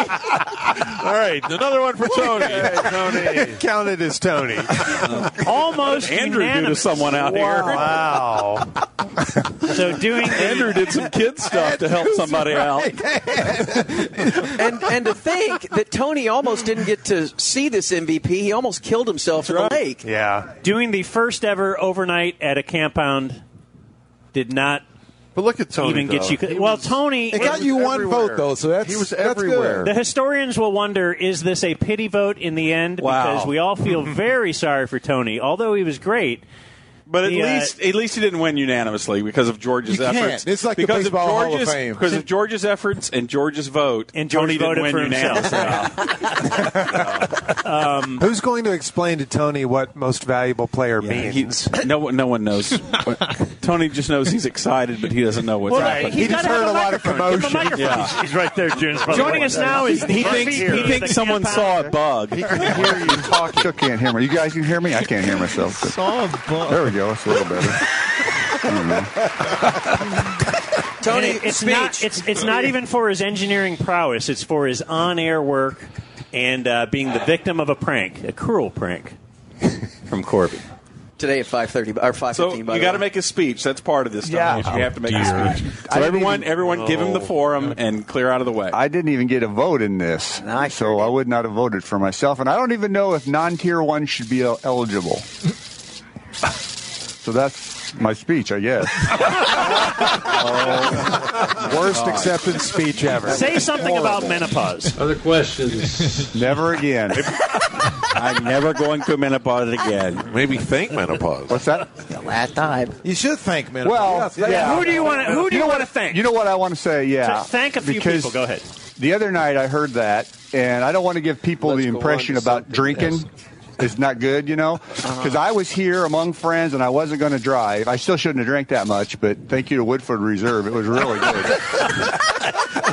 Speaker 18: All right, another one for
Speaker 10: <laughs>
Speaker 18: Tony. Tony.
Speaker 27: <laughs> Counted as Tony.
Speaker 6: <laughs> Almost
Speaker 14: Andrew due to
Speaker 6: unanimous.
Speaker 14: someone out here.
Speaker 27: Wow.
Speaker 6: So doing
Speaker 14: Andrew did some kid stuff to help somebody
Speaker 13: <laughs>
Speaker 14: out.
Speaker 13: and and to think that Tony almost didn't get to see this MVP. He almost killed himself in the lake.
Speaker 27: Yeah.
Speaker 6: doing the first ever overnight at a campound did not
Speaker 18: But look at Tony.
Speaker 6: even
Speaker 18: though.
Speaker 6: get you.
Speaker 18: He
Speaker 6: well,
Speaker 18: was-
Speaker 6: Tony,
Speaker 10: It got you one
Speaker 18: everywhere.
Speaker 10: vote though, so that's
Speaker 18: He was
Speaker 10: that's good.
Speaker 18: everywhere.
Speaker 6: The historians will wonder: Is this a pity vote in the end?
Speaker 14: Wow.
Speaker 6: Because we all
Speaker 18: <laughs>
Speaker 6: feel very sorry for Tony, although he was great.
Speaker 14: But at
Speaker 6: The, uh,
Speaker 14: least, at least he didn't win unanimously because of George's
Speaker 10: You can't.
Speaker 14: efforts.
Speaker 10: It's like the
Speaker 14: because
Speaker 10: Baseball Hall of
Speaker 14: George's,
Speaker 10: Fame.
Speaker 14: Because of George's efforts and George's vote,
Speaker 6: And
Speaker 14: Tony
Speaker 6: George
Speaker 14: didn't
Speaker 6: voted
Speaker 14: win
Speaker 6: for himself.
Speaker 14: unanimously. Um,
Speaker 27: Who's going to explain to Tony what most valuable player
Speaker 14: He-
Speaker 27: means?
Speaker 14: <laughs> no one, no one knows. Tony just knows he's excited, but he doesn't know what's
Speaker 6: Well,
Speaker 14: happening.
Speaker 6: he's
Speaker 27: He just
Speaker 6: gotta have
Speaker 27: heard a lot of
Speaker 6: microphone. Give him a
Speaker 27: commotion.
Speaker 6: microphone.
Speaker 14: Yeah.
Speaker 8: He's right there, June.
Speaker 6: Joining us now is
Speaker 14: He
Speaker 6: the
Speaker 14: thinks
Speaker 6: MVP
Speaker 14: he
Speaker 6: of
Speaker 14: thinks
Speaker 6: the
Speaker 14: someone
Speaker 6: campound.
Speaker 14: saw a bug.
Speaker 48: He can hear you talking.
Speaker 20: Still can't hear me. You guys can hear me? I can't hear myself. There we go. That's a little better. I don't know.
Speaker 13: Tony,
Speaker 6: And it- it's
Speaker 13: speech.
Speaker 6: not it's it's not even for his engineering prowess. It's for his on-air work and uh, being the victim of a prank, a cruel prank from Corby.
Speaker 13: today at five thirty or five
Speaker 14: So
Speaker 13: fifteen.
Speaker 14: you got to make a speech. That's part of this.
Speaker 20: Yeah.
Speaker 14: Stuff. You have to make
Speaker 49: dear.
Speaker 14: a speech. So everyone, everyone, give him the forum and clear out of the way.
Speaker 20: I didn't even get a vote in this, so I would not have voted for myself. And I don't even know if non-tier one should be el- eligible. so that's my speech, I guess. Uh,
Speaker 27: Worst acceptance speech ever.
Speaker 6: Say something about menopause.
Speaker 8: Other questions?
Speaker 20: Never again.
Speaker 14: I'm never going to menopause again.
Speaker 18: Maybe thank menopause.
Speaker 20: What's that?
Speaker 13: last time.
Speaker 10: You should thank men.
Speaker 20: Well, yeah.
Speaker 6: Who do you want? Who do you,
Speaker 20: know
Speaker 6: want to
Speaker 20: what-
Speaker 6: thank?
Speaker 20: You know what I want to say? Yeah,
Speaker 6: So thank a few
Speaker 20: because
Speaker 6: people. Go ahead.
Speaker 20: The other night I heard that, and I don't want to give people
Speaker 48: Let's
Speaker 20: the
Speaker 48: go on
Speaker 20: impression
Speaker 48: to
Speaker 20: about
Speaker 48: something
Speaker 20: drinking
Speaker 48: else.
Speaker 20: <laughs> is not good, you know,
Speaker 6: Uh-huh.
Speaker 20: because I was here among friends and I wasn't going to drive. I still shouldn't have drank that much, but thank you to Woodford Reserve, it was really good.
Speaker 6: <laughs>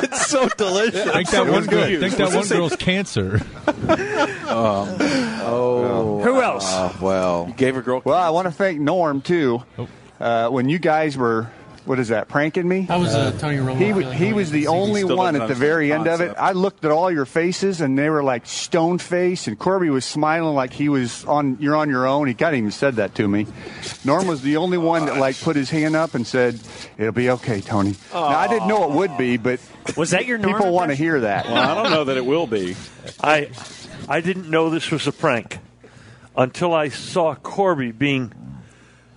Speaker 14: It's so delicious.
Speaker 49: I think that one girl, I think that
Speaker 14: Was
Speaker 49: one
Speaker 14: this a- Oh.
Speaker 49: girl's cancer.
Speaker 6: Who else?
Speaker 20: Oh. Uh, well,
Speaker 14: You gave a girl.
Speaker 20: well, I want to thank Norm too.
Speaker 49: Oh.
Speaker 20: Uh, when you guys were, what is that, pranking me?
Speaker 50: That was uh, Tony Romo.
Speaker 20: He, wa- he was the only
Speaker 14: still
Speaker 20: one
Speaker 14: doesn't
Speaker 20: at the very end
Speaker 14: understand
Speaker 20: of
Speaker 14: the
Speaker 20: it. I looked at all your faces, and they were like stone face, and Corby was smiling like he was on. You're on your own. He kind of even said that to me. Norm was the only one that like put his hand up and said, "It'll be okay, Tony." Now I didn't know it would be, but
Speaker 6: Was that your Norm
Speaker 20: people want to
Speaker 6: impression?
Speaker 20: hear that.
Speaker 14: Well, I don't know that it <laughs> will be.
Speaker 8: <laughs> I, I didn't know this was a prank until I saw Corby being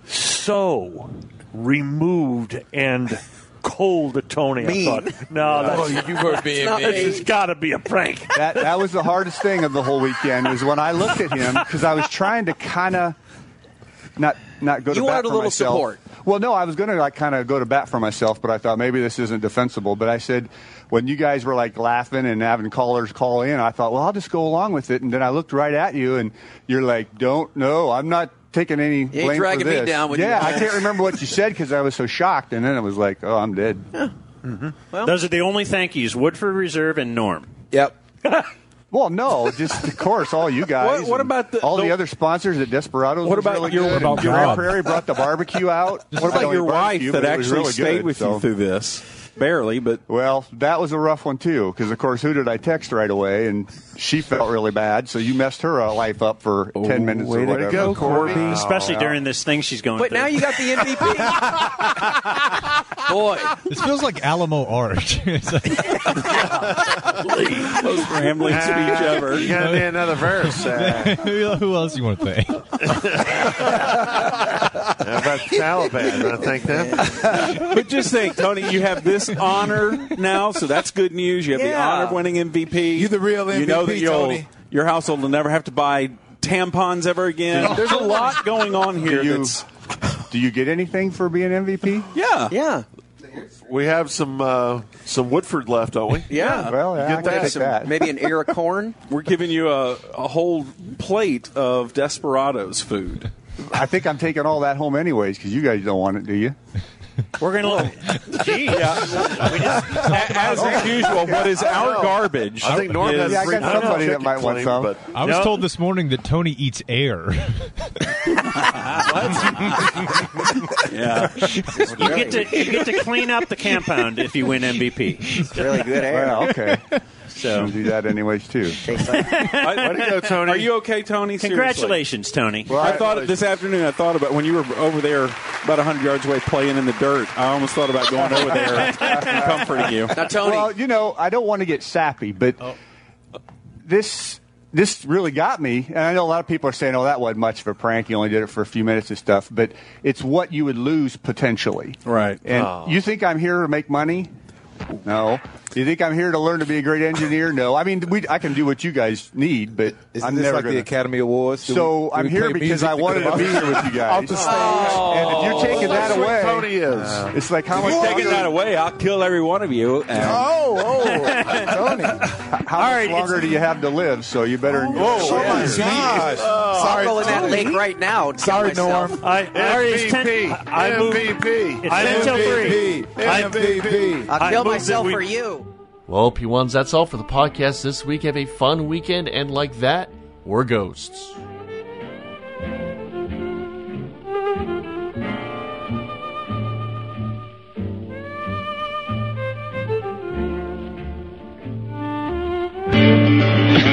Speaker 8: so removed and cold to Tony.
Speaker 13: Mean.
Speaker 8: I thought, no,
Speaker 10: Oh,
Speaker 8: that's,
Speaker 10: you were being
Speaker 8: this
Speaker 10: mean.
Speaker 8: has got to be a prank.
Speaker 20: <laughs> that that was the hardest thing of the whole weekend was when I looked at him because I was trying to kind of not not go
Speaker 13: You
Speaker 20: to bat
Speaker 13: wanted a
Speaker 20: for
Speaker 13: little
Speaker 20: myself.
Speaker 13: support.
Speaker 20: Well, no, I was going to like kind of go to bat for myself, but I thought maybe this isn't defensible. But I said when you guys were like laughing and having callers call in, I thought, well, I'll just go along with it. And then I looked right at you, and you're like, "Don't, no, I'm not taking any blame for
Speaker 13: dragging me
Speaker 20: this."
Speaker 13: down with
Speaker 20: yeah,
Speaker 13: you.
Speaker 20: I can't remember what you said because I was so shocked, and then it was like, "Oh, I'm dead."
Speaker 13: Mm-hmm.
Speaker 6: Those are the only thank yous Woodford Reserve and Norm.
Speaker 20: Yep. well, no, just of course, all you guys.
Speaker 6: What- what
Speaker 20: and
Speaker 6: about the-
Speaker 20: all the,
Speaker 6: the-
Speaker 20: other sponsors at Desperados?
Speaker 14: What
Speaker 20: was
Speaker 14: about
Speaker 20: really
Speaker 14: your-
Speaker 20: good,
Speaker 14: about
Speaker 20: and
Speaker 14: your
Speaker 20: Grand
Speaker 14: mom?
Speaker 20: Prairie brought the barbecue out.
Speaker 14: What about your wife that actually stayed with you through
Speaker 20: this? Barely, but well, that was a rough one too. Because of course, who did I text right away? And she felt really bad, so you messed her uh, life up for ten minutes. or
Speaker 14: Oh, way to
Speaker 20: whatever.
Speaker 14: go, Corby.
Speaker 20: Wow.
Speaker 6: Especially
Speaker 20: Yeah.
Speaker 6: during this thing she's going
Speaker 13: But
Speaker 6: through.
Speaker 13: now you got the MVP. Boy,
Speaker 17: This feels like Alamo Arch. <laughs> It's like-
Speaker 14: Most rambling speech ever.
Speaker 17: You
Speaker 8: Ah.
Speaker 17: gotta
Speaker 8: <laughs>
Speaker 17: do another verse,
Speaker 49: <laughs>
Speaker 14: uh.
Speaker 17: <laughs> Who else you want to thank?
Speaker 24: How about Taliban? I think
Speaker 8: <laughs>
Speaker 24: that.
Speaker 14: but just think, Tony, you have this honor now, so that's good news. You have the
Speaker 24: Yeah.
Speaker 14: honor of winning MVP. You're the real You know
Speaker 24: MVP,
Speaker 14: that you'll,
Speaker 24: Tony.
Speaker 14: your household will never have to buy tampons ever again. There's a lot going on here.
Speaker 20: Do you,
Speaker 14: that's,
Speaker 20: do you get anything for being MVP?
Speaker 14: yeah,
Speaker 13: yeah.
Speaker 24: We have some uh, some Woodford left, don't we?
Speaker 13: Yeah.
Speaker 20: Well, yeah,
Speaker 24: You
Speaker 20: I
Speaker 24: get
Speaker 20: can
Speaker 24: that.
Speaker 20: take that.
Speaker 13: maybe an ear of corn.
Speaker 14: We're giving you a, a whole plate of Desperados food.
Speaker 20: I think I'm taking all that home anyways because you guys don't want it, do you?
Speaker 6: We're going to look. Jeez.
Speaker 14: <laughs> As as usual, what is our garbage?
Speaker 24: I think Norm has
Speaker 14: is-
Speaker 24: three
Speaker 20: somebody that might want some.
Speaker 17: I was
Speaker 14: No.
Speaker 17: told this morning that Tony eats air.
Speaker 14: Yeah.
Speaker 6: You get to you get to clean up the compound <laughs> if you win MVP.
Speaker 13: <laughs>
Speaker 6: It's
Speaker 13: really good air.
Speaker 20: Well, okay.
Speaker 6: So
Speaker 20: We'll do that
Speaker 6: <laughs>
Speaker 20: anyways too.
Speaker 14: Way
Speaker 24: to go, Tony.
Speaker 14: Are you okay, Tony? Seriously.
Speaker 6: <laughs> Congratulations, Tony.
Speaker 14: I thought this afternoon. I thought about when you were over there, about hundred yards away, playing in the dirt. I almost thought about going over there and comforting you.
Speaker 20: Well, you know, I don't want to get sappy, but
Speaker 18: Oh.
Speaker 20: this this really got me. And I know a lot of people are saying, "Oh, that wasn't much of a prank. You only did it for a few minutes and stuff." But it's what you would lose potentially.
Speaker 14: Right.
Speaker 20: And
Speaker 14: Oh.
Speaker 20: you think I'm here to make money? No. You think I'm here to learn to be a great engineer? No. I mean, we, I can do what you guys need, but
Speaker 18: Isn't
Speaker 20: I'm
Speaker 18: this
Speaker 20: never
Speaker 18: like the
Speaker 20: gonna-
Speaker 18: Academy Awards? Do we-
Speaker 20: So
Speaker 18: do
Speaker 20: I'm
Speaker 18: we
Speaker 20: here
Speaker 18: play
Speaker 20: because
Speaker 18: music
Speaker 20: I
Speaker 18: to
Speaker 20: wanted
Speaker 18: go
Speaker 20: to be here with you guys.
Speaker 18: Off the stage.
Speaker 20: And if you're taking
Speaker 24: That's
Speaker 20: that
Speaker 24: what
Speaker 20: away,
Speaker 24: Tony is.
Speaker 20: it's like how
Speaker 14: If
Speaker 20: much
Speaker 14: you're taking that away, I'll kill every one of you. And
Speaker 24: Oh,
Speaker 20: How much longer do you have to live? So you better. enjoy it.
Speaker 18: gosh.
Speaker 13: Oh, I'm rolling that lake right now. and kill
Speaker 18: Sorry,
Speaker 13: myself. <laughs>
Speaker 18: Norm.
Speaker 6: I, I already- it's ten-
Speaker 24: MVP.
Speaker 6: I moved-
Speaker 24: MVP.
Speaker 6: It's ten till three. I-
Speaker 18: MVP.
Speaker 13: I'll kill
Speaker 6: I moved that
Speaker 13: myself
Speaker 6: we-
Speaker 13: for you.
Speaker 5: Well, P1s, that's all for the podcast this week. Have a fun weekend, and like that, we're ghosts.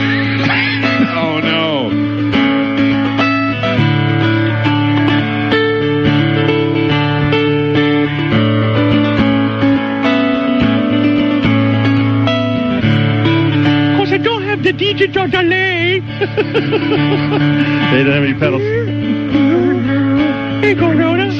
Speaker 51: Oh no.
Speaker 4: course, I don't have the DJ Jardalay. <laughs> they don't have any pedals. Hey, Corona.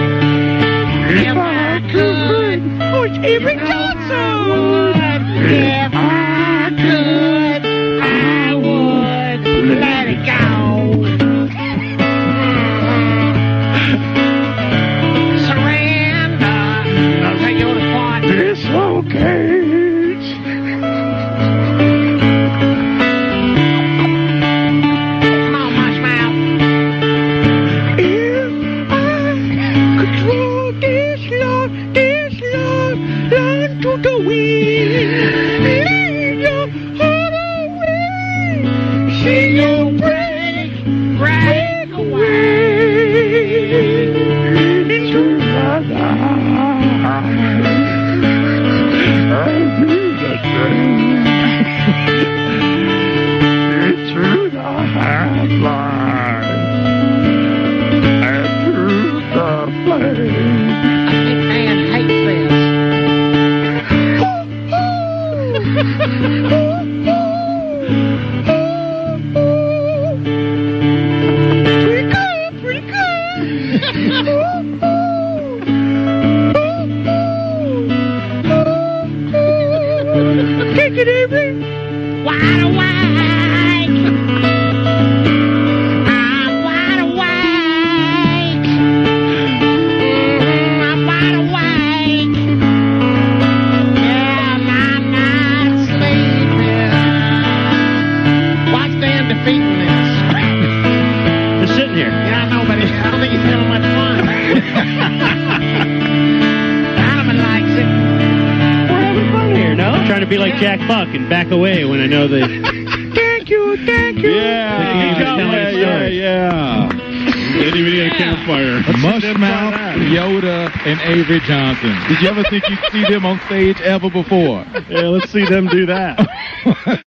Speaker 4: If I could, oh, it's every Johnson. If I could, I would let it go. Surrender. I'll take you to part. Dislocate. Come on, Marshmallow. If I could throw this love, this love, down to the wind, lead your heart away, see you break, break away into my life. I'll do the same. into the half-life. And through the flame. Pretty good, pretty good. good evening. Wide awake. I'm wide awake. Mm, I'm wide awake. And I'm not sleeping. Watch Dan defeating this. Just sitting here. Yeah, I know, but I don't think he's having much <laughs> fun. Donovan likes it. We're having fun here, no?
Speaker 6: Trying to be like Jack Buck and back away when I know the. <laughs>
Speaker 4: Thank you, thank you. Yeah, yeah, yeah, yeah.
Speaker 6: Anybody at a campfire.
Speaker 10: Mushmouth, Yoda, and Avery Johnson. Did you ever think you'd see them on stage ever before?
Speaker 6: Yeah, let's see them do that.